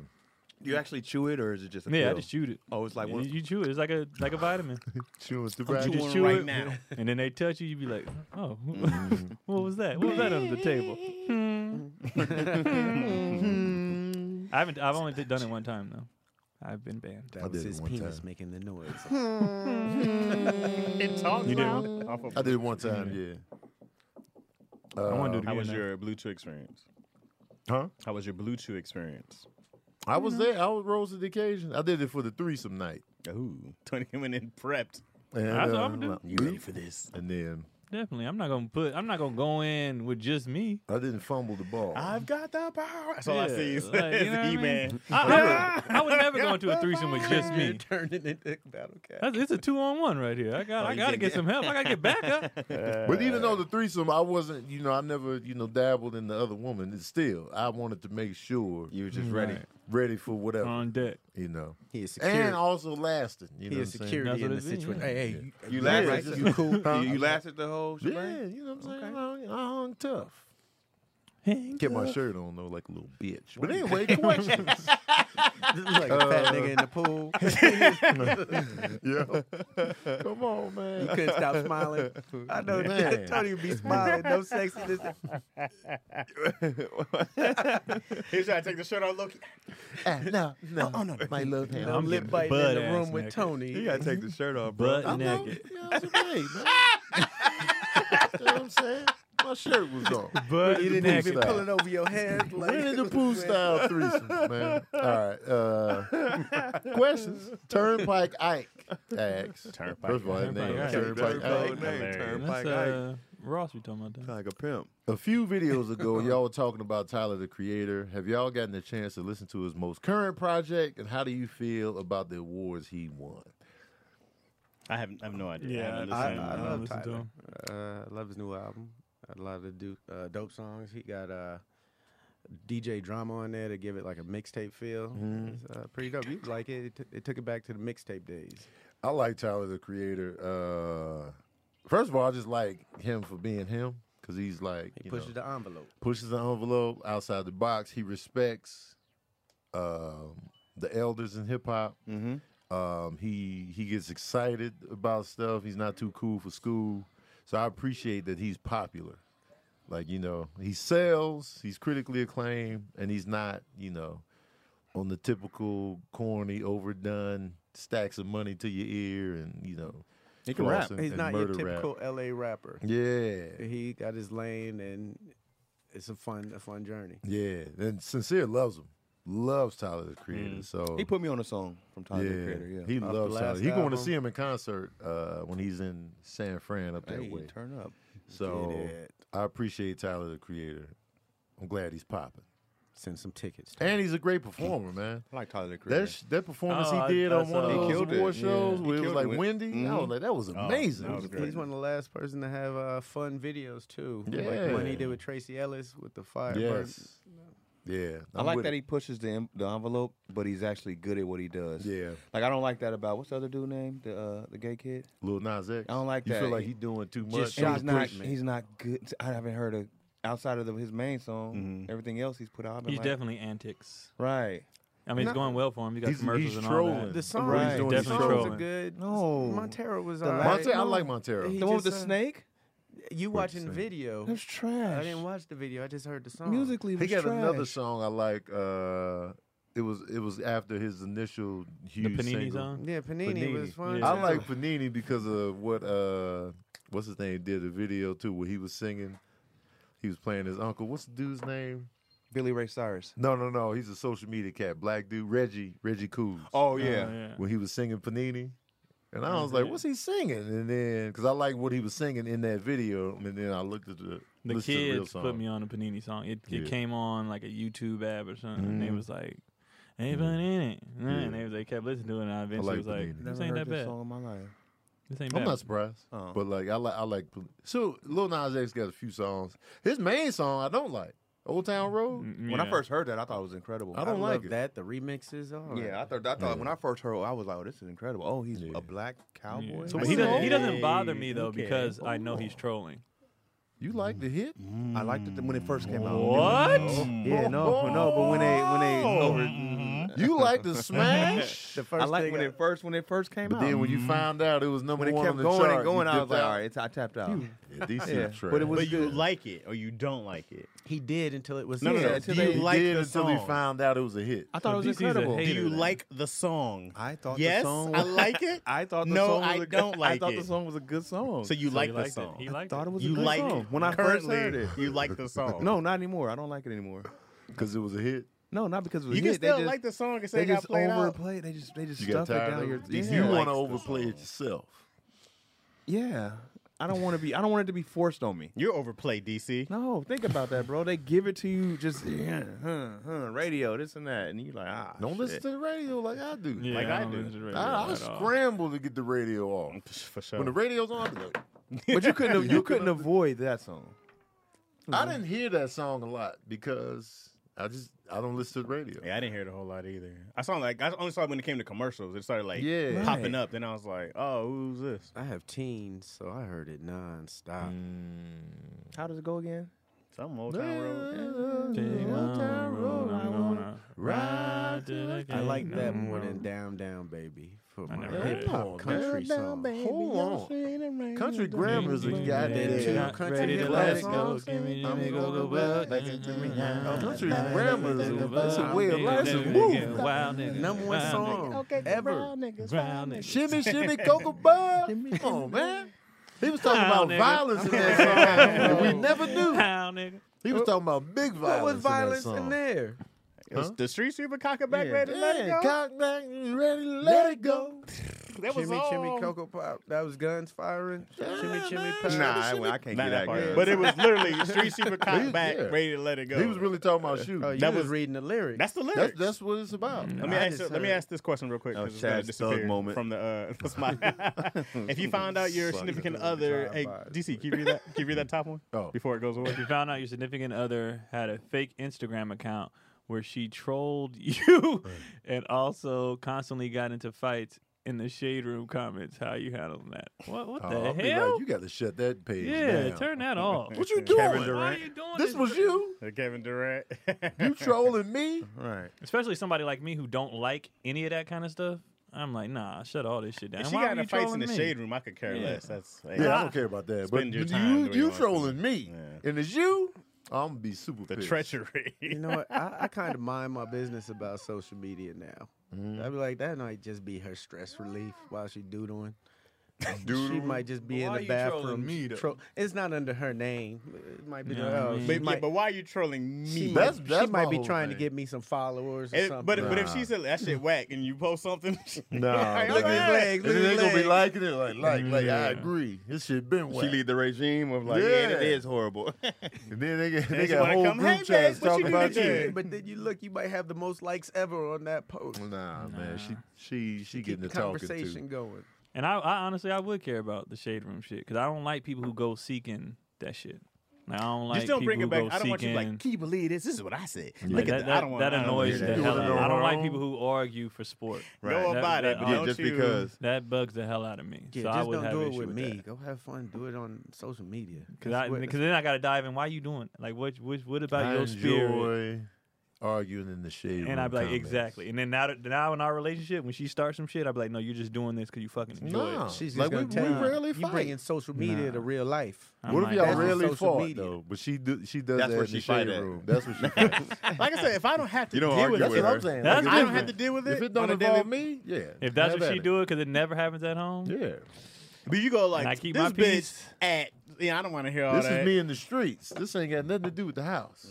S5: You actually chew it, or is it just a
S4: yeah, I
S5: pill?
S4: just chewed it.
S5: Oh, it's like
S4: You-
S5: one.
S4: you chew it. It's like a like a vitamin.
S2: Chewing
S4: You
S2: tobacco.
S4: just
S3: one
S4: chew
S3: right
S4: it,
S3: now.
S4: and then they touch you. You be like, oh, what was that? What was that under the table? Hmm. I haven't. I've only did- done it one time though. I've been banned.
S1: That was
S2: did it
S1: his
S2: one
S1: penis
S2: time.
S1: making the noise.
S3: It talks loud. Off
S2: I
S3: of-
S2: did it one time. Yeah.
S4: I want to
S2: Uh,
S4: do it
S3: How
S4: again.
S3: was
S4: now.
S3: your Blue Chew experience?
S2: Huh?
S3: How was your Blue Chew experience?
S2: I was there. I was rose to the occasion. I did it for the threesome night.
S3: Ooh, Tony went in prepped.
S2: And,
S4: That's what I'ma do.
S2: like,
S3: You ready for this?
S2: And then
S4: Definitely. I'm not gonna put. I'm not gonna go in with just me.
S2: I didn't fumble the ball.
S3: I've got the power. That's all I
S4: Yeah,
S3: see. Is,
S4: like, you
S3: is
S4: know what I mean?
S3: E-Man.
S4: I, I, would- I would never go into a threesome with just me.
S1: Turned it into battle cat.
S4: That's, it's a two on one right here. I got.
S3: Oh,
S4: I
S3: you
S4: got to
S3: think-
S4: get some help. I got to get backup.
S2: but even though the threesome, I wasn't. You know, I never. You know, dabbled in the other woman. It's still, I wanted to make sure
S5: You was just ready.
S2: ready for whatever.
S4: on deck.
S2: you know,
S1: He is security.
S2: and also lasting. You
S1: he
S2: know,
S1: is
S2: what I'm saying?
S1: security in the
S4: That's what it is,
S1: situation.
S4: yeah.
S1: Hey, hey, you,
S5: You
S1: Yeah,
S5: lasted.
S1: right.
S5: You cool. You, you lasted the whole.
S2: Yeah,
S5: shebang?
S2: you know what I'm saying.
S5: Okay.
S2: I hung- I hung tough.
S4: Hang
S2: Kept my shirt on though, like a little bitch. But anyway, questions.
S1: like a fat nigga in the pool.
S2: yeah. Come on, man.
S1: You couldn't stop smiling. I know
S2: Man.
S1: that Tony would be smiling. No sexiness.
S3: He was trying to take the shirt off, Loki.
S2: Ah, no, no, oh, no, my love hand.
S1: I'm lip biting in
S4: butt
S1: the
S4: ass
S1: room with
S4: naked.
S1: Tony.
S5: You gotta take the shirt off, bro.
S4: butt
S2: I know.
S4: naked.
S2: Yeah, it's okay, man. you know what I'm saying? My shirt was on.
S4: Butt
S2: You
S1: didn't even
S4: naked.
S1: pull it over your hair. Like,
S2: We're in the pool style threesomes, man. All right. Uh, questions. Turnpike Ike asks.
S3: Turnpike
S2: First of all, his
S4: Turnpike
S2: name is
S4: Ike.
S2: Turnpike
S5: Turnpike
S2: Ike.
S5: Ike. Name,
S3: Hilarious.
S5: Turnpike.
S4: That's uh, Ross we talking about that.
S5: Like a pimp.
S2: A few videos ago, y'all were talking about Tyler the Creator. Have y'all gotten a chance to listen to his most current project? And how do you feel about the awards he won?
S3: I have, I have no idea.
S4: Yeah,
S3: haven't
S1: I,
S3: listened.
S1: I
S4: I
S1: love
S4: listen to
S1: Tyler.
S4: him.
S1: Uh, I love his new album. A lot of the do, uh, dope songs. He got uh, DJ drama on there to give it like a mixtape feel.
S2: Mm-hmm.
S1: It's uh, pretty dope. You like it? It, t- it took it back to the mixtape days.
S2: I like Tyler the Creator. Uh, first of all, I just like him for being him because he's like
S1: He
S2: you
S1: pushes
S2: know,
S1: the envelope.
S2: pushes the envelope outside the box. He respects um, the elders in hip hop.
S5: Mm-hmm.
S2: Um, he he gets excited about stuff. He's not too cool for school, so I appreciate that he's popular. Like you know, he sells. He's critically acclaimed, and he's not you know on the typical corny, overdone stacks of money to your ear, and you know
S5: He can
S2: floss
S5: rap.
S2: and-
S1: He's
S2: and
S1: not your
S2: murder rap.
S1: typical LA rapper.
S2: Yeah,
S1: He got his lane, and it's a fun, a fun journey.
S2: yeah, and sincere loves him. Loves Tyler the Creator. So
S5: Mm. He put me on a song from Tyler
S2: yeah,
S5: the Creator. Yeah.
S2: he
S1: Off the
S2: loves Tyler.
S1: last
S2: He going to
S1: album.
S2: see him in concert uh, when he's in San Fran up that
S5: Hey,
S2: way.
S5: turn up.
S2: So
S1: Get it.
S2: I appreciate Tyler the Creator. I'm glad he's popping.
S1: Send some tickets. to
S2: And he's a great performer, man.
S5: I like Tyler the Creator.
S2: That sh- that performance
S4: Oh, I-
S2: he did
S4: I
S2: on one of
S5: He
S4: saw-
S2: those
S5: killed it,
S2: award
S5: yeah.
S2: shows
S5: He
S2: where it was
S5: killed
S2: like
S5: it. Mm-hmm. Oh,
S2: Wendy, I was like, that was amazing.
S5: that was great.
S1: He's one of the last person to have uh, fun videos too. Like
S2: Yeah.
S1: the one he did with Tracy Ellis with the fire.
S2: yes, yeah.
S5: I like that he pushes the en- the envelope, but he's actually good at what he does.
S2: Yeah,
S5: Like I don't like that about what's the other dude name? The uh, the gay kid.
S2: Lil Nas X.
S5: I don't like
S2: you
S5: that.
S2: feel like
S5: He-
S2: he doing too much.
S5: Just and he's not he's not good. I haven't heard of outside of the, his main song. Everything else he's put out. I've been
S4: He's
S5: like,
S4: definitely antics.
S5: right.
S4: I mean,
S1: No.
S4: it's going well for him. He got
S2: He's-
S4: commercials
S2: he's
S4: and all
S2: trolling.
S1: The
S4: that.
S1: songs,
S5: Right.
S1: the
S4: Definitely
S1: songs
S4: trolling.
S1: are good.
S5: No.
S1: Montero was
S5: The
S1: all right.
S2: Monte- I
S1: No.
S2: like Montero.
S1: He
S5: the one with the
S1: just, uh,
S5: snake.
S1: You watching the video?
S5: That's trash.
S1: I didn't watch the video. I just heard the song.
S5: Musically, it
S2: He
S5: was
S2: got
S5: trash.
S2: another song I like. Uh, it was it was after his initial
S4: The
S2: huge
S4: Panini
S2: single.
S4: song.
S1: Yeah, Panini, was
S2: Panini.
S1: fun.
S4: Yeah.
S2: I
S1: too.
S2: like Panini because of what uh, what's his name did a video too where he was singing. He was playing his uncle. What's the dude's name?
S5: Billy Ray Cyrus.
S2: No, no, no. He's a social media cat. Black dude, Reggie, Reggie Coons.
S5: Oh
S4: Oh, yeah.
S2: when he was singing Panini. And I was
S4: Mm-hmm.
S2: like, what's he singing? And then, because I like what he was singing in that video. And then I looked at the,
S4: The
S2: listened to the real
S4: kids
S2: song.
S4: put me on a Panini song. It, it
S2: Yeah.
S4: came on like a YouTube ad or something. And they
S2: Mhm.
S4: was like, ain't Panini. And they, was- they kept listening to it. And I eventually
S2: like
S4: was like,
S2: Panini.
S4: this
S5: Never
S4: ain't
S5: heard
S4: that
S5: this
S4: bad.
S5: song in my life.
S4: This ain't
S2: I'm
S4: bad.
S2: not surprised.
S4: Uh-huh.
S5: Oh.
S2: But like, I like, I like. Pan- So Lil Nas X got a few songs. His main song I don't like, Old Town Road.
S4: Mm,
S5: When I
S4: yeah.
S5: first heard that, I thought it was incredible.
S2: I don't
S1: I
S2: like
S1: love
S2: it.
S1: that. The remixes are.
S5: Yeah, I thought I thought when I first heard, it, I was like, "Oh, this is incredible! Oh, he's
S2: Yeah.
S5: a black cowboy."
S4: Yeah.
S2: So
S4: he,
S2: what's
S4: doesn't,
S2: wrong?
S4: he doesn't bother me
S3: Hey,
S4: though
S3: okay.
S4: because I know he's trolling.
S2: You like the hit?
S5: I liked it when it first came out.
S4: What?
S5: Yeah, no, no, but when they when they over, mm,
S2: You like the smash?
S1: The first
S5: I like
S1: thing
S5: when
S1: I-
S5: it first when it first came
S2: but
S5: out.
S2: then when you found out it was number
S5: Mm-hmm. when it
S2: one
S5: kept
S2: on the
S5: going
S2: chart,
S5: and going,
S2: you
S5: I was
S2: dipped
S5: like,
S2: out.
S5: "All right, it's, I tapped out."
S2: Yeah, these
S5: Yeah,
S2: are trash.
S5: but it was
S3: But you
S5: good.
S3: like it or you don't like it.
S1: he did until it was.
S3: No, no, no.
S5: Yeah,
S3: Do
S5: until
S3: you
S5: they-
S3: like
S2: did
S3: the
S2: until
S3: song?
S2: he found out it was a hit.
S5: I thought it was
S4: DC's a
S5: incredible.
S4: hater.
S3: Do you
S4: then.
S3: like the song?
S5: I thought
S3: yes,
S5: the song.
S3: I
S5: Was,
S3: like it.
S5: I thought the
S3: No,
S5: song was
S3: I
S5: a good-
S3: don't like
S5: I thought
S3: it.
S5: the song was a good song.
S3: so you
S4: So
S3: like
S4: he
S3: the
S4: liked it.
S3: song.
S4: He
S5: I
S4: liked
S5: thought it was a
S3: you
S5: good
S3: like
S5: song.
S3: it.
S5: when I first
S3: Currently,
S5: heard it.
S3: You like the song.
S5: No, not anymore. I don't like it anymore.
S2: Because it was a hit.
S5: No, not because it was a
S3: you can
S5: hit. They
S3: still
S5: just-
S3: like the song and say
S5: They
S3: it got
S5: just
S3: played out.
S5: overplayed. They just they just
S2: You got
S5: stuff it
S2: tired
S5: down
S2: of
S5: your.
S2: it.
S5: yeah.
S2: You want
S3: likes
S2: to
S3: the
S2: overplay it
S3: song.
S2: yourself.
S5: Yeah. I don't want to be. I don't want it to be forced on me.
S3: You're overplayed, DC.
S5: No, think about that, bro. They give it to you just yeah, huh, huh, radio, this and that, and you're like, ah,
S2: Don't listen
S5: shit.
S2: to the radio like I do.
S4: Yeah,
S3: Like I
S4: don't
S3: do.
S4: listen to the radio
S2: I, I
S4: at all.
S2: scramble to get the radio off.
S3: For sure.
S2: When the radio's on, I'd be like,
S5: But you couldn't. You couldn't avoid that song.
S2: I didn't hear that song a lot because I just I don't listen to the radio.
S3: yeah, I didn't hear it a whole lot either. I saw like I only saw it when it came to commercials. It started like
S2: Yeah.
S3: popping
S5: Right.
S3: up. Then I was like, oh, who's this?
S1: I have teens, so I heard it nonstop.
S5: How does it go again?
S3: Some old town road.
S4: Take
S2: Old
S4: my
S2: Town
S4: road,
S2: Road, I
S4: I'm
S2: want
S4: gonna
S2: ride
S4: ride to the
S1: I like
S4: gate,
S1: that
S4: I'm
S1: more than
S4: gonna-
S1: Down Down Baby for my
S4: never heard
S1: hip hop
S2: it.
S1: country
S2: Down,
S1: song.
S2: Hold on. Country grammar is a
S4: Got
S2: goddamn
S1: that
S4: ready
S2: tune.
S1: tune.
S4: to
S1: Country
S4: let's
S1: black
S4: go.
S1: songs.
S4: Give me the
S2: I'm
S4: nigga
S2: gonna
S4: go
S2: go
S4: wild.
S2: back
S4: Give
S2: into
S4: me
S2: me
S4: the
S2: now.
S4: nigga
S2: Country
S4: go
S2: grammar is a-
S4: wild.
S2: it's a way of
S4: Give
S2: life. It's
S4: me
S2: a
S4: the
S2: move.
S4: nigga, wild nigga,
S1: Number one
S4: wild
S1: song ever.
S4: nigga, wild nigga.
S2: Shimmy, shimmy, cocoa bud. Come on, man. He was talking
S4: Wow,
S2: about
S4: nigga.
S2: violence in that song, and we never knew.
S4: How, nigga?
S2: He was talking about big violence.
S1: What was violence
S2: in, that song.
S1: in there?
S2: Huh?
S3: The street sweeper cocker back
S5: Yeah.
S3: ready to let it
S2: Yeah,
S3: go.
S2: cock back, you ready, to let it go.
S3: That was
S1: Chimmy
S3: all.
S1: Chimmy Cocoa Pop. That was guns firing. Chimmy Chimmy Pop.
S5: Nah, I, I can't
S3: Not
S5: get
S3: that
S5: that.
S3: part.
S5: good.
S3: But it was literally street sweeper
S2: He-
S3: cock back
S2: yeah.
S3: ready to let it go.
S2: He was really talking about shooting.
S1: Oh, you
S3: That
S1: that
S3: was-
S1: was reading the lyrics.
S3: That's the lyrics.
S2: that's that's what it's about.
S3: Let me
S1: I
S3: ask.
S1: just
S3: you- Let me
S1: heard-
S3: ask this question real quick.
S5: That was
S3: 'cause it's gonna
S5: Oh, Chad's thug
S3: disappear
S5: moment.
S3: from the. Uh, that's my. if you found out your
S5: Suck.
S3: significant other, hey
S1: Drive-bys.
S3: DC, can you read that? Can you read that top one?
S2: Oh.
S3: Before it goes away.
S4: If you found out your significant other had a fake Instagram account where she trolled you and also constantly got into fights in the shade room comments, how you handling that? What, what
S2: Oh,
S4: the
S2: I'll be
S4: hell?
S2: like, you got to shut that page
S4: yeah,
S2: down.
S4: turn that off.
S2: Oh, What you doing?
S3: Kevin
S4: Why are
S3: Durant.
S4: you doing
S2: This was you.
S3: Uh, Kevin Durant.
S2: You trolling me?
S5: Right.
S4: Especially somebody like me who don't like any of that kind of stuff. I'm like, nah, shut all this shit down.
S3: If she
S4: Why
S3: got
S4: are
S3: in
S4: you
S3: a fights in
S4: trolling
S3: the
S4: me?
S3: shade room, I could care
S4: Yeah.
S3: less. That's hey,
S2: Yeah, I
S3: I-
S2: don't care about that. But
S3: Spend your time the
S2: you
S3: way you
S2: you
S3: want to
S2: trolling me,
S3: Yeah.
S2: and it's you. I'm gonna be super
S3: the
S2: pissed.
S3: treachery.
S1: you know what? I, I kind of mind my business about social media now. I'd be like, that might just be her stress relief while she doodling. She might just be
S6: But
S1: in
S6: why
S1: the
S6: you trolling
S1: bathroom.
S6: me, though?
S1: tro- it's not under her name. It might be
S4: Yeah,
S1: the-
S4: I
S1: oh,
S4: mean-
S1: she
S3: But, yeah,
S1: might-
S3: but why are you trolling
S1: she
S3: me?
S1: might,
S2: That's- that's
S1: she
S2: my
S1: might be
S2: whole
S1: trying
S2: thing.
S1: to get me some followers or
S3: And-
S1: something.
S3: but, but if
S2: Nah.
S3: she said that shit whack and you post something,
S5: No,
S3: Like,
S2: look
S3: all
S2: at
S3: right.
S2: his legs.
S1: look
S2: And they
S1: at his
S2: gonna be
S1: legs.
S2: liking it, like, like, like. I
S4: Yeah.
S2: agree. This shit been whack.
S5: She lead the regime of like, yeah,
S2: Yeah.
S5: it is horrible.
S2: And then they get they
S3: she
S2: got
S3: wanna
S2: whole
S3: come,
S2: group
S3: "Hey, babe,
S2: chats
S3: what you
S2: talking
S3: do
S2: about
S3: today?"
S2: you.
S1: but then you look, you might have the most likes ever on that post.
S2: Nah, man, she
S4: Nah.
S2: she she
S1: Keep
S2: getting
S1: the
S2: the talking to.
S1: conversation going.
S4: And I, I honestly, I would care about the shade room shit because I don't like people who go seeking that shit. Like, I don't like
S3: just don't
S4: people
S3: bring
S4: who
S3: it back.
S4: go
S3: I don't want you to be
S4: seeking-
S3: like, can you believe this? This is what I said.
S2: Yeah.
S3: Look
S4: that,
S3: at that. I don't
S4: that-
S3: want
S4: that annoys
S3: that.
S4: the
S2: You
S4: hell
S2: wanna
S4: out of me.
S2: know
S4: I don't like
S2: wrong?
S4: people who argue for sport.
S5: Right.
S3: Know
S4: That-
S3: about
S4: that-
S3: it, but
S4: that-
S5: yeah,
S3: don't
S5: just
S3: you-
S5: because.
S4: That bugs the hell out of me.
S1: Yeah,
S4: so I
S1: just
S4: would
S1: don't
S4: have
S1: do it
S4: issue
S1: with me.
S4: that.
S1: Go have fun. Do it on social media.
S4: Cause
S1: That's
S4: I,
S1: what-
S4: cause then I gotta dive in. Why you doing? it? Like, what, what, what about
S2: I
S4: your spirit?
S2: enjoy arguing in the shade. room
S4: And I'd be like,
S2: comments.
S4: exactly. And then now, that- now in our relationship, when she starts some shit, I'd be like, no, you're just doing this because you fucking enjoy
S2: Nah.
S4: it.
S1: She's just
S2: Like, we-
S1: gonna tell
S2: we
S1: you,
S2: rarely
S1: you
S2: fight.
S1: bringing social media
S4: Nah.
S1: to real life.
S4: I
S2: What if
S4: might
S2: y'all
S4: not.
S1: on
S2: really
S1: social
S2: fought
S1: media.
S2: though? But she do, she does
S5: That's
S2: that
S5: where
S2: in the
S5: she fight
S2: shade
S5: at.
S2: room. That's what she. fights.
S3: Like I said, if I don't have to
S5: You don't
S3: deal with
S5: argue with
S3: it,
S5: her.
S2: saying.
S4: That's
S2: Like,
S3: I don't have
S4: different.
S3: to deal with it.
S2: If it don't
S3: on a daily-
S2: involve me, yeah.
S4: If
S2: have
S4: that's what
S2: at
S4: she
S2: it.
S4: do it, because it never happens at home.
S2: yeah.
S3: But you go like
S4: And I keep
S3: this
S4: my
S3: bitch
S4: peace.
S3: at yeah, I don't want to hear all
S2: This
S3: that.
S2: is me in the streets. This ain't got nothing to do with the house.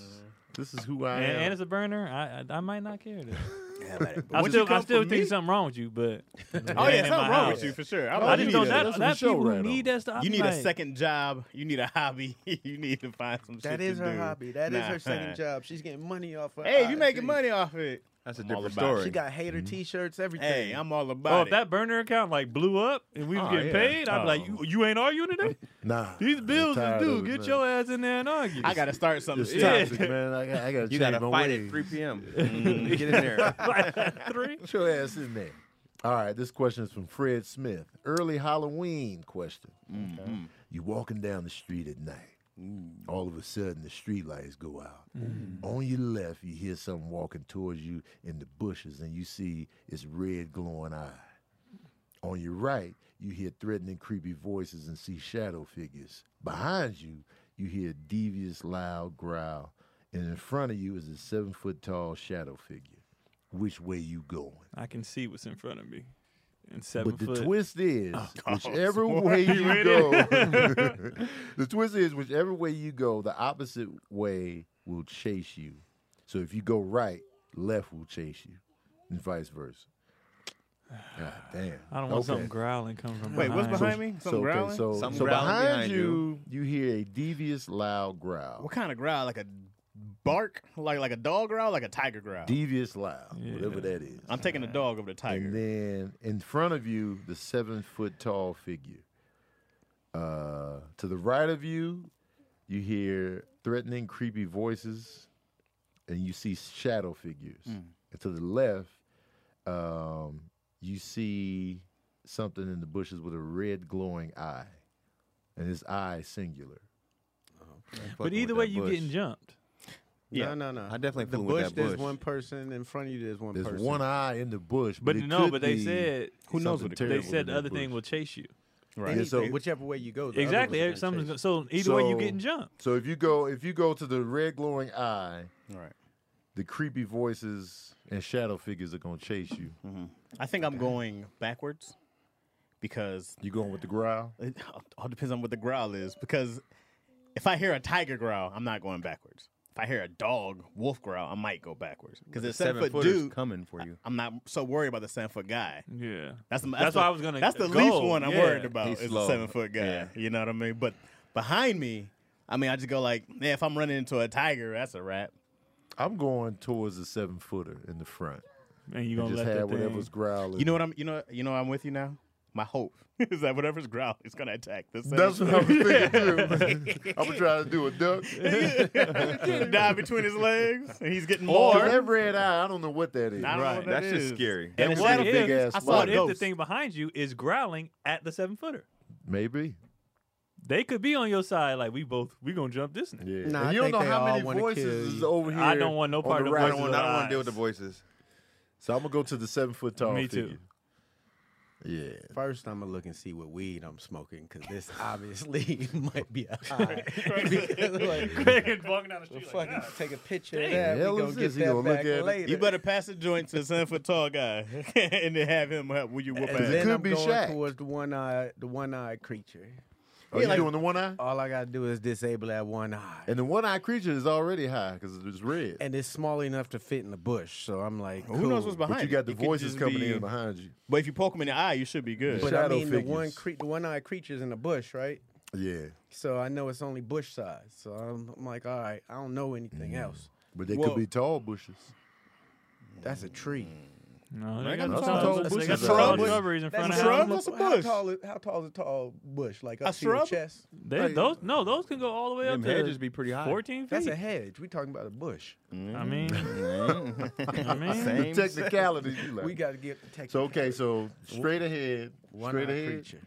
S2: This is who I
S4: Mm-hmm. And,
S2: am.
S4: and it's a burner. I, I, I might not care. then.
S3: Yeah, but- but
S4: I
S3: once you
S4: still, I
S3: come
S4: still
S3: for
S4: think
S3: me-
S4: something wrong with you, but
S3: Oh
S4: it
S3: yeah,
S4: ain't in
S3: something
S4: my
S3: wrong
S4: house.
S3: with you for sure. I'm
S2: No,
S4: I
S3: like,
S2: you
S3: you
S4: just don't.
S2: need
S3: need a-
S2: that. That's
S4: That, that,
S2: what the show
S4: people who
S2: ran
S4: need
S2: on.
S4: that stuff.
S3: You need a
S4: like,
S3: second job. You need a hobby. you need to find some.
S1: That
S3: shit
S1: is
S3: to
S1: her
S3: do.
S1: hobby. That is
S3: Nah.
S1: her second job. She's getting money off. Her
S3: Hey, you
S1: IG.
S3: making money off it?
S5: That's a
S3: I'm all
S5: different
S3: about it.
S5: story.
S1: She got hater
S2: Mm-hmm.
S1: T-shirts, everything.
S3: Hey, I'm all
S4: Oh,
S3: about
S4: if
S3: it.
S4: that burner account like blew up and we was
S2: Oh,
S4: getting
S2: yeah.
S4: paid, I'd be like,
S3: Oh.
S4: you, you ain't arguing today.
S2: nah.
S4: These
S2: I'm
S4: bills is
S2: tired
S4: due.
S2: of it,
S4: Get
S2: man.
S4: your ass in there and argue.
S3: I gotta start something.
S2: It's
S4: Yeah.
S2: toxic, man. I got, I got to
S5: you
S2: change
S5: gotta
S2: my
S5: fight
S2: ways.
S5: at 3 p.m. Mm, Get in there.
S4: like three.
S2: Get your ass in there. All right, this question is from Fred Smith. Early Halloween question. You walking down the street at night. All of a sudden, the street lights go out. On your left, you hear something walking towards you in the bushes, and you see its red glowing eye. On your right, you hear threatening, creepy voices and see shadow figures. Behind you, you hear a devious, loud growl, and in front of you is a seven foot tall shadow figure. Which way you going?
S4: I can see what's in front of me. And seven
S2: but the
S4: foot. Oh,
S2: twist is, whichever way you go, the twist is, whichever way you go, the opposite way will chase you. So if you go right, left will chase you, and vice versa. God damn!
S4: I don't want
S2: Okay.
S4: something growling coming from
S3: Wait, what's
S4: behind.
S3: behind me? Something
S2: so, okay,
S3: growling?
S2: so,
S5: Something
S2: so
S5: growling
S2: behind
S5: behind
S2: you, you hear a devious, loud growl.
S3: What kind of growl? Like a bark? Like like a dog growl? Like a tiger growl?
S2: Devious, loud, whatever
S4: Yeah.
S2: that is.
S3: I'm taking the dog over the tiger.
S2: And then in front of you, the seven foot tall figure. Uh, to the right of you, you hear threatening, creepy voices, and you see shadow figures. And to the left, um, you see something in the bushes with a red glowing eye, and his eye is singular.
S4: But either way, you getting jumped.
S3: yeah.
S1: No, no, no.
S5: I definitely
S1: the
S5: fooling with
S1: bush.
S5: that
S1: There's
S5: bush.
S1: one person in front of you. There's one
S2: There's
S1: person.
S2: one eye in the bush, but,
S4: But
S2: it
S4: no,
S2: could
S4: but they
S2: be
S4: said
S2: Who knows what it could
S4: they
S2: be.
S4: said the other
S2: Bush.
S4: thing will chase you.
S2: Yeah,
S1: Anything,
S2: so-
S1: whichever way you go. the other
S4: exactly.
S1: one's gonna
S4: Something's
S1: chase
S4: gonna- so either way, you
S2: So-
S4: getting jumped.
S2: So if you go, if you go to the red glowing eye,
S3: Right.
S2: the creepy voices and shadow figures are gonna chase you.
S3: I think I'm going backwards because
S2: You going with the growl?
S3: it all depends on what the growl is. Because if I hear a tiger growl, I'm not going backwards. If I hear a dog wolf growl, I might go backwards. Because the seven, foot
S5: footers
S3: dude,
S5: coming for you.
S3: I'm not so worried about the seven foot guy.
S4: Yeah.
S3: That's, the- that's,
S4: That's
S3: the-
S4: why I was gonna
S3: That's the
S4: go,
S3: least one I'm
S4: yeah.
S3: worried about.
S5: He's
S3: is
S5: slow.
S3: the seven foot guy.
S5: Yeah.
S3: You know what I mean? But behind me, I mean, I just go like, yeah, if I'm running into a tiger, that's a wrap.
S2: I'm going towards the seven footer in the front.
S4: And you
S2: You
S4: gonna
S2: just
S4: let
S2: have
S4: that thing.
S2: whatever's growling.
S3: You know what I'm? You know, you know, I'm with you now. My hope is that whatever's growling is gonna attack this.
S2: That's what I was thinking too. I'm trying to do a duck.
S3: die between his legs, and he's getting
S2: Or
S3: more.
S2: that red eye, I don't know what that is.
S3: I don't know
S4: Right.
S3: what that
S5: That's just
S3: is.
S5: scary.
S2: And
S4: And
S2: it's
S4: what
S2: got a
S4: if,
S2: big ass
S3: I saw
S4: what
S3: a
S2: body.
S4: if the
S3: ghost.
S4: thing behind you is growling at the seven footer?
S2: Maybe.
S4: They could be on your side. Like we both, we gonna jump this. Now.
S2: Yeah.
S1: Nah,
S2: And
S1: I
S2: you don't
S1: think
S2: know
S1: they
S2: how
S1: all
S2: many
S1: wanna kill
S2: voices is
S1: you.
S2: over here.
S4: I don't want no
S2: on
S4: part
S2: the
S4: of the
S2: right
S5: I
S4: voices
S5: don't want.
S2: side.
S5: I don't want
S4: eyes.
S5: to deal with the voices.
S2: So I'm gonna go to the seven foot tall
S4: Me too.
S2: figure. Yeah.
S1: First, I'm gonna look and see what weed I'm smoking because this obviously might be a high. Because, like,
S6: Craig is walking down the
S1: we'll
S6: street like,
S1: fucking take a picture of
S6: Dang.
S1: that.
S2: "Ah, Hell
S1: We gonna
S2: is
S1: get
S2: this? He
S1: that
S2: gonna look
S1: back
S2: at it?
S1: later.
S3: You better pass the joint to the seven foot tall guy, and then have him help when you whoop
S1: And
S2: it
S3: ass.
S1: then
S2: could
S1: I'm
S2: be
S1: going
S2: Shaq.
S1: towards the one eye, the one eyed creature.
S2: Are you doing the one eye?
S1: All I gotta do is disable that one eye, and,
S2: And the one eyed creature is already high because it's red.
S1: it's small enough to fit in the bush. So I'm like,
S3: Who knows
S1: cool.
S3: what's behind?
S2: but you got the
S3: it. It could
S2: voices
S3: just
S2: coming
S3: be-
S2: in behind you.
S3: But if you poke him in the eye, you should be good.
S1: But I
S2: Shadow
S1: mean, the one
S2: figures.
S1: cre- the one eyed creature's in the bush, right?
S2: Yeah.
S1: So I know it's only bush size. So I'm, I'm like, all right, I don't know anything
S2: Mm.
S1: else.
S2: But they
S3: Well-
S2: could be tall bushes.
S1: That's a tree.
S4: No,
S3: Man,
S4: they got
S3: that's
S4: tall-
S2: tall
S4: they
S2: bushes
S4: got
S2: out
S4: tall
S2: there.
S4: shrubberies in front
S3: a
S4: of
S3: shrub?
S4: houses.
S3: That's a
S1: how
S3: bush.
S1: Tall is, how tall is a tall bush? Like up
S3: A
S1: to your
S3: shrub?
S1: chest?
S4: They,
S2: Like-
S4: those no, those can go all the way up
S5: Them
S4: to
S5: hedges be pretty high.
S4: fourteen
S1: That's
S4: feet.
S1: a hedge. We talking about a bush.
S4: I mean, I mean,
S5: Same.
S2: The technicality. you like.
S1: We got to get the tech.
S2: so, okay, so straight ahead.
S1: one
S2: straight ahead.
S1: creature.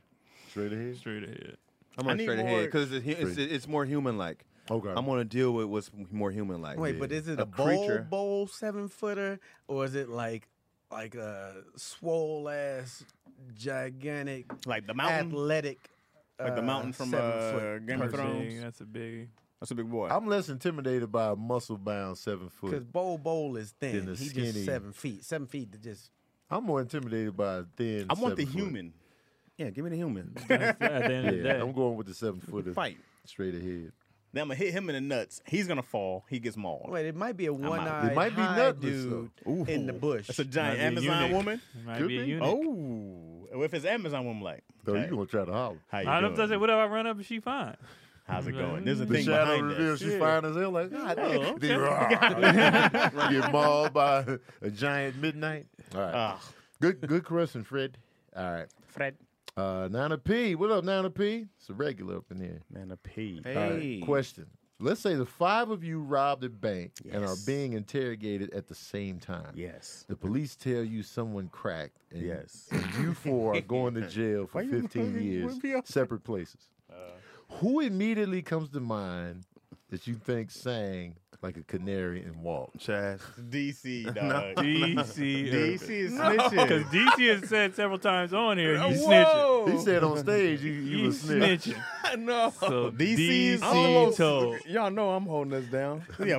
S2: Straight ahead.
S4: straight ahead.
S5: I'm going
S3: need
S5: straight ahead
S3: more-
S5: because it's, hu- it's,
S2: Straight.
S5: it's more human like.
S2: Okay.
S5: I'm going to deal with what's more human like.
S1: Wait, but is it a,
S5: A
S1: bowl
S5: creature.
S1: bowl seven footer or is it like like a swole ass gigantic
S3: like the mountain,
S1: athletic
S3: like the
S1: uh,
S3: mountain from
S1: seven
S3: uh,
S1: foot
S3: Game of
S4: That's big,
S3: Thrones.
S4: That's a big.
S3: That's a big boy.
S2: I'm less intimidated by a muscle bound seven
S1: Because
S2: foot.
S1: Bowl Bowl is thin.
S2: Then the
S1: He
S2: skinny-
S1: just seven feet. Seven feet to just.
S2: I'm more intimidated by a thin.
S3: I want the
S2: seven foot.
S3: human.
S5: Yeah, give me the human.
S4: That's, at the end of the
S2: Yeah,
S4: day,
S2: I'm going with the seven footer.
S3: Fight.
S2: Straight ahead.
S3: Then I'm gonna hit him in the nuts. He's gonna fall. He gets mauled.
S1: Wait, it might be a one
S2: It
S1: eyed
S2: might be
S1: high
S2: nutless,
S1: dude in the bush.
S3: That's a giant
S4: Might be a
S3: Amazon
S4: eunuch.
S3: woman.
S4: it might
S2: Could
S4: be a
S2: be.
S4: unit.
S3: Oh, if it's Amazon woman, like,
S2: So
S3: okay,
S2: you going to try to holler.
S3: how you
S4: I don't know if
S3: doing?
S4: I say, what if I run up and she fine?
S3: How's it
S4: I'm like,
S3: going? There's a
S4: mm,
S2: The
S3: thing
S2: shadow
S3: behind
S2: reveals
S3: this.
S2: she's fine as hell. Like, God,
S4: Oh,
S2: damn. They roar. Get mauled by a giant midnight. All right.
S3: Ah,
S2: Good good question, Fred. All right.
S3: Fred.
S2: Uh, Nana P. What up, Nana P? It's a regular up in here.
S3: Man, a pee.
S2: All right,
S5: Hey.
S2: question. Let's say the five of you robbed a bank and are
S3: Yes.
S2: being interrogated at the same time.
S3: Yes.
S2: The police tell you someone cracked. And
S3: Yes.
S2: You four are going to jail for 15 years, separate places.
S3: Uh.
S2: Who immediately comes to mind that you think sang like a canary and walked?
S5: Chaz.
S3: DC, dog.
S4: DC.
S3: DC is snitching.
S4: Because DC has said several times on here, you snitching.
S5: Whoa.
S3: Oh.
S2: He said on stage, you, you,
S4: You
S2: was snitching.
S4: snitching.
S5: no.
S4: So
S3: DC's
S4: DC told.
S5: Y'all know I'm holding us down.
S3: Yeah,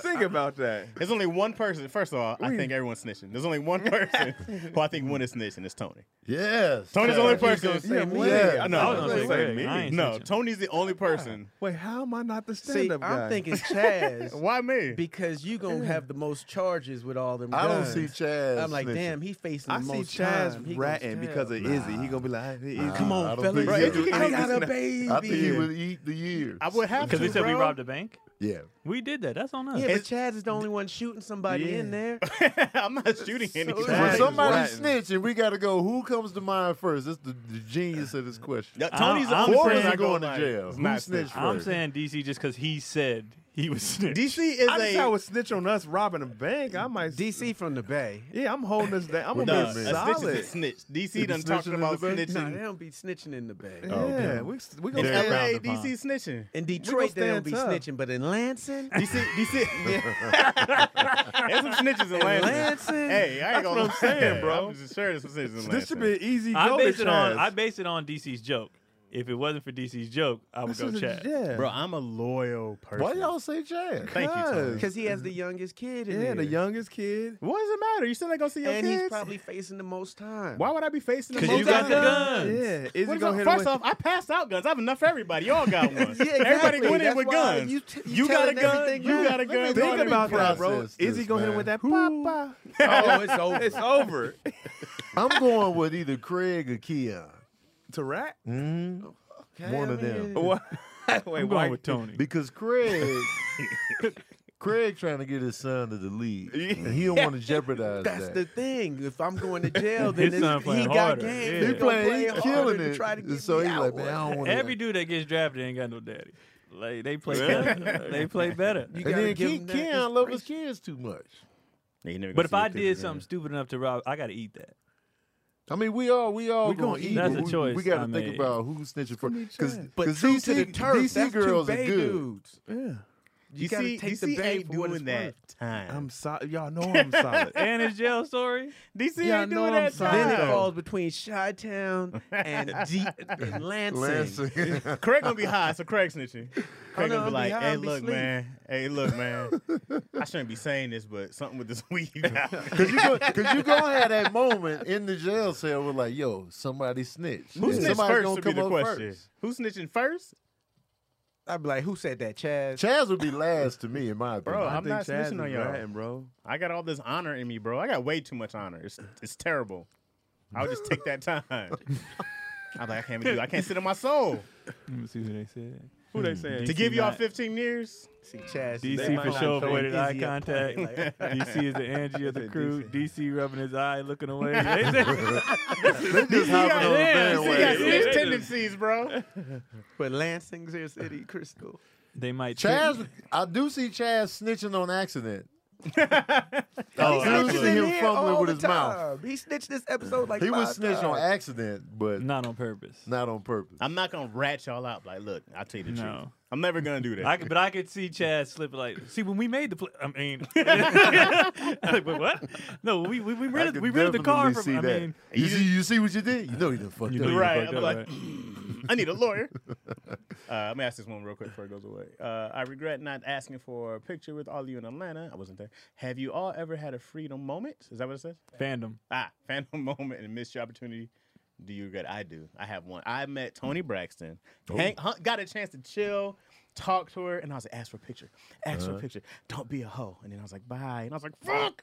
S5: Think about that.
S3: There's only one person. First of all, I think everyone's snitching. There's only one person who I think one is snitching. It's Tony.
S2: Yes.
S3: Tony's the only
S2: Chaz.
S3: person.
S5: say me.
S2: Yeah.
S3: I know.
S4: I
S3: I
S4: was
S3: was
S4: gonna say
S3: gonna say
S4: Greg. I ain't
S3: No,
S4: snitching.
S3: Tony's the only person.
S5: Wait, how am I not the
S1: See,
S5: stand-up guy?
S1: I'm thinking Chaz
S3: Why me?
S1: because you gonna have the most charges with all them.
S2: I don't
S1: guns.
S2: see Chaz.
S1: I'm like,
S2: snitching.
S1: damn, he facing
S5: I
S1: the
S5: see
S1: most
S5: Chaz
S1: time. He gonna
S5: ratting because of
S1: tell.
S5: Izzy. He gonna be like, hey, Izzy.
S1: Come
S2: I
S1: on,
S2: don't
S1: fellas,
S2: think he would.
S1: I
S5: It's
S1: got a
S5: not-
S1: baby.
S2: I think he would eat the years.
S3: I would have to.
S4: Because they said we
S3: bro.
S4: robbed a bank.
S2: Yeah.
S4: We did that. That's on us.
S1: Yeah, but
S3: It's-
S1: Chaz is the only one shooting somebody
S5: Yeah.
S1: in there.
S3: I'm not shooting anybody.
S2: When
S5: Chaz
S2: somebody
S5: is
S2: snitch and we got to go, who comes to mind first? That's the, the genius of this question.
S3: Yeah, Tony's the
S4: I'm
S3: only
S4: saying-
S2: Four is
S3: person I
S2: not
S3: go
S2: going to
S3: like,
S2: jail.
S3: it's
S2: Who
S3: not
S2: snitched
S3: snitching.
S4: I'm
S2: first?
S4: saying DC just because he said he was snitching.
S3: DC is
S5: I just
S3: a
S5: I would snitch on us robbing a bank. I might.
S1: DC from the Bay.
S5: Yeah, I'm holding us down. I'm
S3: Nah,
S5: gonna
S3: a
S5: be
S2: Wait a
S3: snitch
S5: solid.
S3: is a snitch. DC
S2: Is
S3: done
S2: it
S3: talking
S2: snitching in
S3: about
S2: the bank?
S1: Nah, they
S3: snitching.
S1: don't be snitching in the Bay.
S5: Yeah,
S2: okay.
S5: we we
S3: In
S5: gonna
S4: They're
S5: stand-
S4: around
S3: LA,
S4: the pond.
S3: DC snitching.
S1: In
S5: gonna
S1: Detroit, they don't
S5: stand
S1: be
S5: tough.
S1: snitching, but in Lansing,
S3: DC, DC. There's some snitches in Lansing.
S1: Lansing?
S3: Hey, I ain't gonna
S5: what I'm saying, bro.
S3: I'm just sure there's some snitches in Lansing.
S5: This should be an easy
S4: I
S5: go
S4: based
S5: to
S4: it on
S5: Chaz.
S4: I based it on DC's joke. If it wasn't for DC's joke, I would
S5: This
S4: go
S5: is a-
S4: chat.
S5: yeah,
S3: Bro, I'm a loyal person.
S2: Why y'all say Chaz?
S3: Thank you, Tony.
S1: because he has the youngest kid in
S5: Yeah,
S1: there.
S5: the youngest kid.
S3: What does it matter? You still ain't gonna see your
S1: and
S3: kids.
S1: he's probably facing the most time.
S3: Why would I be facing the
S4: 'Cause
S3: most
S4: you got the
S3: guns?
S4: guns.
S5: Yeah,
S3: What
S5: Izzy
S3: is
S5: gonna
S3: up?
S5: hit
S3: First
S5: him
S3: off, I passed out guns. I have enough for everybody. Y'all got one.
S1: Yeah,
S3: Everybody
S1: exactly.
S3: going in
S1: That's
S3: with
S1: why
S3: guns.
S1: you t- you
S3: got
S1: telling
S3: a gun.
S1: everything
S3: You
S1: right.
S3: got a
S1: Let me
S3: gun.
S5: with,
S3: y'all
S5: think
S3: didn't
S5: about that, bro.
S2: process
S5: Izzy
S2: this,
S5: gonna hit
S2: man.
S5: him with that papa.
S1: Oh, it's over.
S5: It's over.
S2: I'm going with either Craig or Keon.
S5: to rat.
S2: Mhm.
S1: Okay,
S2: One
S1: I
S2: of them.
S1: mean,
S5: What? Wait,
S4: I'm
S5: why?
S4: going with Tony.
S2: Because Craig, Craig trying to get his son to the league, and he don't want to jeopardize
S1: That's
S2: that.
S1: the thing. If I'm going to jail, then
S4: His
S1: it's,
S4: son
S1: he
S4: playing
S1: got
S4: harder.
S1: game.
S4: Yeah.
S2: he
S4: He
S1: They gonna play
S2: playing, he
S1: harder
S2: killing
S1: to
S2: it.
S1: Try to get
S2: so
S1: me
S2: he
S1: out.
S2: like, man, I don't want
S4: Every dude that gets drafted ain't got no daddy. Like they play better. they play better.
S1: You
S2: And
S1: gotta
S2: then
S1: give
S2: Ke-
S1: him that
S2: Keon love his kids too much.
S4: But if I did something stupid enough to rob, I gotta eat that.
S2: I mean, we all we all
S5: We
S2: gonna,
S5: gonna
S2: eat.
S4: That's
S2: but
S4: a
S2: we-
S4: choice
S2: We, got to
S4: I
S2: think
S4: made.
S2: about who's snitching for. Because
S1: But true
S2: DC,
S1: to the turf,
S2: DC
S1: that's two
S2: girls are
S1: Bay
S2: good.
S1: dudes.
S5: Yeah.
S1: you, gotta take the bag for what it's worth.
S5: I'm solid. Y'all know I'm solid.
S4: and his jail story.
S3: DC
S5: Yeah, I
S3: ain't
S5: know
S3: doing
S5: I'm
S3: that.
S5: sorry.
S1: Then it
S5: Wow.
S1: falls between Chi Town and, D- and Lansing.
S2: Lansing.
S3: Craig gonna be high, so Craig snitching. Craig
S1: no,
S3: gonna
S1: I'll
S3: be
S1: be
S3: like,
S1: high,
S3: "Hey,
S1: I'll be
S3: look,
S1: asleep."
S3: man. Hey, look, man. I shouldn't be saying this, but something with this weed.
S2: Cause you, go, cause you gonna have that moment in the jail cell where like, yo, somebody snitched.
S3: Who
S2: And
S3: snitched
S2: somebody's
S3: first?
S2: gonna
S3: Would be
S2: come
S3: the
S2: up
S3: question.
S2: first.
S3: Who snitching first?
S1: I'd be like, who said that, Chaz?
S2: Chaz would be last to me in my opinion.
S3: Bro, I'm
S5: think
S3: not
S5: Chaz
S3: snitching
S5: is
S3: on y'all.
S5: ratting, bro.
S3: I got all this honor in me, bro. I got way too much honor. It's it's terrible. I would just take that time. I'm like, I can't do. I can't sit in my soul.
S4: Let me see who they said.
S3: Who they saying to
S4: DC
S3: give y'all
S4: not-
S3: 15 years?
S1: See, Chaz.
S4: DC
S1: they might
S4: for
S1: not
S4: sure
S1: show
S4: avoided
S1: Izzy
S4: eye
S1: up
S4: contact.
S1: front, like-
S4: DC is the Angie of the
S5: said
S4: crew. DC rubbing his eye, looking away. They said-
S2: just hopping on the
S4: Yeah,
S3: You
S4: Wait,
S2: bandwagon.
S3: got
S4: wait, wait,
S3: snitch
S4: wait.
S3: tendencies, bro.
S1: but Lansing's your city, Crystal.
S4: they might. trick-
S2: Chaz, I do see Chaz snitching on accident. oh, I do
S1: He's
S2: see
S1: in
S2: him
S1: here
S2: fumbling
S1: all
S2: with
S1: the
S2: his mouth.
S1: time. He snitched this episode like
S2: He would
S1: five
S2: snitch on
S1: times.
S2: accident, but
S4: Not on purpose.
S2: not on purpose.
S3: I'm not gonna rat y'all out. Like, look, I'll tell you the
S4: No.
S3: truth. I'm never gonna do that.
S4: I could, but I could see Chad slip like, see when we made the play. I mean, like, but what? No, we we, we
S2: I
S4: rented
S2: could
S4: we rented the car
S2: definitely
S4: from.
S2: see
S4: I
S2: that.
S4: mean,
S2: you see, you see what you did. You know you done fucked
S4: You
S2: up.
S4: know you
S3: right.
S4: fucked
S3: I'm
S4: up,
S3: like, "Mm,
S4: right?
S3: I need a lawyer. Uh, let me ask this one real quick before it goes away. Uh, I regret not asking for a picture with all of you in Atlanta. I wasn't there. Have you all ever had a freedom moment? Is that what it says?
S4: fandom.
S3: Ah, fandom moment and missed your opportunity. Do you regret? I do. I have one. I met Tony Braxton.
S4: Oh.
S3: Hank, hun- got a chance to chill, talk to her, and I was like, ask for a picture. Ask
S4: Uh.
S3: for a picture. Don't be a hoe. And then I was like, bye. And I was like, fuck.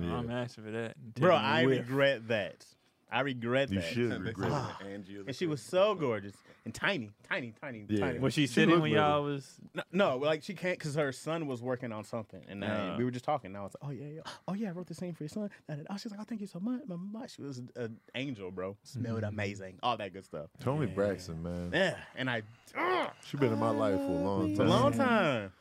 S4: I'm asking for that,
S3: Bro,
S4: Taking a
S3: I
S4: whiff.
S3: regret that. I regret
S2: You
S3: that.
S2: should regret it.
S5: Ah.
S3: And she was so gorgeous and tiny, tiny, tiny,
S2: Yeah.
S3: tiny.
S4: Was she,
S2: She
S4: sitting
S2: looked
S4: when
S2: little.
S4: y'all was?
S3: No, no, like she can't because her son was working on something, and uh,
S4: Uh.
S3: we were just talking. And I was like, "Oh yeah, yeah, oh yeah, I wrote this thing for your son." And oh, she's like, "Oh, thank you so much, my mom." She was an angel, bro. Smelled
S4: Mm-hmm.
S3: amazing, all that good stuff.
S2: Tony Braxton, man.
S3: Yeah, and I, ugh,
S2: She been in my life for a long
S3: it's a
S2: time.
S3: long time,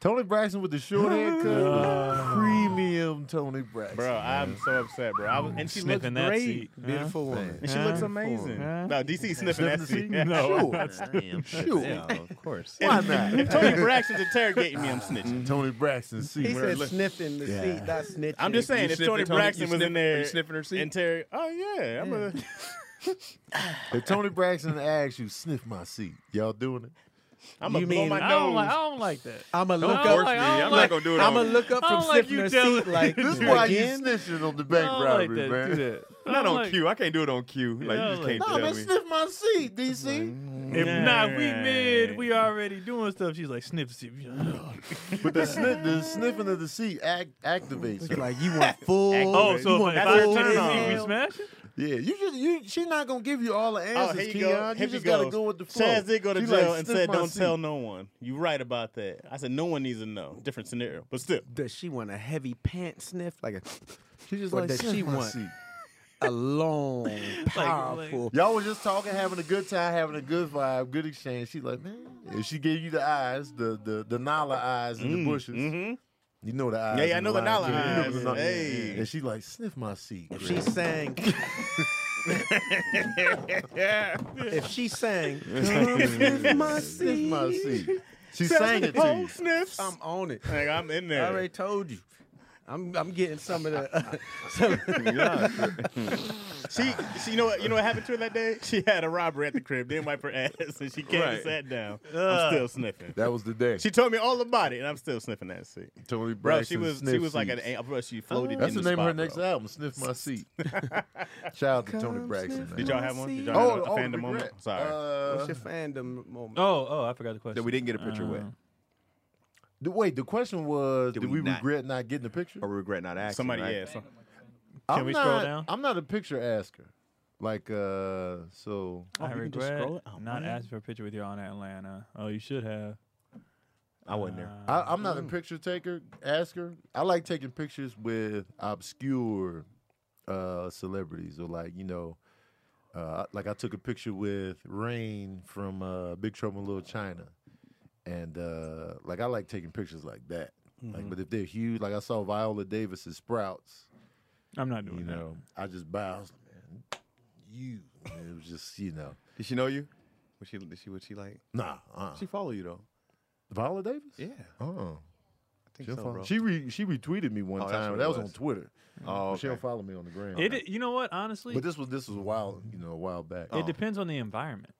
S2: Tony Braxton with the short haircut,
S4: Uh.
S2: premium Tony Braxton.
S3: bro. I'm so upset, bro. I was, and she looks
S4: Sniffing that
S3: great,
S4: seat.
S1: Beautiful woman.
S3: and she looks
S4: Huh?
S3: amazing.
S4: Huh?
S3: No, DC sniffing that seat.
S2: Sniffing the seat?
S3: No,
S2: Sure, sure.
S6: of course.
S2: Why not?
S3: if Tony Braxton's interrogating me, I'm snitching.
S2: Tony Braxton, see
S1: He
S2: where
S1: said
S2: it looks-
S1: sniffing the
S2: Yeah.
S1: seat, not snitching.
S3: I'm just saying, if
S6: sniffing
S3: Tony
S6: Tony-
S3: Braxton
S6: you
S3: was in
S6: sniffing- are
S3: there,
S6: you sniffing her seat?
S3: Inter- oh yeah, I'm a.
S2: If Tony Braxton asks you, sniff my seat. Y'all doing it?
S3: I'm a
S1: You
S3: blow
S1: mean-
S3: my
S4: I
S3: nose.
S4: don't like. I don't like that.
S1: I'm a
S4: Don't
S1: look
S4: force
S1: up.
S4: me. I'm
S6: I'm
S4: like-
S6: not gonna do it.
S1: I'm a
S6: on-
S1: look up
S4: I
S1: from
S4: don't like
S1: sniffing
S4: you
S1: her
S4: telling-
S1: seat like
S2: This is
S1: you
S2: why
S1: again.
S2: you snitching on the
S4: I
S2: bank
S4: don't like
S2: robbery,
S4: that.
S2: man.
S4: Do that. I
S6: Not
S4: don't
S6: on
S4: like-
S6: cue. I can't do it on cue. Like
S4: Yeah,
S6: you just
S4: like-
S6: can't
S2: No,
S6: tell
S2: man,
S6: me.
S2: sniff my seat, DC.
S4: If not, we mid. We already doing stuff. She's like sniff. sniff.
S2: But the, sniff, the sniffing of the seat act- activates her.
S1: Like you want full.
S4: Oh, so
S1: you
S4: if
S1: want
S4: I
S3: her
S1: full
S4: turn
S1: inhale.
S4: on, we smash it.
S2: Yeah, you just you. She's not gonna give you all the
S3: Oh,
S2: answers,
S3: here you go.
S2: Keon.
S3: Here
S2: You
S3: he
S2: just gotta
S3: goes.
S2: go with the flow.
S3: Chaz did go to
S2: She
S3: jail
S2: like,
S3: and
S2: "Sniff
S3: said,
S2: my
S3: "Don't
S2: seat."
S3: tell no one." You right about that. I said, "No one needs to know." Different scenario, but still.
S1: Does she want a heavy pant sniff? Like a,
S2: She just
S1: Or
S2: like
S1: does
S2: "Sniff
S1: she
S2: my
S1: want-
S2: seat."
S1: a long, powerful.
S2: Y'all was just talking, having a good time, having a good vibe, good exchange. She like, man, if she gave you the eyes, the the the Nala eyes in the bushes.
S3: Mm-hmm.
S2: You know the eyes.
S3: Yeah, yeah, I
S2: and
S3: know
S2: the
S3: the Nala
S2: lines, you know
S3: eyes.
S2: the Nala-
S3: Hey.
S2: And she like, sniff my seat.
S1: if she
S2: Greg."
S1: sang, if she sang,
S2: sniff
S1: my
S2: my
S1: seat.
S2: seat. She sang it to you.
S3: sniffs.
S1: I'm on it.
S3: Like, I'm in
S1: I
S3: there.
S1: already told you. I'm I'm getting some of the. uh, some,
S3: She, she, you know what? You know what happened to her that day? She had a robbery at the crib. Didn't wipe her ass, and she came and
S6: Right.
S3: sat down. I'm still sniffing.
S2: That was the day.
S3: She told me all about it, and I'm still sniffing that seat.
S2: Tony
S3: Bro,
S2: Braxton
S3: she was she
S2: sniff
S3: was like
S2: seats.
S3: an an bro. She floated.
S2: That's the,
S3: in the
S2: name
S3: spot,
S2: of her next
S3: bro.
S2: album, Sniff My Seat. Shout out to Tony
S1: Come
S2: Braxton.
S1: sniff
S2: man.
S3: Did y'all have one? Did y'all
S2: Oh,
S3: have a
S2: oh,
S3: fandom
S2: regret.
S3: moment? Sorry.
S1: what's
S2: Uh,
S1: your fandom moment?
S4: Oh, oh, I forgot the question.
S6: That we didn't get a picture with.
S2: the, wait, the question was,
S6: Did
S2: do
S6: we
S2: we
S6: not?
S2: regret not getting a picture?
S6: Or regret not asking.
S3: Somebody,
S6: right?
S3: yeah. Some,
S2: I'm
S4: we
S2: not,
S4: scroll down?
S2: I'm not a picture asker. Like, uh, so
S3: Oh,
S4: I
S3: you can just
S4: regret
S3: scroll it. Oh,
S4: not
S3: man.
S4: asking for a picture with you on Atlanta. Oh, you should have.
S6: I wasn't there.
S2: I, I'm not a picture taker, asker. I like taking pictures with obscure uh, celebrities or like, you know, uh, like I took a picture with Rain from uh, Big Trouble in Little China. And uh, like I like taking pictures like that. Like, but if they're huge, like I saw Viola Davis's Sprouts,
S4: I'm not doing
S2: you
S4: that.
S2: know, I just bowed. I was like, man, you. And it was just, you know,
S6: Did she know you? Was she? Did she? Was she like?
S2: nah. Uh-uh.
S6: She follow you though.
S2: Viola Davis?
S6: Yeah.
S2: Oh.
S6: I think
S2: She'll
S6: so,
S2: follow-
S6: bro.
S2: She re, she retweeted me one
S6: Oh, that's
S2: time.
S6: what
S2: That
S6: it
S2: was. on
S6: was.
S2: Twitter.
S6: Oh,
S2: But She don't
S6: okay.
S2: follow me on the gram.
S4: It, you know what? Honestly,
S2: But this was this was a while, you know, a while back.
S4: It depends on the environment.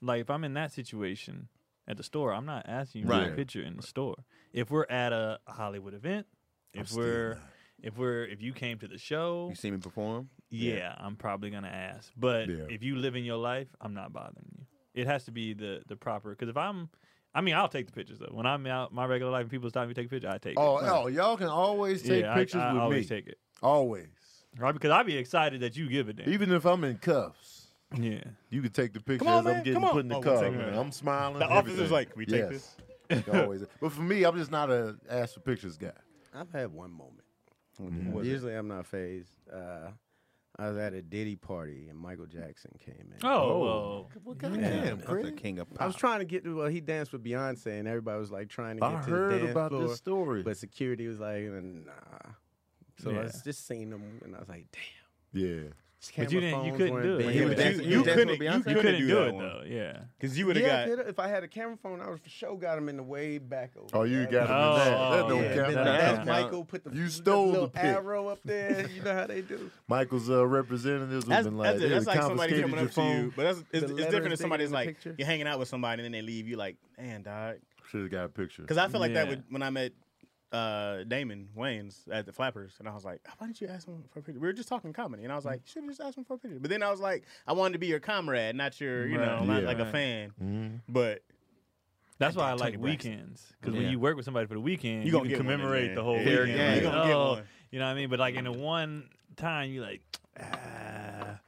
S4: Like if I'm in that situation at the store, I'm not asking you for
S2: Right.
S4: a picture in the store. If we're at a Hollywood event, if we're if we're if you came to the show,
S5: You see me perform?
S4: yeah, I'm probably gonna ask. But
S2: Yeah.
S4: if you live in your life, I'm not bothering you. It has to be the the proper because if I'm, I mean, I'll take the pictures though. When I'm out my regular life and people stop me to take a picture, I take
S2: Oh,
S4: it.
S2: oh, y'all can always take
S4: yeah, I-
S2: pictures
S4: I,
S2: with
S4: always
S2: me.
S4: take it.
S2: Always.
S4: Right, because I'd be excited that you give a damn.
S2: Even if I'm in cuffs,
S4: Yeah,
S2: you can take the picture
S3: on,
S2: as I'm
S3: man,
S2: getting
S3: come on.
S2: put in the
S3: Oh, we'll
S2: car.
S3: take
S2: man.
S3: it.
S2: I'm smiling.
S3: The officer's
S2: everything.
S3: like, "Can we take
S2: Yes. You always- But for me, I'm just not a ask for pictures guy.
S1: I've had one moment. Mm-hmm.
S2: Was it?
S1: Usually, I'm not phased. Uh, I was at a Diddy party and Michael Jackson came in.
S4: Oh, well,
S2: Well, goddamn,
S5: The
S2: Chris.
S5: king of
S1: I
S5: pop.
S1: was trying to get to. Well, he danced with Beyonce, and everybody was like trying to get
S2: I
S1: to the
S2: heard
S1: dance
S2: about
S1: floor,
S2: this story.
S1: but security was like, nah. So I
S4: Yeah.
S1: was just seeing him, and I was like, damn.
S2: yeah.
S1: Just
S4: But
S1: camera
S4: you didn't- you
S1: phones
S4: couldn't
S1: weren't
S4: do it.
S1: big.
S4: But
S5: he was
S3: But
S5: dancing-
S3: you,
S5: he
S3: you
S5: was dancing
S3: couldn't
S5: with
S3: you
S5: Beyonce?
S3: couldn't,
S4: you couldn't
S3: do,
S4: do,
S3: that
S4: it
S3: one.
S4: though. Yeah.
S3: Cause you would have
S1: yeah, I
S3: got.
S1: could've- if I had a camera phone, I would for sure got him in the way back over.
S2: Oh, you
S1: there.
S2: got
S4: Oh,
S2: it. That, that
S4: oh,
S2: don't
S4: yeah.
S2: count.
S1: then
S4: That
S1: I
S4: don't
S1: asked
S5: count.
S1: Michael put the
S2: You stole the
S1: little
S2: pic.
S1: arrow up there. You know how they do.
S2: Michael's uh, representatives have
S3: That's,
S2: been like,
S3: that's,
S2: they
S3: it. that's
S2: done
S3: like somebody
S2: confiscated
S3: coming
S2: your
S3: up to you,
S2: phone.
S3: but that's, it's,
S1: The
S3: it's
S1: letters
S3: different
S1: they
S3: if somebody's
S1: get in the
S3: like
S1: picture.
S3: you're hanging out with somebody and then they leave you like, man, dog.
S2: Should have got a picture.
S3: Because I feel like that
S4: Yeah.
S3: would when I met uh, Damon Wayne's at the Flappers, and I was like, "Oh, why didn't you ask him for a picture? We were just talking comedy, and I was like, you should have just asked him for a picture. But then I was like, I wanted to be your comrade, not your, you know,
S4: Right.
S3: not
S2: Yeah.
S3: like a
S4: Right.
S3: fan.
S2: Mhm.
S3: But
S4: That's why I
S3: Tony
S4: like
S3: Braxton.
S4: weekends because
S3: Yeah.
S4: when you work with somebody for the weekend,
S3: You
S4: you,
S3: gonna
S4: can
S3: get one in
S4: commemorate
S3: there.
S4: the whole
S3: Yeah.
S4: weekend.
S5: Yeah. You
S4: Like,
S3: gonna get
S4: oh,
S3: one.
S4: You know what I mean? But like in the one time, you like, ah.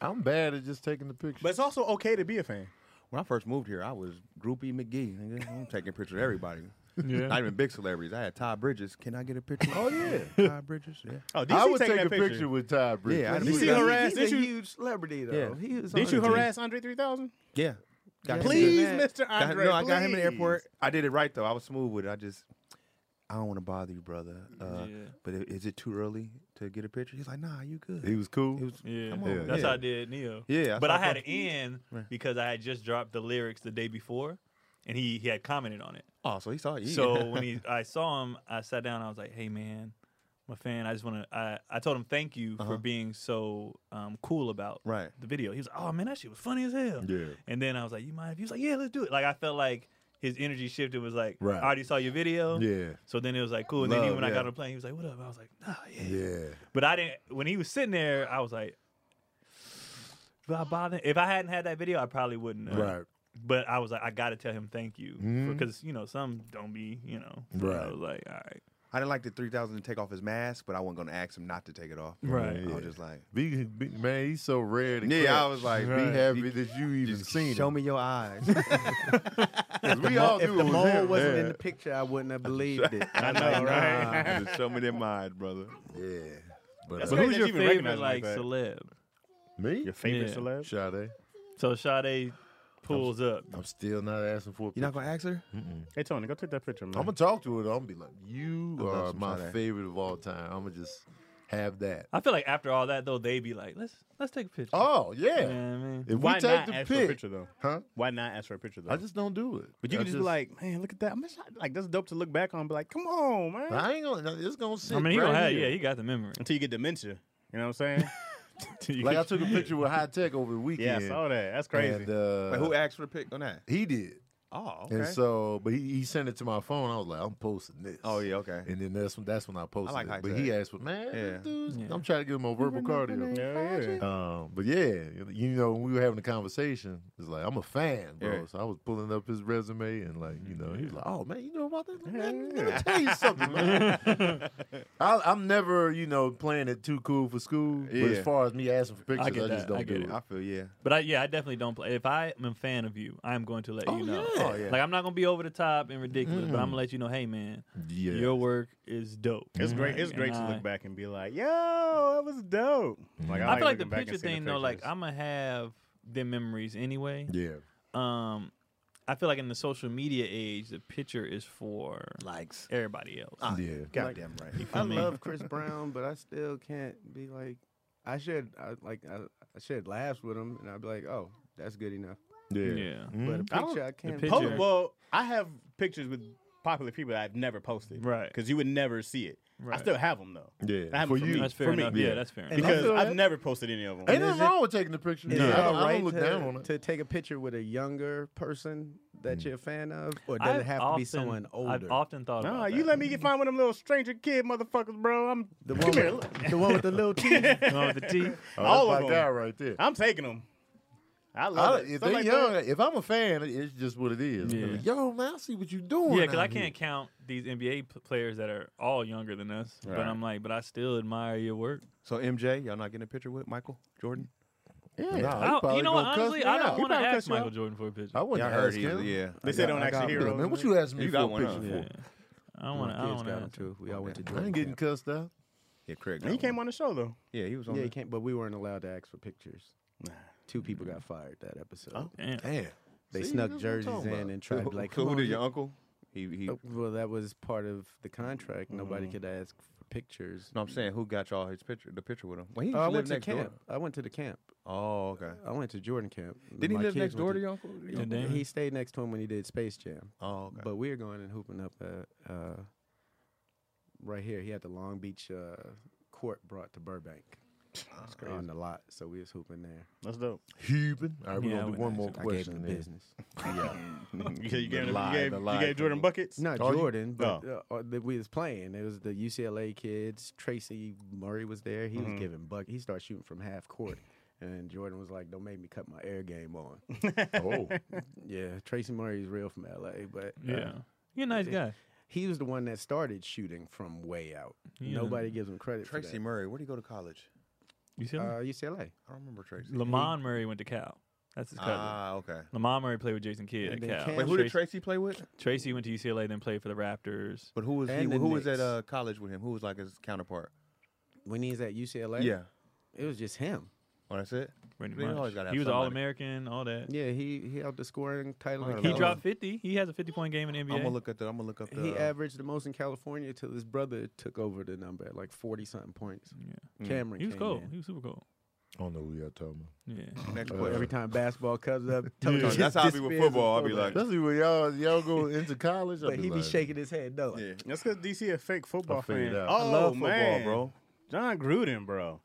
S2: I'm bad at just taking the picture.
S3: but it's also okay to be a fan.
S5: When I first moved here, I was Groupie McGee. nigga. I'm taking pictures of everybody.
S4: Yeah.
S5: Not even big celebrities. I had Todd Bridges. Can I get a picture?
S2: oh yeah,
S5: Todd Bridges. Yeah.
S3: Oh, DC
S2: I would take
S3: taking
S2: a
S3: that
S2: picture. with Ty Bridges.
S5: Yeah, I
S2: I'd
S5: didn't
S2: be
S3: see
S2: like,
S3: her
S1: He's
S3: ass,
S1: a
S3: didn't you-
S1: huge celebrity though.
S5: Yeah.
S1: He was
S3: Didn't
S1: on
S3: you
S1: the-
S3: harass Andre 3000?
S5: Yeah. Got him.
S3: Please,
S1: Did that.
S3: Mr.
S5: Got him-
S3: Andre.
S5: no, I got him in the
S3: please.
S5: airport. I did it right though. I was smooth with it. I just, I don't want to bother you, brother. Uh,
S4: Yeah.
S5: But i- is it too early to get a picture? He's like, Nah, you good.
S2: he was cool.
S5: It was,
S4: Yeah.
S5: Come
S2: on,
S4: That's
S5: yeah.
S4: how I did Neo.
S5: yeah.
S4: but I
S5: saw
S4: had
S5: him.
S4: it in because I had just dropped the lyrics the day before, and he he had commented on it.
S5: Oh, so he saw it. Yeah.
S4: So when he I saw him, I sat down. I was like, "Hey man, I'm a fan. I just want to." I I told him thank you
S3: Uh-huh.
S4: for being so um, cool about
S5: Right.
S4: the video. He was like, "Oh man, that shit was funny as hell."
S2: Yeah.
S4: And then I was like, "You mind?" if-" He was like, "Yeah, let's do it." Like I felt like his energy shifted. Was like,
S2: Right.
S4: "I already saw your video."
S2: Yeah.
S4: So then it was like cool. And then
S5: Love,
S4: even when I
S5: yeah.
S4: got on the plane, he was like, "What up?" I was like, "Nah, yeah."
S2: Yeah,
S4: But I didn't. When he was sitting there, I was like. "Do I bother?" If I hadn't had that video, I probably wouldn't. have
S2: right.
S4: but I was like, I gotta tell him thank you
S2: Mhm.
S4: because you know some don't be you know. so
S2: Right.
S4: I was like, all right,
S5: I didn't like the three thousand to take off his mask, but I wasn't gonna ask him not to take it off.
S4: Right.
S5: I
S2: Yeah.
S5: was just like,
S2: Be, be- man, he's so rare. To
S5: Yeah,
S2: catch.
S5: I was like,
S2: be
S5: right.
S2: happy that you even
S5: just
S2: seen
S5: show
S2: him.
S5: me your eyes.
S2: we all
S1: If
S2: knew
S1: the
S2: it was
S1: mole
S2: him.
S1: wasn't
S2: yeah.
S1: in the picture, I wouldn't have believed it.
S3: I know, right?
S5: just show me them eyes, brother.
S2: Yeah, but
S3: That's
S2: uh,
S3: crazy
S4: but
S3: that
S4: who's your
S3: you even
S4: favorite
S3: recognize him like
S4: like
S3: that.
S4: celeb?
S2: me,
S3: Your favorite
S4: Yeah.
S3: celeb?
S2: Sade.
S4: So Sade pulls up.
S2: I'm still not asking for. A
S5: You're not gonna ask her?
S3: Hey, Tony, go take that picture, man.
S2: I'm gonna talk to her. though. I'm gonna be like, you
S5: I love
S2: are
S5: some
S2: my
S5: Sade.
S2: favorite of all time. I'm gonna just have that.
S4: I feel like after all that though, they be like, let's let's take a picture.
S2: Oh
S4: You
S2: yeah.
S4: know what I mean?
S2: If
S3: Why
S2: we take
S3: not
S2: the
S3: ask for a
S2: pic,
S3: picture though?
S2: huh?
S3: Why not ask for a picture though?
S2: I just don't do it.
S3: But you
S2: I
S3: can just, be like, man, look at that. I'm just, like, that's dope to look back on. and Be like, come on, man.
S2: I ain't gonna. It's gonna sit.
S4: I mean, he
S2: right
S4: don't have.
S2: here.
S4: Yeah, he got the memory.
S3: Until you get dementia. You know what I'm saying? Until you
S2: Like I
S3: get-
S2: took a picture with High Tech over the
S3: yeah,
S2: weekend.
S3: I saw that. That's crazy.
S2: And, uh,
S5: Like, who asked for a pic on that?
S2: he did.
S5: Oh,
S2: And so, but he, he sent it to my phone. I was like, I'm posting this.
S5: oh yeah, okay.
S2: And then that's when that's when I posted
S5: like High
S2: it. But
S5: Tech.
S2: he asked for man,
S5: Yeah.
S2: dude,
S4: Yeah.
S2: I'm trying to give him a verbal cardio.
S3: yeah, yeah.
S2: Um, but yeah, you know, when we were having a conversation, it's like I'm a fan, bro.
S5: Yeah.
S2: So I was pulling up his resume and like, you know, he was like, "Oh man, you know about that? Man, let me tell you something, man." I, I'm never, you know, playing it too cool for school. But
S5: Yeah.
S2: as far as me asking for pictures, I,
S4: get
S2: just
S4: that.
S2: don't
S4: I
S2: do
S4: get
S2: it.
S4: it.
S5: I feel yeah.
S4: But I, yeah, I definitely don't play. If I am a fan of you, I'm going to let
S2: Oh,
S4: you know.
S2: yeah. Oh,
S5: yeah.
S4: Like I'm not gonna be over the top and ridiculous, but I'm gonna let you know, hey man,
S2: Yeah,
S4: your work is dope.
S3: Mm-hmm. It's great. It's
S4: Like,
S3: great
S4: and
S3: to
S4: I-
S3: look back and be like, "Yo, that was dope."
S2: Mm-hmm.
S3: Like
S4: I feel like the
S3: looking back and
S4: picture
S3: seeing the
S4: thing though, like
S3: pictures.
S4: I'm gonna have them memories anyway.
S2: yeah,
S4: Um, I feel like in the social media age, the picture is for
S5: Likes.
S4: everybody else.
S3: Ah,
S2: yeah.
S5: Goddamn right.
S4: You feel
S1: I
S4: me?
S1: love Chris Brown, but I still can't be like I should I, like I, I should laughs with him, and I'd be like, oh, that's good enough.
S2: Yeah. Mm-hmm.
S4: Yeah.
S1: But a
S3: I don't-
S1: picture I can't.
S4: picture-
S3: Polo, well, I have pictures with popular people that I've never posted,
S4: Right.
S3: Because you would never see it.
S4: Right.
S3: I still have them though.
S2: Yeah,
S3: I have
S2: for
S3: them for
S2: you.
S3: me.
S4: That's fair
S3: for
S4: enough.
S3: me,
S4: Yeah,
S2: Yeah.
S4: that's fair
S1: And
S4: enough.
S1: I
S3: Because
S1: feel
S3: I've
S1: that.
S3: never posted any of them.
S2: Ain't
S1: Is
S2: nothing
S1: it-
S2: wrong with taking the picture.
S1: Is
S2: Yeah,
S1: it
S2: I
S1: all
S2: don't- I
S1: right
S2: don't look
S1: to,
S2: down on it.
S1: to take a picture with a younger person that you're a fan of, or does
S4: I've
S1: it have to
S4: often-
S1: be someone
S4: I've
S1: older?
S4: often thought
S3: Nah,
S4: about
S3: you
S4: that.
S3: let me get fine with them little stranger kid motherfuckers, bro. I'm
S1: the
S3: come
S1: one,
S3: here.
S1: with,
S3: look.
S1: the one with the little teeth.
S4: The one with the teeth.
S2: Oh,
S3: all
S2: that's
S3: of
S2: my
S3: them.
S2: guy right there.
S3: I'm taking them. I
S2: I,
S3: love it.
S2: if
S3: Stuff
S2: they
S3: like
S2: young,
S3: that.
S2: if I'm a fan, it's just what it is.
S4: Yeah.
S2: Like, Yo, man, I see what you doing.
S4: Yeah, because I
S2: out here.
S4: can't count these NBA p- players that are all younger than us. But
S3: Right.
S4: I'm like, but I still admire your work.
S5: So MJ, y'all not getting a picture with Michael Jordan?
S2: Yeah, nah, Oh, he
S4: I-
S2: probably
S4: you know what?
S2: gonna cuss
S4: Honestly,
S2: me
S4: I don't
S2: out.
S4: want to
S3: probably
S4: ask
S3: cuss you
S4: Michael
S3: out.
S4: Jordan for a picture.
S2: I
S5: Y'all
S2: wouldn't
S5: heard
S2: ask
S5: he was,
S2: him.
S5: yeah.
S3: They say don't ask
S5: got
S3: your
S5: one.
S3: heroes.
S2: man, what you asking me
S6: You
S2: for
S6: got
S2: a
S6: one, huh?
S2: picture
S4: Yeah. I don't want to. I
S1: Kids
S4: don't
S1: got them
S4: want to.
S1: too. We all went to
S2: for? I
S1: Jordan.
S2: ain't getting
S1: Camp.
S2: cussed out.
S5: Yeah, Craig.
S3: He
S5: got
S3: came
S5: one.
S3: on the show though.
S5: Yeah, he was on.
S1: Yeah,
S5: the-
S1: you can't. But we weren't allowed to ask for pictures. Two people got fired that episode.
S4: Damn.
S2: Damn.
S1: They
S2: See, that's what
S1: snuck
S2: I'm
S1: jerseys
S2: talking
S1: in
S2: about.
S1: and tried to be like,
S5: so
S1: "Come
S5: who
S1: on,
S5: did
S1: get-"
S5: your uncle? He he.
S1: Oh, well, that was part of the contract. Nobody could ask for pictures.
S5: Mm. No, I'm saying who got y'all his picture, the picture with him. Well, he
S1: Oh,
S5: used
S1: I
S5: to
S1: went
S5: live
S1: to
S5: next
S1: camp.
S5: door.
S1: I went to the camp.
S5: Oh, okay.
S1: I went to Jordan camp.
S5: Didn't
S1: My
S5: he live
S1: kids
S5: next
S1: went
S5: door to your uncle? Your
S4: Yeah,
S5: uncle?
S4: damn.
S1: He stayed next to him when he did Space Jam.
S5: Oh, okay.
S1: But we were going and hooping up uh, uh, right here. He had the Long Beach uh, court brought to Burbank on the lot, so we was hooping there.
S3: That's dope.
S2: Cuban. All right, we're
S4: Yeah, I
S2: gonna do
S4: wouldn't
S2: one
S4: ask
S2: more
S4: him.
S1: I gave
S2: question.
S1: him the
S2: then.
S1: business.
S3: You gave, you gave, you
S2: lie,
S3: gave,
S2: the
S3: you
S2: lie
S3: gave Jordan
S2: thing.
S3: buckets.
S1: Not
S2: Oh, you-
S1: Jordan, but uh, uh, that we was playing. It was the UCLA kids. Tracy Murray was there. He
S4: Mm-hmm.
S1: was giving buck. He started shooting from half court, and Jordan was like, "Don't make me cut my air game on."
S2: Oh,
S1: yeah, Tracy Murray's real from LA, but uh,
S4: Yeah. You're a nice guy.
S1: he was the one that started shooting from way out.
S4: Yeah.
S1: Nobody gives him credit.
S5: Tracy
S1: for
S5: Murray, where did he go to college?
S4: You see
S1: that.
S4: him?
S1: Uh, UCLA.
S5: I don't remember Tracy.
S4: Lamont Murray went to Cal. That's his cousin.
S5: Ah, okay.
S4: Lamont Murray played with Jason Kidd
S1: And then
S4: at Cal.
S1: Cam-
S5: Wait,
S1: Wait,
S5: who did
S4: Tracy-
S5: Tracy play with?
S4: Tracy went to UCLA, then played for the Raptors.
S5: But who was he?
S1: And the
S5: Who was at
S1: Knicks.
S5: uh, college with him? Who was like his counterpart?
S1: When he's at UCLA,
S5: Yeah.
S1: it was just him.
S5: Oh, that's it.
S4: Pretty
S5: They always
S4: much.
S5: gotta have
S4: He was
S5: somebody.
S4: all American, all that.
S1: Yeah, he he held the scoring title.
S5: He
S1: in
S4: He
S5: Oh.
S1: California.
S4: dropped 50. He has a 50 point game in NBA.
S5: I'm gonna look at the. I'm gonna look up the.
S1: He
S5: uh,
S1: averaged the most in California till his brother took over the number at like forty something points.
S4: Yeah.
S1: Cameron,
S4: He was
S1: came
S4: cool.
S1: in.
S4: He was super cool.
S2: I don't know who y'all talking about.
S4: Yeah.
S5: next
S1: Uh,
S5: question.
S1: every time basketball comes up, tell
S5: Yeah.
S1: him
S5: That's how I be with football. I'll be like-
S2: Especially when y'all y'all go into college. I'll
S1: but he be
S2: like,
S1: shaking his head no.
S5: Yeah.
S3: That's because DC a fake football
S2: I'll figure
S3: fan.
S2: it
S3: Oh
S2: out.
S5: I love football,
S3: man,
S5: bro.
S3: John Gruden, bro.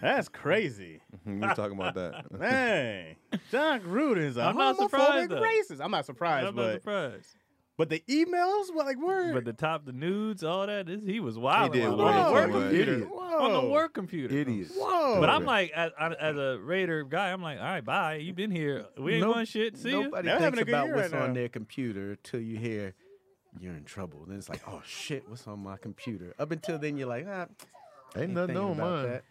S3: That's crazy,
S5: We were talking about that.
S3: man. John Gruden's a
S4: I'm not
S3: homophobic
S4: surprised, though.
S3: racist. I'm not surprised,
S4: I'm
S3: but
S4: not surprised.
S3: but the emails, were like, word.
S4: But the top, the nudes, all that. This, he was "Oh, wild.
S5: did
S4: on, the
S5: wild
S4: work-
S5: too
S4: work
S5: much.
S4: computer.
S2: Idiot.
S4: on the work computer.
S2: idiots.
S3: Whoa.
S4: But I'm like, as, as a Raider guy, I'm like, all right, bye. You've been here. We ain't
S1: Nope.
S4: going shit. See ya.
S1: Nobody
S3: They're having
S1: thinks
S3: a good
S1: about
S3: year
S1: what's
S3: right
S1: on
S3: now.
S1: their computer till you hear you're in trouble. Then it's like, oh shit, what's on my computer? Up until then, you're like, ah,
S2: Ain't
S1: ain't
S2: nothing
S1: thinking
S2: on
S1: about
S2: mine.
S1: that.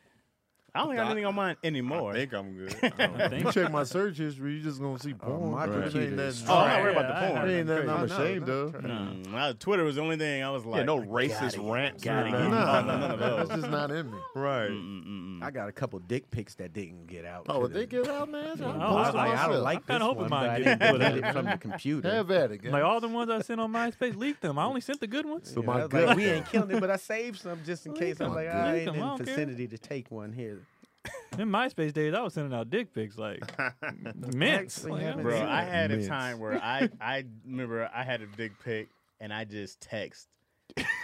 S3: I don't have
S5: I-
S3: anything on mine anymore.
S5: I think I'm good.
S4: I think-
S2: You check my search history, you just gonna see porn.
S1: my
S2: Right.
S1: computer
S2: Ain't
S1: is
S2: nothing-
S3: oh, I'm not worried
S4: Yeah,
S3: about
S4: I
S3: the porn.
S4: have
S2: Ain't nothing
S1: Oh,
S2: I'm
S1: no,
S2: ashamed
S1: no,
S2: of.
S3: Mm, I- Twitter was the only thing I was like,
S5: yeah, no racist rants.
S3: got
S5: or
S3: it.
S5: nothing.
S2: No,
S3: None
S2: no,
S3: of
S2: no,
S3: those.
S2: that's just not in me.
S5: Right.
S1: I got a couple dick pics that didn't get out.
S2: Oh,
S1: to
S2: if they
S1: the-
S2: get out, man,
S4: I
S2: I'll
S1: Oh,
S4: don't-
S1: I,
S2: post
S4: was
S2: it
S1: like, I
S2: myself.
S1: don't like
S4: I'm kinda
S1: this
S4: hoping
S1: one,
S4: mine
S1: but I
S4: didn't
S1: didn't
S4: put
S1: get
S4: it.
S1: it from the computer.
S2: Have at it, guys.
S4: Like oh, all the ones I sent on MySpace, leaked them. I only sent the good ones.
S2: So
S1: Yeah,
S2: my
S1: I was like,
S2: gut-
S1: we ain't killing it, but I saved some just in case. I'm
S2: my
S1: like,
S2: gut.
S1: I
S4: Leak
S1: ain't
S4: 'em, I
S1: in
S4: don't care.
S1: vicinity to take one here.
S4: In MySpace days, I was sending out dick pics like mints.
S1: Actually
S4: Like,
S1: haven't
S4: I
S3: Bro,
S1: seen
S4: was-
S3: I had a
S2: Immense.
S3: time where I I remember I had a dick pic and I just text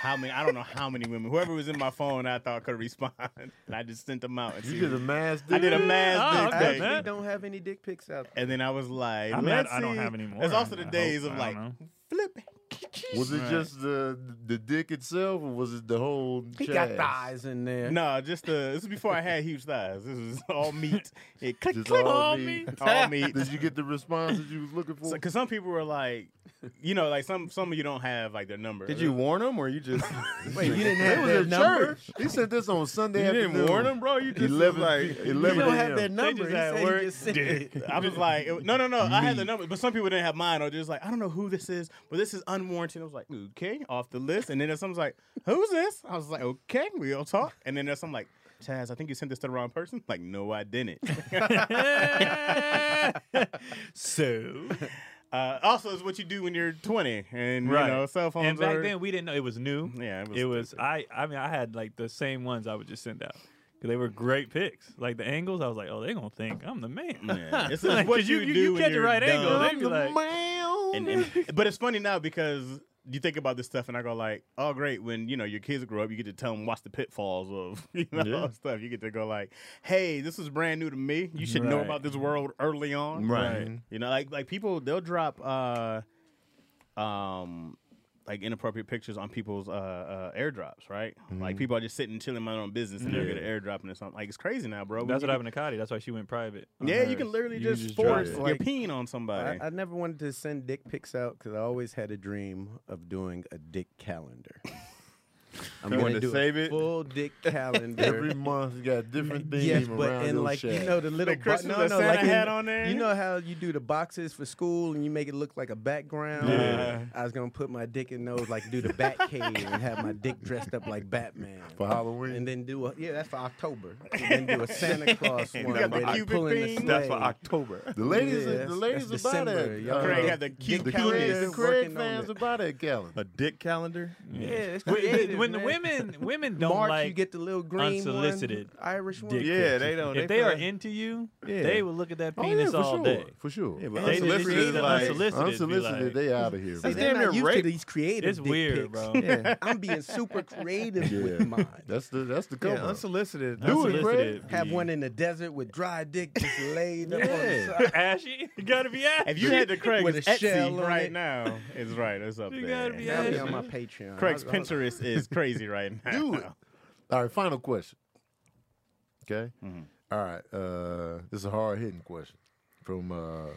S3: how many I don't know how many women whoever was in my phone I thought could respond and I just sent them out. And
S2: You
S3: see
S2: did
S3: what-
S2: a mass
S3: I did a
S2: dick.
S4: Oh,
S3: mass
S4: okay.
S1: I
S3: dick pic.
S4: Hey.
S1: actually don't have any dick pics out there.
S3: And then I was like,
S4: I mean, I-
S3: Let's
S4: I don't
S3: see.
S4: have any more.
S3: It's also
S4: I
S3: the
S4: hope-
S3: days
S4: I
S3: of
S4: don't
S3: like
S4: know.
S3: flip.
S2: Was it just the the dick itself, or was it the whole?
S1: He
S2: chest?
S1: got thighs in there.
S3: No, just uh, this was before I had huge thighs. This was all meat. It click
S2: Just
S3: click
S2: all
S3: all
S2: meat.
S3: meat. All meat.
S2: Did you get the response that you was looking for?
S3: Because some people were like, you know, like some some of you don't have like their number.
S5: Did you warn him or you just?
S1: Wait, you didn't
S2: It
S1: have
S2: was
S1: their
S2: at
S1: number?
S2: church. He said this on Sunday
S5: you
S2: afternoon.
S5: didn't warn him, bro. You just was
S2: 11
S5: like
S2: p- 11
S1: You don't have
S2: a.m.
S1: their
S3: They
S1: number.
S3: just
S1: He
S3: had
S1: said he
S3: work.
S1: just sent it.
S3: I was like, it- no, no, no. I had the number, but some people didn't have mine. Or just like, I don't know who this is, but this is unwarranted. I was like, okay, off the list. And then someone's like, who's this? I was like, okay, we'll talk. And then there's some like, Chaz, I think you sent this to the wrong person. Like, no, I didn't.
S4: so,
S3: uh, also, it's what you do when you're 20 and
S4: Right.
S3: you know cell phones.
S4: and back
S3: are-
S4: then we didn't know it was new.
S3: yeah, it was.
S4: It was
S3: stupid.
S4: I. I mean, I had like the same ones I would just send out because they were great picks. Like the angles, I was like, oh, they gonna think I'm the man.
S3: Yeah. It's, it's
S4: Like,
S3: what
S4: 'cause
S3: you,
S4: you- you
S3: do when
S4: catch the
S3: you're
S4: right
S3: dumb.
S4: angle, they be like-
S3: and, and but it's funny now because you think about this stuff and I go like, oh great, when you know your kids grow up, you get to tell them watch the pitfalls of you know
S4: Yeah.
S3: stuff. You get to go like, hey, this is brand new to me. You should know
S4: Right.
S3: about this world early on,
S6: Right.
S3: You know, like like people they'll drop uh um like inappropriate pictures on people's uh, uh airdrops, right? Like people are just sitting chilling my own business and they'll get an airdrop and it's something like it's crazy now, bro.
S4: That's
S3: You
S4: what
S3: can-
S4: happened to Cotty. That's why she went private. Uh-huh. on
S3: Yeah, you
S4: hers.
S3: can literally
S2: You
S3: just,
S2: just drop
S3: force
S2: it.
S3: your
S1: Like-
S3: peen on somebody.
S1: I, I never wanted to send dick pics out because I always had a dream of doing a dick calendar. I'm
S6: You wanted
S1: going
S6: to
S1: do
S6: save
S1: a
S6: it?
S1: full dick
S2: Every
S1: calendar.
S2: month you got different things
S1: yes,
S2: around
S1: but and
S2: your
S1: like
S2: shack.
S1: you know the little bo-
S3: Christmas
S1: no,
S3: that
S1: no,
S3: Santa
S1: like
S3: had
S1: in-
S3: on there?
S1: You know how you do the boxes for school and you make it look like a background.
S3: Yeah.
S1: I was gonna put my dick in those, like do the Bat Cave and have my dick dressed up like Batman.
S2: for Halloween.
S1: And then do a yeah, that's for October. And then do a Santa Claus one
S3: got the
S1: where they
S3: Cupid
S1: pulling the
S3: thing?
S1: sleigh.
S6: That's for October.
S2: the ladies,
S1: Yeah,
S2: are, the
S1: that's-
S2: ladies
S1: that's
S2: about
S1: December,
S2: that. uh,
S1: y'all.
S3: Craig had the cute
S2: the
S3: calendar.
S2: Craig, the
S1: Working
S2: Craig
S1: on
S2: fans
S1: it.
S2: about that calendar.
S6: A dick calendar?
S1: Yeah, it's
S4: When,
S1: creative,
S4: when the
S1: man.
S4: women women don't
S1: March,
S4: like
S1: you get the little green
S4: unsolicited
S1: one, Irish one.
S4: dick
S6: Yeah, they don't.
S4: if they, are into you,
S6: Yeah.
S4: they will look at that
S2: Oh, yeah,
S4: penis all
S2: for sure,
S4: day.
S2: for sure.
S6: Yeah, but
S4: They just
S6: unsolicited
S4: need
S6: is
S4: the
S6: like-
S4: unsolicited. be
S2: Unsolicited,
S4: like-
S2: they out of here.
S1: See,
S2: man.
S1: they're
S6: damn
S1: not
S6: near
S1: used to
S6: rape.
S1: these creative.
S4: It's
S1: dick
S4: weird,
S1: pics.
S4: bro.
S6: Yeah.
S1: I'm being super creative
S2: Yeah.
S1: with mine.
S2: That's the that's the cover.
S6: Yeah, unsolicited.
S2: Do it,
S4: Unsolicited.
S1: Have one in the desert with dry dick just laid up on the
S2: Yeah.
S1: side.
S4: Ashy, you gotta be ashy.
S3: If you had the Craig's
S1: With a shell
S3: Etsy
S1: on
S3: right
S1: it.
S3: now, it's right. It's up
S4: You
S3: there.
S4: gotta be
S1: That'll be
S4: Yeah.
S1: on my Patreon.
S3: Craig's
S1: I'll- I'll-
S3: Pinterest is crazy right now.
S2: Do it. All right, final question. Okay.
S3: Mm-hmm.
S2: All right. Uh, this is a hard hitting question from uh,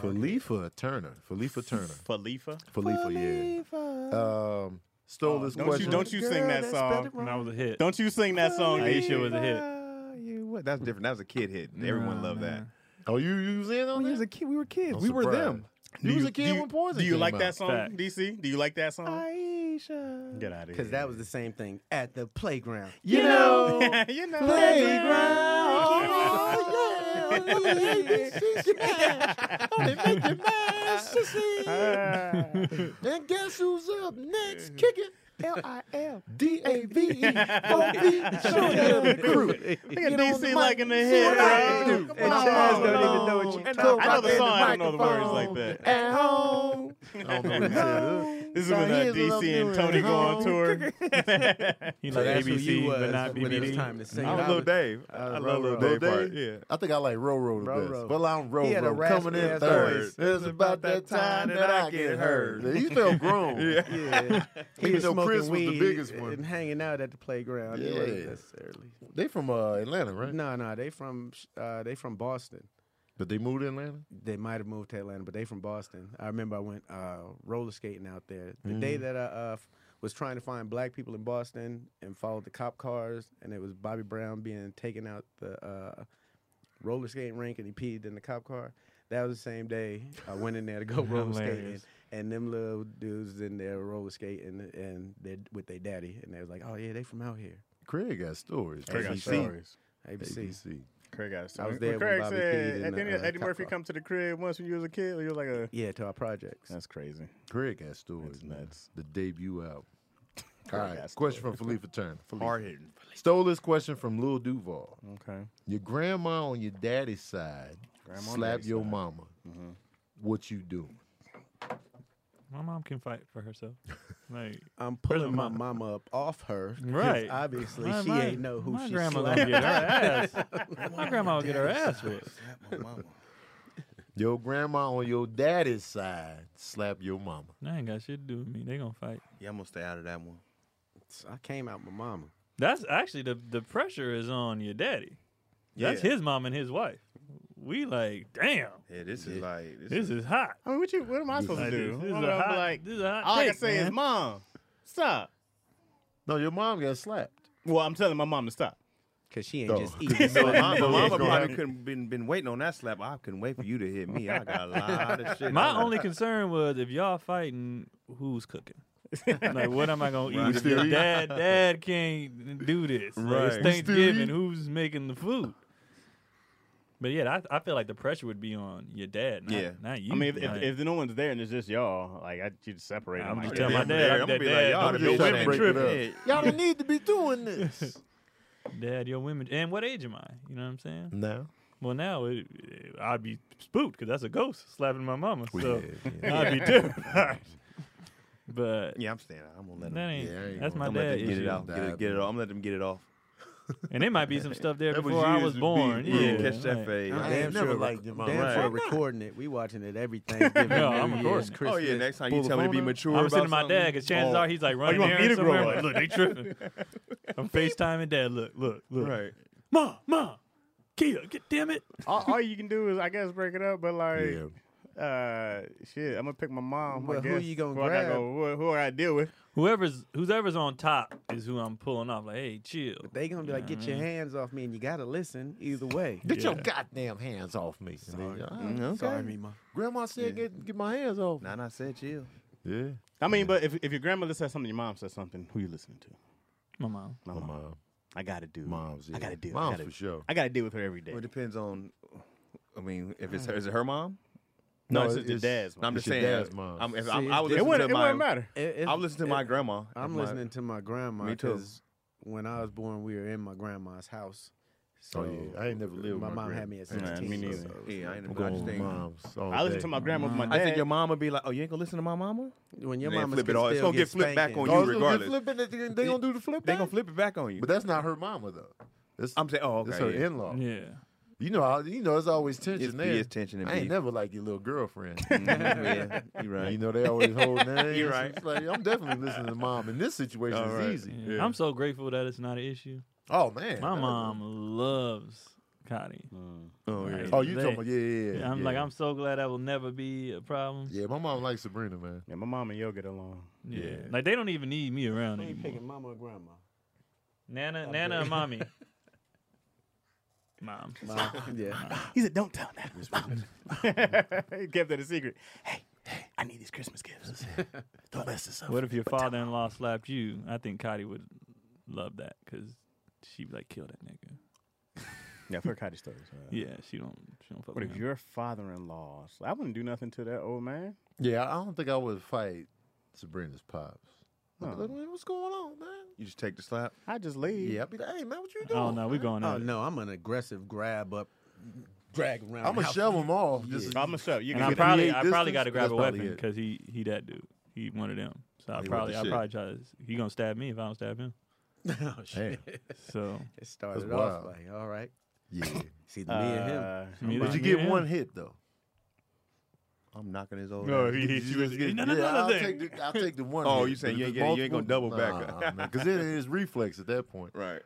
S2: Felifa Turner. Felifa Turner.
S3: Falifa.
S2: Felifa, yeah. Um, stole this
S3: Uh, Don't
S2: question.
S3: you don't you sing that song?
S4: When I was a hit,
S3: Don't you sing that song?
S4: Aisha
S3: Aisha
S4: was a hit.
S6: You what? That's different. That was a kid hit. Everyone
S4: Nah,
S6: loved that.
S2: Oh, you you was in on
S6: We
S2: that?
S6: was a kid. We were kids.
S2: I'm
S6: we were
S2: surprised.
S6: them.
S2: You was a kid
S3: do
S2: when Poison
S3: Do you
S2: came
S3: like
S2: out.
S3: that song,
S4: Fact.
S3: DC? Do you like that song?
S6: Aisha.
S3: Get out of here.
S1: Because that was the same thing at the playground.
S6: You know.
S3: you know. Ah.
S2: And guess who's up next? Kick it. L I L D A V E O V. Show the crew.
S3: Look at
S2: on the
S3: DC
S2: mic.
S3: liking the
S2: See
S3: hit,
S2: what I
S3: bro.
S2: can do.
S1: And
S2: Come
S1: Chaz
S2: on.
S1: don't even know what you're
S2: And
S1: talking
S2: I
S3: I know the
S2: rock
S3: song.
S2: in
S3: I don't know the words like
S2: microphone
S3: that.
S2: At home. I don't know what he said.
S3: This is
S2: Now
S3: when uh,
S2: here's what I'm
S3: DC and
S2: doing.
S3: Tony go on
S2: Home.
S3: tour.
S4: you
S1: So
S4: like
S1: that's who
S4: ABC,
S1: you
S4: but
S1: was
S4: not
S1: when it was
S4: BBD.
S1: time to sing.
S6: I
S1: I
S6: was Lil
S1: was-
S6: Dave.
S1: I was
S6: I love Lil
S1: Lil
S6: Dave
S2: Dave.
S6: part. Yeah.
S2: I think I like Roro the best.
S1: Roro.
S2: Well, I'm
S1: He had a
S2: Roro
S1: raspy
S2: coming in
S1: ass
S2: third.
S1: voice.
S2: It's about that time that I get heard. He felt grown.
S1: Yeah. He
S2: Even
S1: was
S2: though
S1: smoking
S2: Chris was the
S1: weed
S2: biggest
S1: and-
S2: one.
S1: and hanging out at the playground. It
S2: Yeah.
S1: wasn't necessarily.
S2: They from uh, Atlanta, right?
S1: No, no, they from sh- uh, they from Boston.
S2: But they moved to Atlanta.
S1: They might have moved to Atlanta, but they from Boston. I remember I went uh, roller skating out there the day that I uh, f- was trying to find black people in Boston and followed the cop cars, and it was Bobby Brown being taken out the uh, roller skating rink, and he peed in the cop car. That was the same day I went in there to go roller skating,
S4: Hilarious.
S1: and them little dudes in there roller skating and they with their daddy, and they was like, "Oh yeah, they from out here."
S2: Craig got stories.
S3: Craig got
S2: ABC.
S3: stories.
S1: ABC.
S2: ABC.
S3: Craig got it.
S1: I was
S3: When
S1: there when
S3: Craig
S1: Bobby
S3: said,
S1: peed in
S3: "At the
S1: the,
S3: end of-
S1: uh,
S3: Eddie
S1: cop
S3: Murphy
S1: car."
S3: come to the crib once when you was a kid. You was like a.
S1: Yeah, to our projects.
S3: That's crazy.
S2: Craig got stories.
S3: That's
S2: man.
S3: nuts.
S2: The debut out. All
S3: Craig
S2: right.
S3: got
S2: Question from Felipe Turner.
S6: Hard hitting.
S2: Stole this question from Lil Duval.
S3: Okay.
S2: Your grandma on your daddy's side
S3: Grandma on
S2: slap
S3: daddy's
S2: your
S3: side.
S2: mama. What you doing?
S4: My mom can fight for herself. Like,
S1: I'm pulling my
S4: mama?
S1: mama up off her. 'cause
S4: Right.
S1: Obviously,
S4: my-
S1: she
S4: my-
S1: ain't know who
S4: my
S1: she
S4: grandma
S1: slapped.
S4: gonna get her ass. my grandma will get her ass whipped.
S2: Your grandma on your daddy's side slap your mama.
S4: I ain't got shit to do with me. They gonna fight.
S6: Yeah, I'm gonna stay out of that one.
S1: I came out my mama.
S4: That's actually the the pressure is on your daddy. That's
S6: Yeah.
S4: his mom and his wife. We like, damn,
S6: Yeah, this is like this,
S4: this
S6: is,
S4: is hot.
S3: I mean, what you? What am I supposed
S4: Like,
S3: to do?
S4: this, this is
S3: I'm
S4: a
S3: gonna be
S4: hot,
S3: like,
S4: this is a hot
S3: all I can
S4: take,
S3: say is,
S4: man.
S3: "Mom, stop."
S2: No, your mom got slapped.
S3: Well, I'm telling my mom to stop.
S1: Because she ain't
S2: Oh.
S1: just eating.
S6: So my, my
S2: Yeah,
S6: mama
S2: go
S6: probably
S2: ahead.
S6: couldn't been been waiting on that slap. I couldn't wait for you to hit me. I got a lot of shit.
S4: My only concern was if y'all fighting, who's cooking? like, what am I gonna
S6: Right.
S4: eat? If your
S2: Still eat.
S4: dad, dad can't do this. Like,
S6: Right.
S4: it's
S6: We still
S4: Thanksgiving. Who's making the food? But yeah, I, I feel like the pressure would be on your dad, not,
S6: Yeah.
S4: not you.
S3: I mean, if,
S4: Like,
S3: if, if no one's there and it's just y'all, like I, you just separate.
S4: I'm
S3: them.
S4: just
S3: Like,
S4: telling my
S6: I'm
S4: dad,
S6: there.
S4: I'm
S6: I'm gonna
S4: that
S6: be like,
S4: dad,
S6: y'all
S4: don't
S6: the
S4: get
S6: big
S4: shot
S6: women
S4: at.
S6: tripping.
S2: Y'all don't need to be doing this.
S4: dad, your women, and what age am I? You know what I'm saying?
S2: no.
S4: Well, now it, I'd be spooked because that's a ghost slapping my mama.
S2: Well,
S4: So
S2: yeah, yeah.
S4: I'd be terrified. But
S6: Yeah, I'm staying. out. I'm gonna let
S4: that
S6: them.
S4: ain't,
S2: Yeah, I ain't
S4: that's
S2: gonna-
S4: my
S2: I'm
S6: I'm gonna
S4: dad
S6: let them get
S4: issue.
S6: it out. Get it, get it off. I'm gonna let them get it off.
S4: And there might be some stuff there
S5: That was
S4: before I
S5: years
S4: was
S5: of
S4: born.
S5: beef. We
S4: Yeah,
S5: didn't catch that
S4: like-
S5: phase.
S1: I'm
S2: I
S1: damn
S2: ain't
S1: sure,
S2: never
S1: rec-
S2: liked your mom.
S1: damn
S5: Right.
S1: sure recording it. We watching it every Thanksgiving.
S4: No,
S1: New
S4: I'm
S1: Year's,
S4: recording it.
S1: Christmas.
S5: Oh yeah, next time you tell me to be
S1: Boulevard.
S5: mature
S4: I'm
S5: about
S4: sending my
S5: something.
S4: dad because chances
S5: Oh.
S4: are he's like running
S5: want me
S4: errands
S5: to grow
S4: somewhere.
S5: up?
S4: Look, they tripping. I'm FaceTiming dad. Look, look, look.
S5: Right.
S4: Mom, mom, Kia, get damn it.
S3: all, all you can do is, I guess, break it up. But like,
S2: Yeah.
S3: uh, shit, I'm gonna pick my mom.
S1: Well,
S3: I
S1: who
S3: guess.
S1: you gonna
S3: who I gotta
S1: grab?
S3: go- who, who I gotta deal with?
S4: Whoever's whoever's on top is who I'm pulling off. Like, hey, chill.
S1: They gonna be like, get
S6: Mm-hmm.
S1: your hands off me, and you gotta listen either way.
S2: Get your
S4: Yeah.
S2: goddamn hands off me. And then, "Ah,
S1: Sorry, me, mom.
S2: Grandma said, get, get my hands off. me."
S6: Nah, nah, said chill.
S2: Yeah.
S3: I mean, but if, if your grandmother says something, your mom says something, who you listening to?
S4: My mom.
S3: My
S2: My
S3: mom.
S2: mom.
S3: I gotta do.
S2: Moms, yeah.
S3: I gotta deal. I
S2: Moms
S3: gotta,
S2: for sure.
S3: I gotta deal with her every day.
S6: Well, it depends on. I mean, if it's her, is it her mom?
S3: No, it's just the dad's
S6: No,
S3: mom.
S6: I'm
S2: It's
S6: just
S2: your
S6: saying.
S2: dad's mom.
S6: I'm, if,
S1: See,
S6: I'm, I
S1: it
S6: would
S3: It
S6: listen
S3: wouldn't.
S6: to
S3: It
S6: my,
S3: wouldn't matter.
S1: It- it's-
S6: I would listen to
S1: it-
S6: my grandma. if
S1: I'm
S6: my-
S1: listening to my grandma.
S6: Me too.
S1: 'cause When I was born, we were in my grandma's house. So
S2: Oh, yeah. I ain't never lived with
S1: my
S2: my
S1: mom had
S2: grandma.
S1: me at
S3: Nah,
S1: 16.
S3: me neither.
S1: so it's
S6: Yeah, I
S1: not-
S6: ain't
S2: I'm
S6: I
S2: going
S6: just
S2: with
S6: think-
S2: moms all
S3: I listen
S2: day.
S3: to my grandma with my dad.
S6: I think your mom would be like, "Oh, you ain't gonna listen to my mama?
S1: When your
S6: They
S1: mama
S6: flip it all- it's
S1: still
S6: gonna get
S1: get
S6: flipped back on
S1: spanking.
S6: you.
S2: it's gonna get
S6: regardless.
S2: flipping at the- They gonna do the flip
S6: They
S2: back?
S6: gonna flip it back on you."
S2: But that's not her mama though. That's,
S6: I'm saying, "Oh, okay."
S2: that's her
S6: yeah.
S2: in-law.
S4: Yeah.
S2: You know, how, you know, it's always tension
S6: It's,
S2: there.
S6: it's tension and
S2: I ain't
S6: beef.
S2: never like your little girlfriend.
S6: yeah, you
S2: You
S6: right.
S2: know, they always hold names.
S6: You're right.
S2: It's like, I'm definitely listening to mom. In this situation,
S6: All
S2: it's
S6: right.
S2: easy.
S4: yeah. I'm so grateful that it's not an issue.
S2: Oh man,
S4: My
S2: that-
S4: mom loves Connie.
S6: Oh, yeah.
S4: Like,
S2: Oh, you
S4: they-
S2: talking about yeah, yeah, yeah.
S4: I'm like,
S2: yeah.
S4: I'm so glad that will never be a problem.
S2: Yeah, my mom likes Sabrina, man.
S3: yeah, my mom and yo get along.
S4: Yeah.
S2: Yeah.
S4: Like they don't even need me around
S1: You
S4: anymore.
S1: picking mama or grandma?
S4: Nana, Nana, and mommy. Mom.
S1: Mom. yeah.
S3: He said, "Don't tell that." he kept that a secret. Hey, hey, I need these Christmas gifts. Don't mess this up.
S4: What if your father-in-law slapped you? I think Cotty would love that because she'd be like, "Kill that nigga."
S3: Yeah, I've heard Cotty stories. man.
S4: Yeah, she don't. She don't fuck
S3: What
S4: with
S3: if
S4: him.
S3: your father-in-law? I wouldn't do nothing to that old man.
S2: Yeah, I don't think I would fight Sabrina's pops. I'd be
S3: No.
S2: like, "Man, what's going on, man?
S6: You just take the slap.
S3: I just leave.
S2: Yeah, I'd be like, hey man, what you doing?
S4: Oh no, we going
S1: Oh
S4: out.
S1: no, I'm an aggressive grab up, drag around.
S2: I'm gonna
S1: the house.
S2: shove him off.
S1: Yeah.
S2: Just
S3: I'm gonna show you.
S4: And
S3: Can
S4: I
S3: get
S4: probably,
S2: eight
S4: I
S2: distance,
S4: probably got to grab
S2: that's
S4: a
S2: probably
S4: weapon
S2: it.
S4: because he, he that dude. He one of them. So I
S6: He with
S4: probably,
S6: the
S4: I
S6: shit.
S4: probably try to. He gonna stab me if I don't stab him.
S1: oh shit!
S4: So
S1: It started
S2: That's wild.
S1: off like, all right.
S2: yeah.
S1: See,
S3: uh,
S1: me and him.
S4: me
S2: But
S4: either
S2: you
S4: you or
S2: get
S4: him.
S2: one hit though.
S6: I'm knocking his old.
S4: No,
S6: ass.
S4: he hit
S2: You
S4: you.
S2: just get-
S4: No, no,
S2: yeah,
S4: no,
S2: I'll
S4: no.
S2: take
S4: thing.
S2: the I'll take the one.
S6: Oh,
S2: hit.
S6: you saying
S2: But
S6: you
S2: if
S6: ain't
S2: it's
S6: getting- you ain't gonna
S2: multiple-
S6: double back
S2: Nah, man, Cause then it is reflex at that point.
S6: right.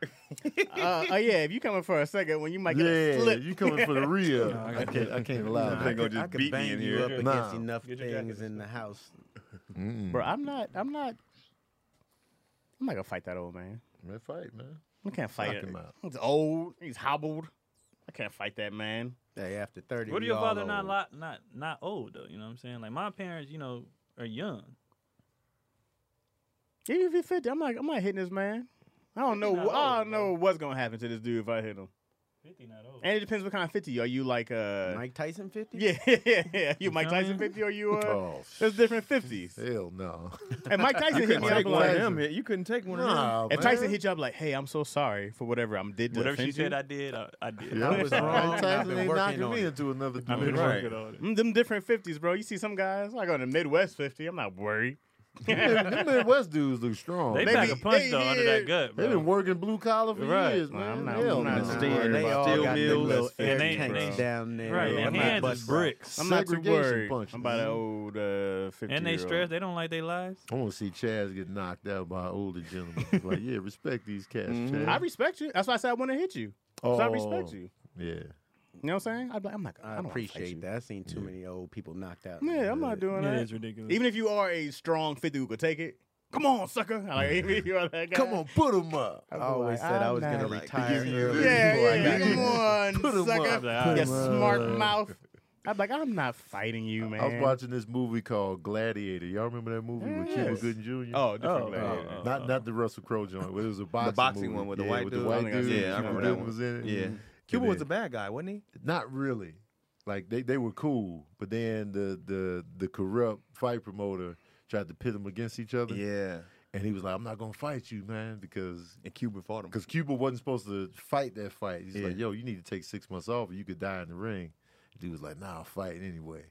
S3: uh, oh yeah, if you coming for a second, when you might get a
S2: Yeah,
S3: slip.
S2: you coming for the real?
S4: I
S2: I
S4: got
S2: can't. I can't allow
S6: Nah,
S2: that.
S6: I ain't gonna
S1: could-
S6: just
S1: could
S6: beat me
S1: bang
S6: in
S1: you
S6: here.
S1: up against
S2: Nah.
S1: enough
S3: Get your jacket.
S1: things in the house.
S2: Mm-mm.
S3: Bro, I'm not. I'm not. I'm not gonna fight that old man.
S2: Man, fight, man.
S3: I can't fight
S2: Knock
S3: it.
S2: him out.
S3: He's old. He's hobbled. I can't fight that man.
S1: Hey, after thirty,
S4: What
S1: we
S4: if your
S1: all
S4: father
S1: old.
S4: not lot, not not old though? You know what I'm saying? Like my parents, you know, are young.
S3: Even if he fifty, I'm like, I'm not hitting this man. I don't know.
S4: He's not
S3: wh- I
S4: old,
S3: don't know what's gonna happen to this dude if I hit him.
S4: Fifty not old.
S3: And it depends what kind of fifty. you Are Are you like uh?
S1: Mike Tyson fifty?
S3: Yeah, yeah, yeah. You Mike Tyson
S4: Italian?
S3: fifty or you? Uh,
S2: Oh,
S3: there's different fifties.
S2: hell no.
S3: And Mike Tyson hit me up
S2: take
S3: like,
S2: one.
S6: hit- You couldn't take one
S2: Nah,
S3: and
S2: man.
S3: Tyson hit you up like, hey, I'm so sorry for whatever I'm did to
S4: Whatever she
S3: offend
S4: said,
S3: you.
S4: I did. I, I did.
S2: Yeah,
S1: I was
S2: Mike
S1: wrong. I've
S2: Tyson
S1: been
S2: ain't
S1: working
S2: knocking
S1: on
S2: me
S1: it.
S2: into another dude.
S4: I've been
S6: Right.
S4: working on it.
S3: Mm, them different fifties, bro. You see some guys like on the Midwest fifty. I'm not worried.
S2: Them them Midwest dudes look strong.
S4: They
S2: They,
S4: pack
S3: be-
S4: a punch
S3: they
S4: though under
S3: did.
S4: that gut, bro.
S2: been working blue collar for
S4: Right.
S2: years,
S3: Nah,
S2: man.
S3: I'm not-
S2: hell
S3: I'm not
S2: no.
S1: Nah,
S6: Steel
S1: they
S6: mills,
S1: all
S6: steel
S1: got their
S6: mills,
S1: little air
S4: everything,
S1: tanks
S4: bro.
S1: down there.
S4: right.
S1: They
S4: Their
S1: all got
S4: hands
S1: butt
S4: is
S1: rocks.
S4: bricks.
S3: I'm not too
S2: Segregation
S3: worried
S2: punches.
S3: about an old uh, fifty.
S4: and they stress.
S3: stress.
S4: They don't like their lives.
S2: I want to see Chaz get knocked out by an older gentleman. It's like, yeah, respect these cats,
S6: Mm-hmm.
S2: Chaz.
S3: I respect you. That's why I said I want to hit you. So I respect
S2: Oh,
S3: you.
S2: Yeah.
S3: You know what I'm saying? I'd be like, I'm not. I,
S1: I
S3: don't wanna fight
S1: appreciate
S3: you.
S1: that. I've seen too many old people knocked out.
S3: Yeah, I'm not doing that.
S4: It is ridiculous.
S3: Even if you are a strong fifty who could take it, come on, sucker. Like, if you are that guy.
S2: Come on, put them up.
S1: I always said I was going to retire early.
S3: Yeah,
S1: before I
S3: yeah.
S1: got
S3: Come
S1: here.
S3: on,
S2: Put 'em up.
S3: sucker.
S4: Put
S3: you
S4: 'em
S3: smart
S2: up.
S3: mouth. I'm like, I'm not fighting you, man.
S2: I was watching this movie called Gladiator. Y'all remember that movie with
S3: Yes.
S2: Cuba Gooden Jr.?
S6: Oh,
S4: oh,
S6: different
S4: oh,
S6: gladiator.
S4: oh,
S2: Not
S4: oh.
S2: not the Russell Crowe joint. But it was a boxing
S6: boxing
S2: movie.
S6: one with the
S2: Yeah,
S6: white
S2: with
S6: dude.
S2: The
S6: I
S2: white
S6: think I
S2: dude.
S6: seen that. Yeah, I
S2: Cuba
S6: remember that
S2: Gooden
S6: one.
S2: was in it.
S6: Yeah,
S2: And
S6: Cuba was
S2: then-
S6: the bad guy, wasn't he?
S2: Not really. Like they, they were cool, but then the the the corrupt fight promoter tried to pit them against each other,
S6: Yeah,
S2: And he was like, I'm not going to fight you, man, because
S5: And Cuban fought him.
S2: because Cuba wasn't supposed to fight that fight. He's like, yo, you need to take six months off or you could die in the ring. The dude was like, nah, I'm fighting anyway.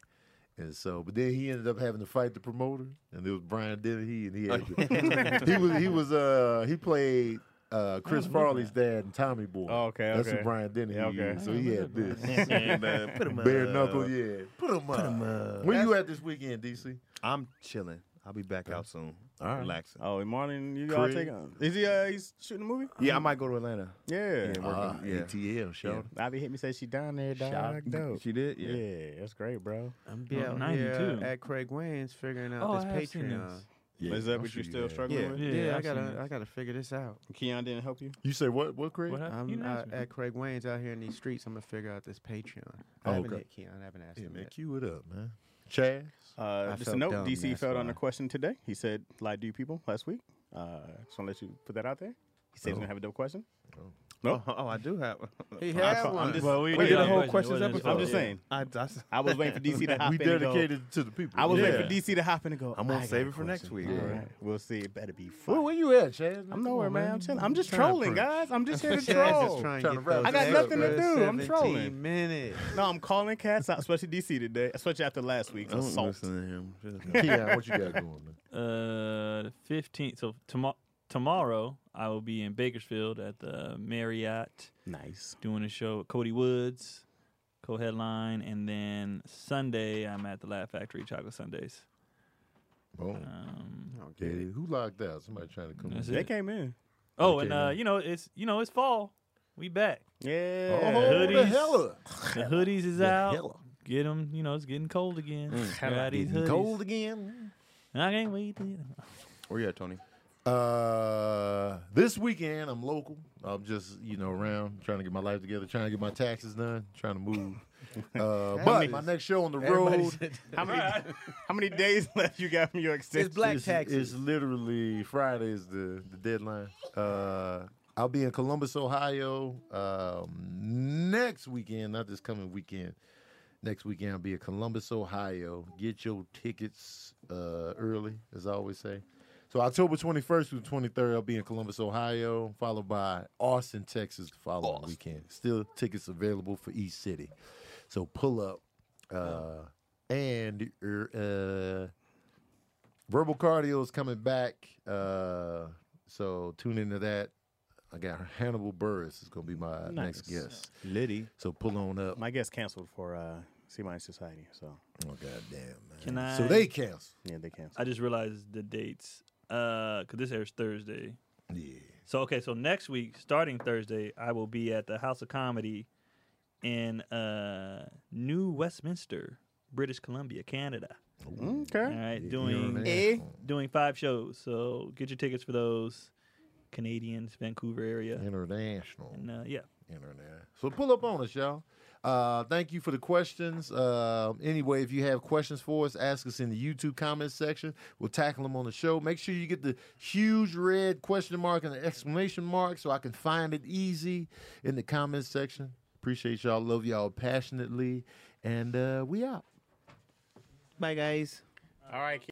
S2: And so, but then he ended up having to fight the promoter, and it was Brian Dennehy, and he had to- he was he was uh he played uh Chris Farley's dad and Tommy Boy.
S3: Oh, okay,
S2: that's
S3: okay.
S2: who Brian Dennehy
S3: Yeah, okay.
S2: is. So he had this
S6: Yeah, man, put 'em
S2: bare
S6: up.
S2: knuckle, yeah. Put him up. Where you at this weekend, DC?
S6: I'm chilling. I'll be back out soon.
S2: All right.
S6: Relaxing.
S3: Oh, and Marlon, you gotta
S2: Creed.
S3: take on. Is he? Uh, he's shooting a movie?
S6: Yeah, I might go to Atlanta.
S3: Yeah.
S6: Yeah.
S2: Ah,
S6: yeah.
S2: ATL, shout out.
S3: Ivy hit me said she down there, dog. Dope.
S5: She did?
S3: Yeah. that's great, bro.
S4: I'm
S1: Yeah,
S4: down 92.
S1: at Craig Wayne's figuring out
S4: Oh,
S1: this
S4: I have seen
S1: Patreon.
S4: this.
S2: Yeah,
S3: Is that
S2: I'm
S3: what
S2: sure
S3: you're still
S2: have.
S3: struggling
S1: Yeah,
S3: with?
S1: yeah, I
S4: I've seen
S1: gotta,
S4: this.
S1: I gotta figure this out.
S3: Keon didn't help you.
S2: You say what? What, Craig?
S4: What happened? You
S1: I'm
S4: didn't
S1: uh,
S4: ask me.
S1: at Craig Wayne's out here in these streets. I'm gonna figure out this Patreon.
S2: Oh,
S1: I haven't
S2: okay.
S1: hit Keon. I haven't asked
S2: Yeah,
S1: him
S2: man,
S1: yet.
S2: cue it up, man. Chaz.
S3: Uh,
S6: I
S3: just a
S6: felt
S3: note,
S6: dumb,
S3: DC
S6: that's
S3: felt on
S6: why.
S3: the question today. He said, lie do you people last week. Uh, just want to let you put that out there. He said he's going to have a dope question.
S5: Oh, oh, I do have.
S1: He
S3: I
S1: had
S3: pro- I'm
S1: one.
S3: just,
S4: Well,
S3: we
S4: did
S3: did
S4: a
S3: a whole
S4: question. It
S3: questions
S4: wasn't his
S3: episode. I'm
S4: fault.
S3: just
S4: Yeah.
S3: saying.
S5: I, that's-
S3: I was waiting for DC to hop
S2: we
S3: in and go-
S2: dedicated it to the people.
S3: I was
S2: yeah.
S3: waiting for DC to hop in and go.
S5: I'm gonna
S3: "I got
S5: save
S3: a
S5: it for next
S3: question."
S5: week.
S3: All
S5: Yeah.
S3: right, We'll see. It better be
S2: Where,
S3: fun.
S2: where you at, Chaz?
S3: I'm nowhere, man. I'm chilling. I'm just
S2: Trying to
S3: trolling,
S2: prove.
S3: guys. I'm just here to
S1: Chaz is trying
S3: troll.
S2: Trying
S1: to
S2: to
S1: get
S2: wrap
S1: those
S2: I got
S3: nothing to
S1: extra
S3: do. I'm
S1: 17
S3: trolling.
S1: Minutes.
S3: No, I'm calling cats out, especially DC today, especially after last week's
S6: Don't
S3: assault.
S6: listen to him. Just-
S2: Keon, what you got going, man?
S4: Uh, fifteenth. So tomorrow, tomorrow I will be in Bakersfield at the Marriott
S3: Nice.
S4: doing a show with Cody Woods, co-headline, and then Sunday I'm at the Laugh Factory Chocolate Sundays.
S2: Oh,
S4: Um,
S2: okay. Who locked out? Somebody trying to come
S4: That's
S2: in.
S3: They
S4: it.
S3: came in.
S4: Oh,
S2: Okay.
S4: and uh, you know it's you know it's fall. We back.
S3: Yeah.
S2: Oh, the
S4: Hoodies.
S2: hella.
S4: The hoodies is out.
S2: Hella.
S4: Get them. You know it's getting cold again. Get out these hoodies.
S2: Cold again.
S4: And I can't wait to get 'em.
S5: Where you at, Tony?
S2: Uh, this weekend I'm local. I'm just you know around trying to get my life together, trying to get my taxes done, trying to move. Uh, but my next show on the road
S3: How many how many days left you got from your extension?
S1: It's black
S2: it's,
S1: taxes.
S2: It's literally Friday is the, the deadline. Uh, I'll be in Columbus, Ohio um, next weekend, not this coming weekend. Next weekend I'll be in Columbus, Ohio. Get your tickets uh, early, as I always say. So October 21st through 23rd, I'll be in Columbus, Ohio, followed by Austin, Texas the following weekend. Still tickets available for each city. So pull up. Uh, and uh, Verbal Cardio is coming back. Uh, so tune into that. I got Hannibal Burris is going to be my next guest.
S5: Liddy.
S2: So pull on up.
S3: My guest canceled for uh Sea Minus Society, so
S2: Oh, goddamn, man.
S4: Can I?
S2: So they cancel.
S3: yeah, they canceled.
S4: I just realized the dates. Uh, cause this airs Thursday.
S2: Yeah.
S4: So okay, so next week, starting Thursday, I will be at the House of Comedy in uh, New Westminster, British Columbia, Canada. All
S3: Okay.
S4: right,
S2: You're
S4: doing
S2: an asshole.
S4: doing five shows. So get your tickets for those. Canadians, Vancouver area,
S2: International.
S4: and uh, yeah,
S2: Internet. So pull up on us, y'all. Uh, thank you for the questions. Uh, anyway, if you have questions for us, ask us in the YouTube comment section. We'll tackle them on the show. Make sure you get the huge red question mark and the exclamation mark so I can find it easy in the comment section. Appreciate y'all. Love y'all passionately. And uh, we out.
S1: Bye, guys.
S3: All right.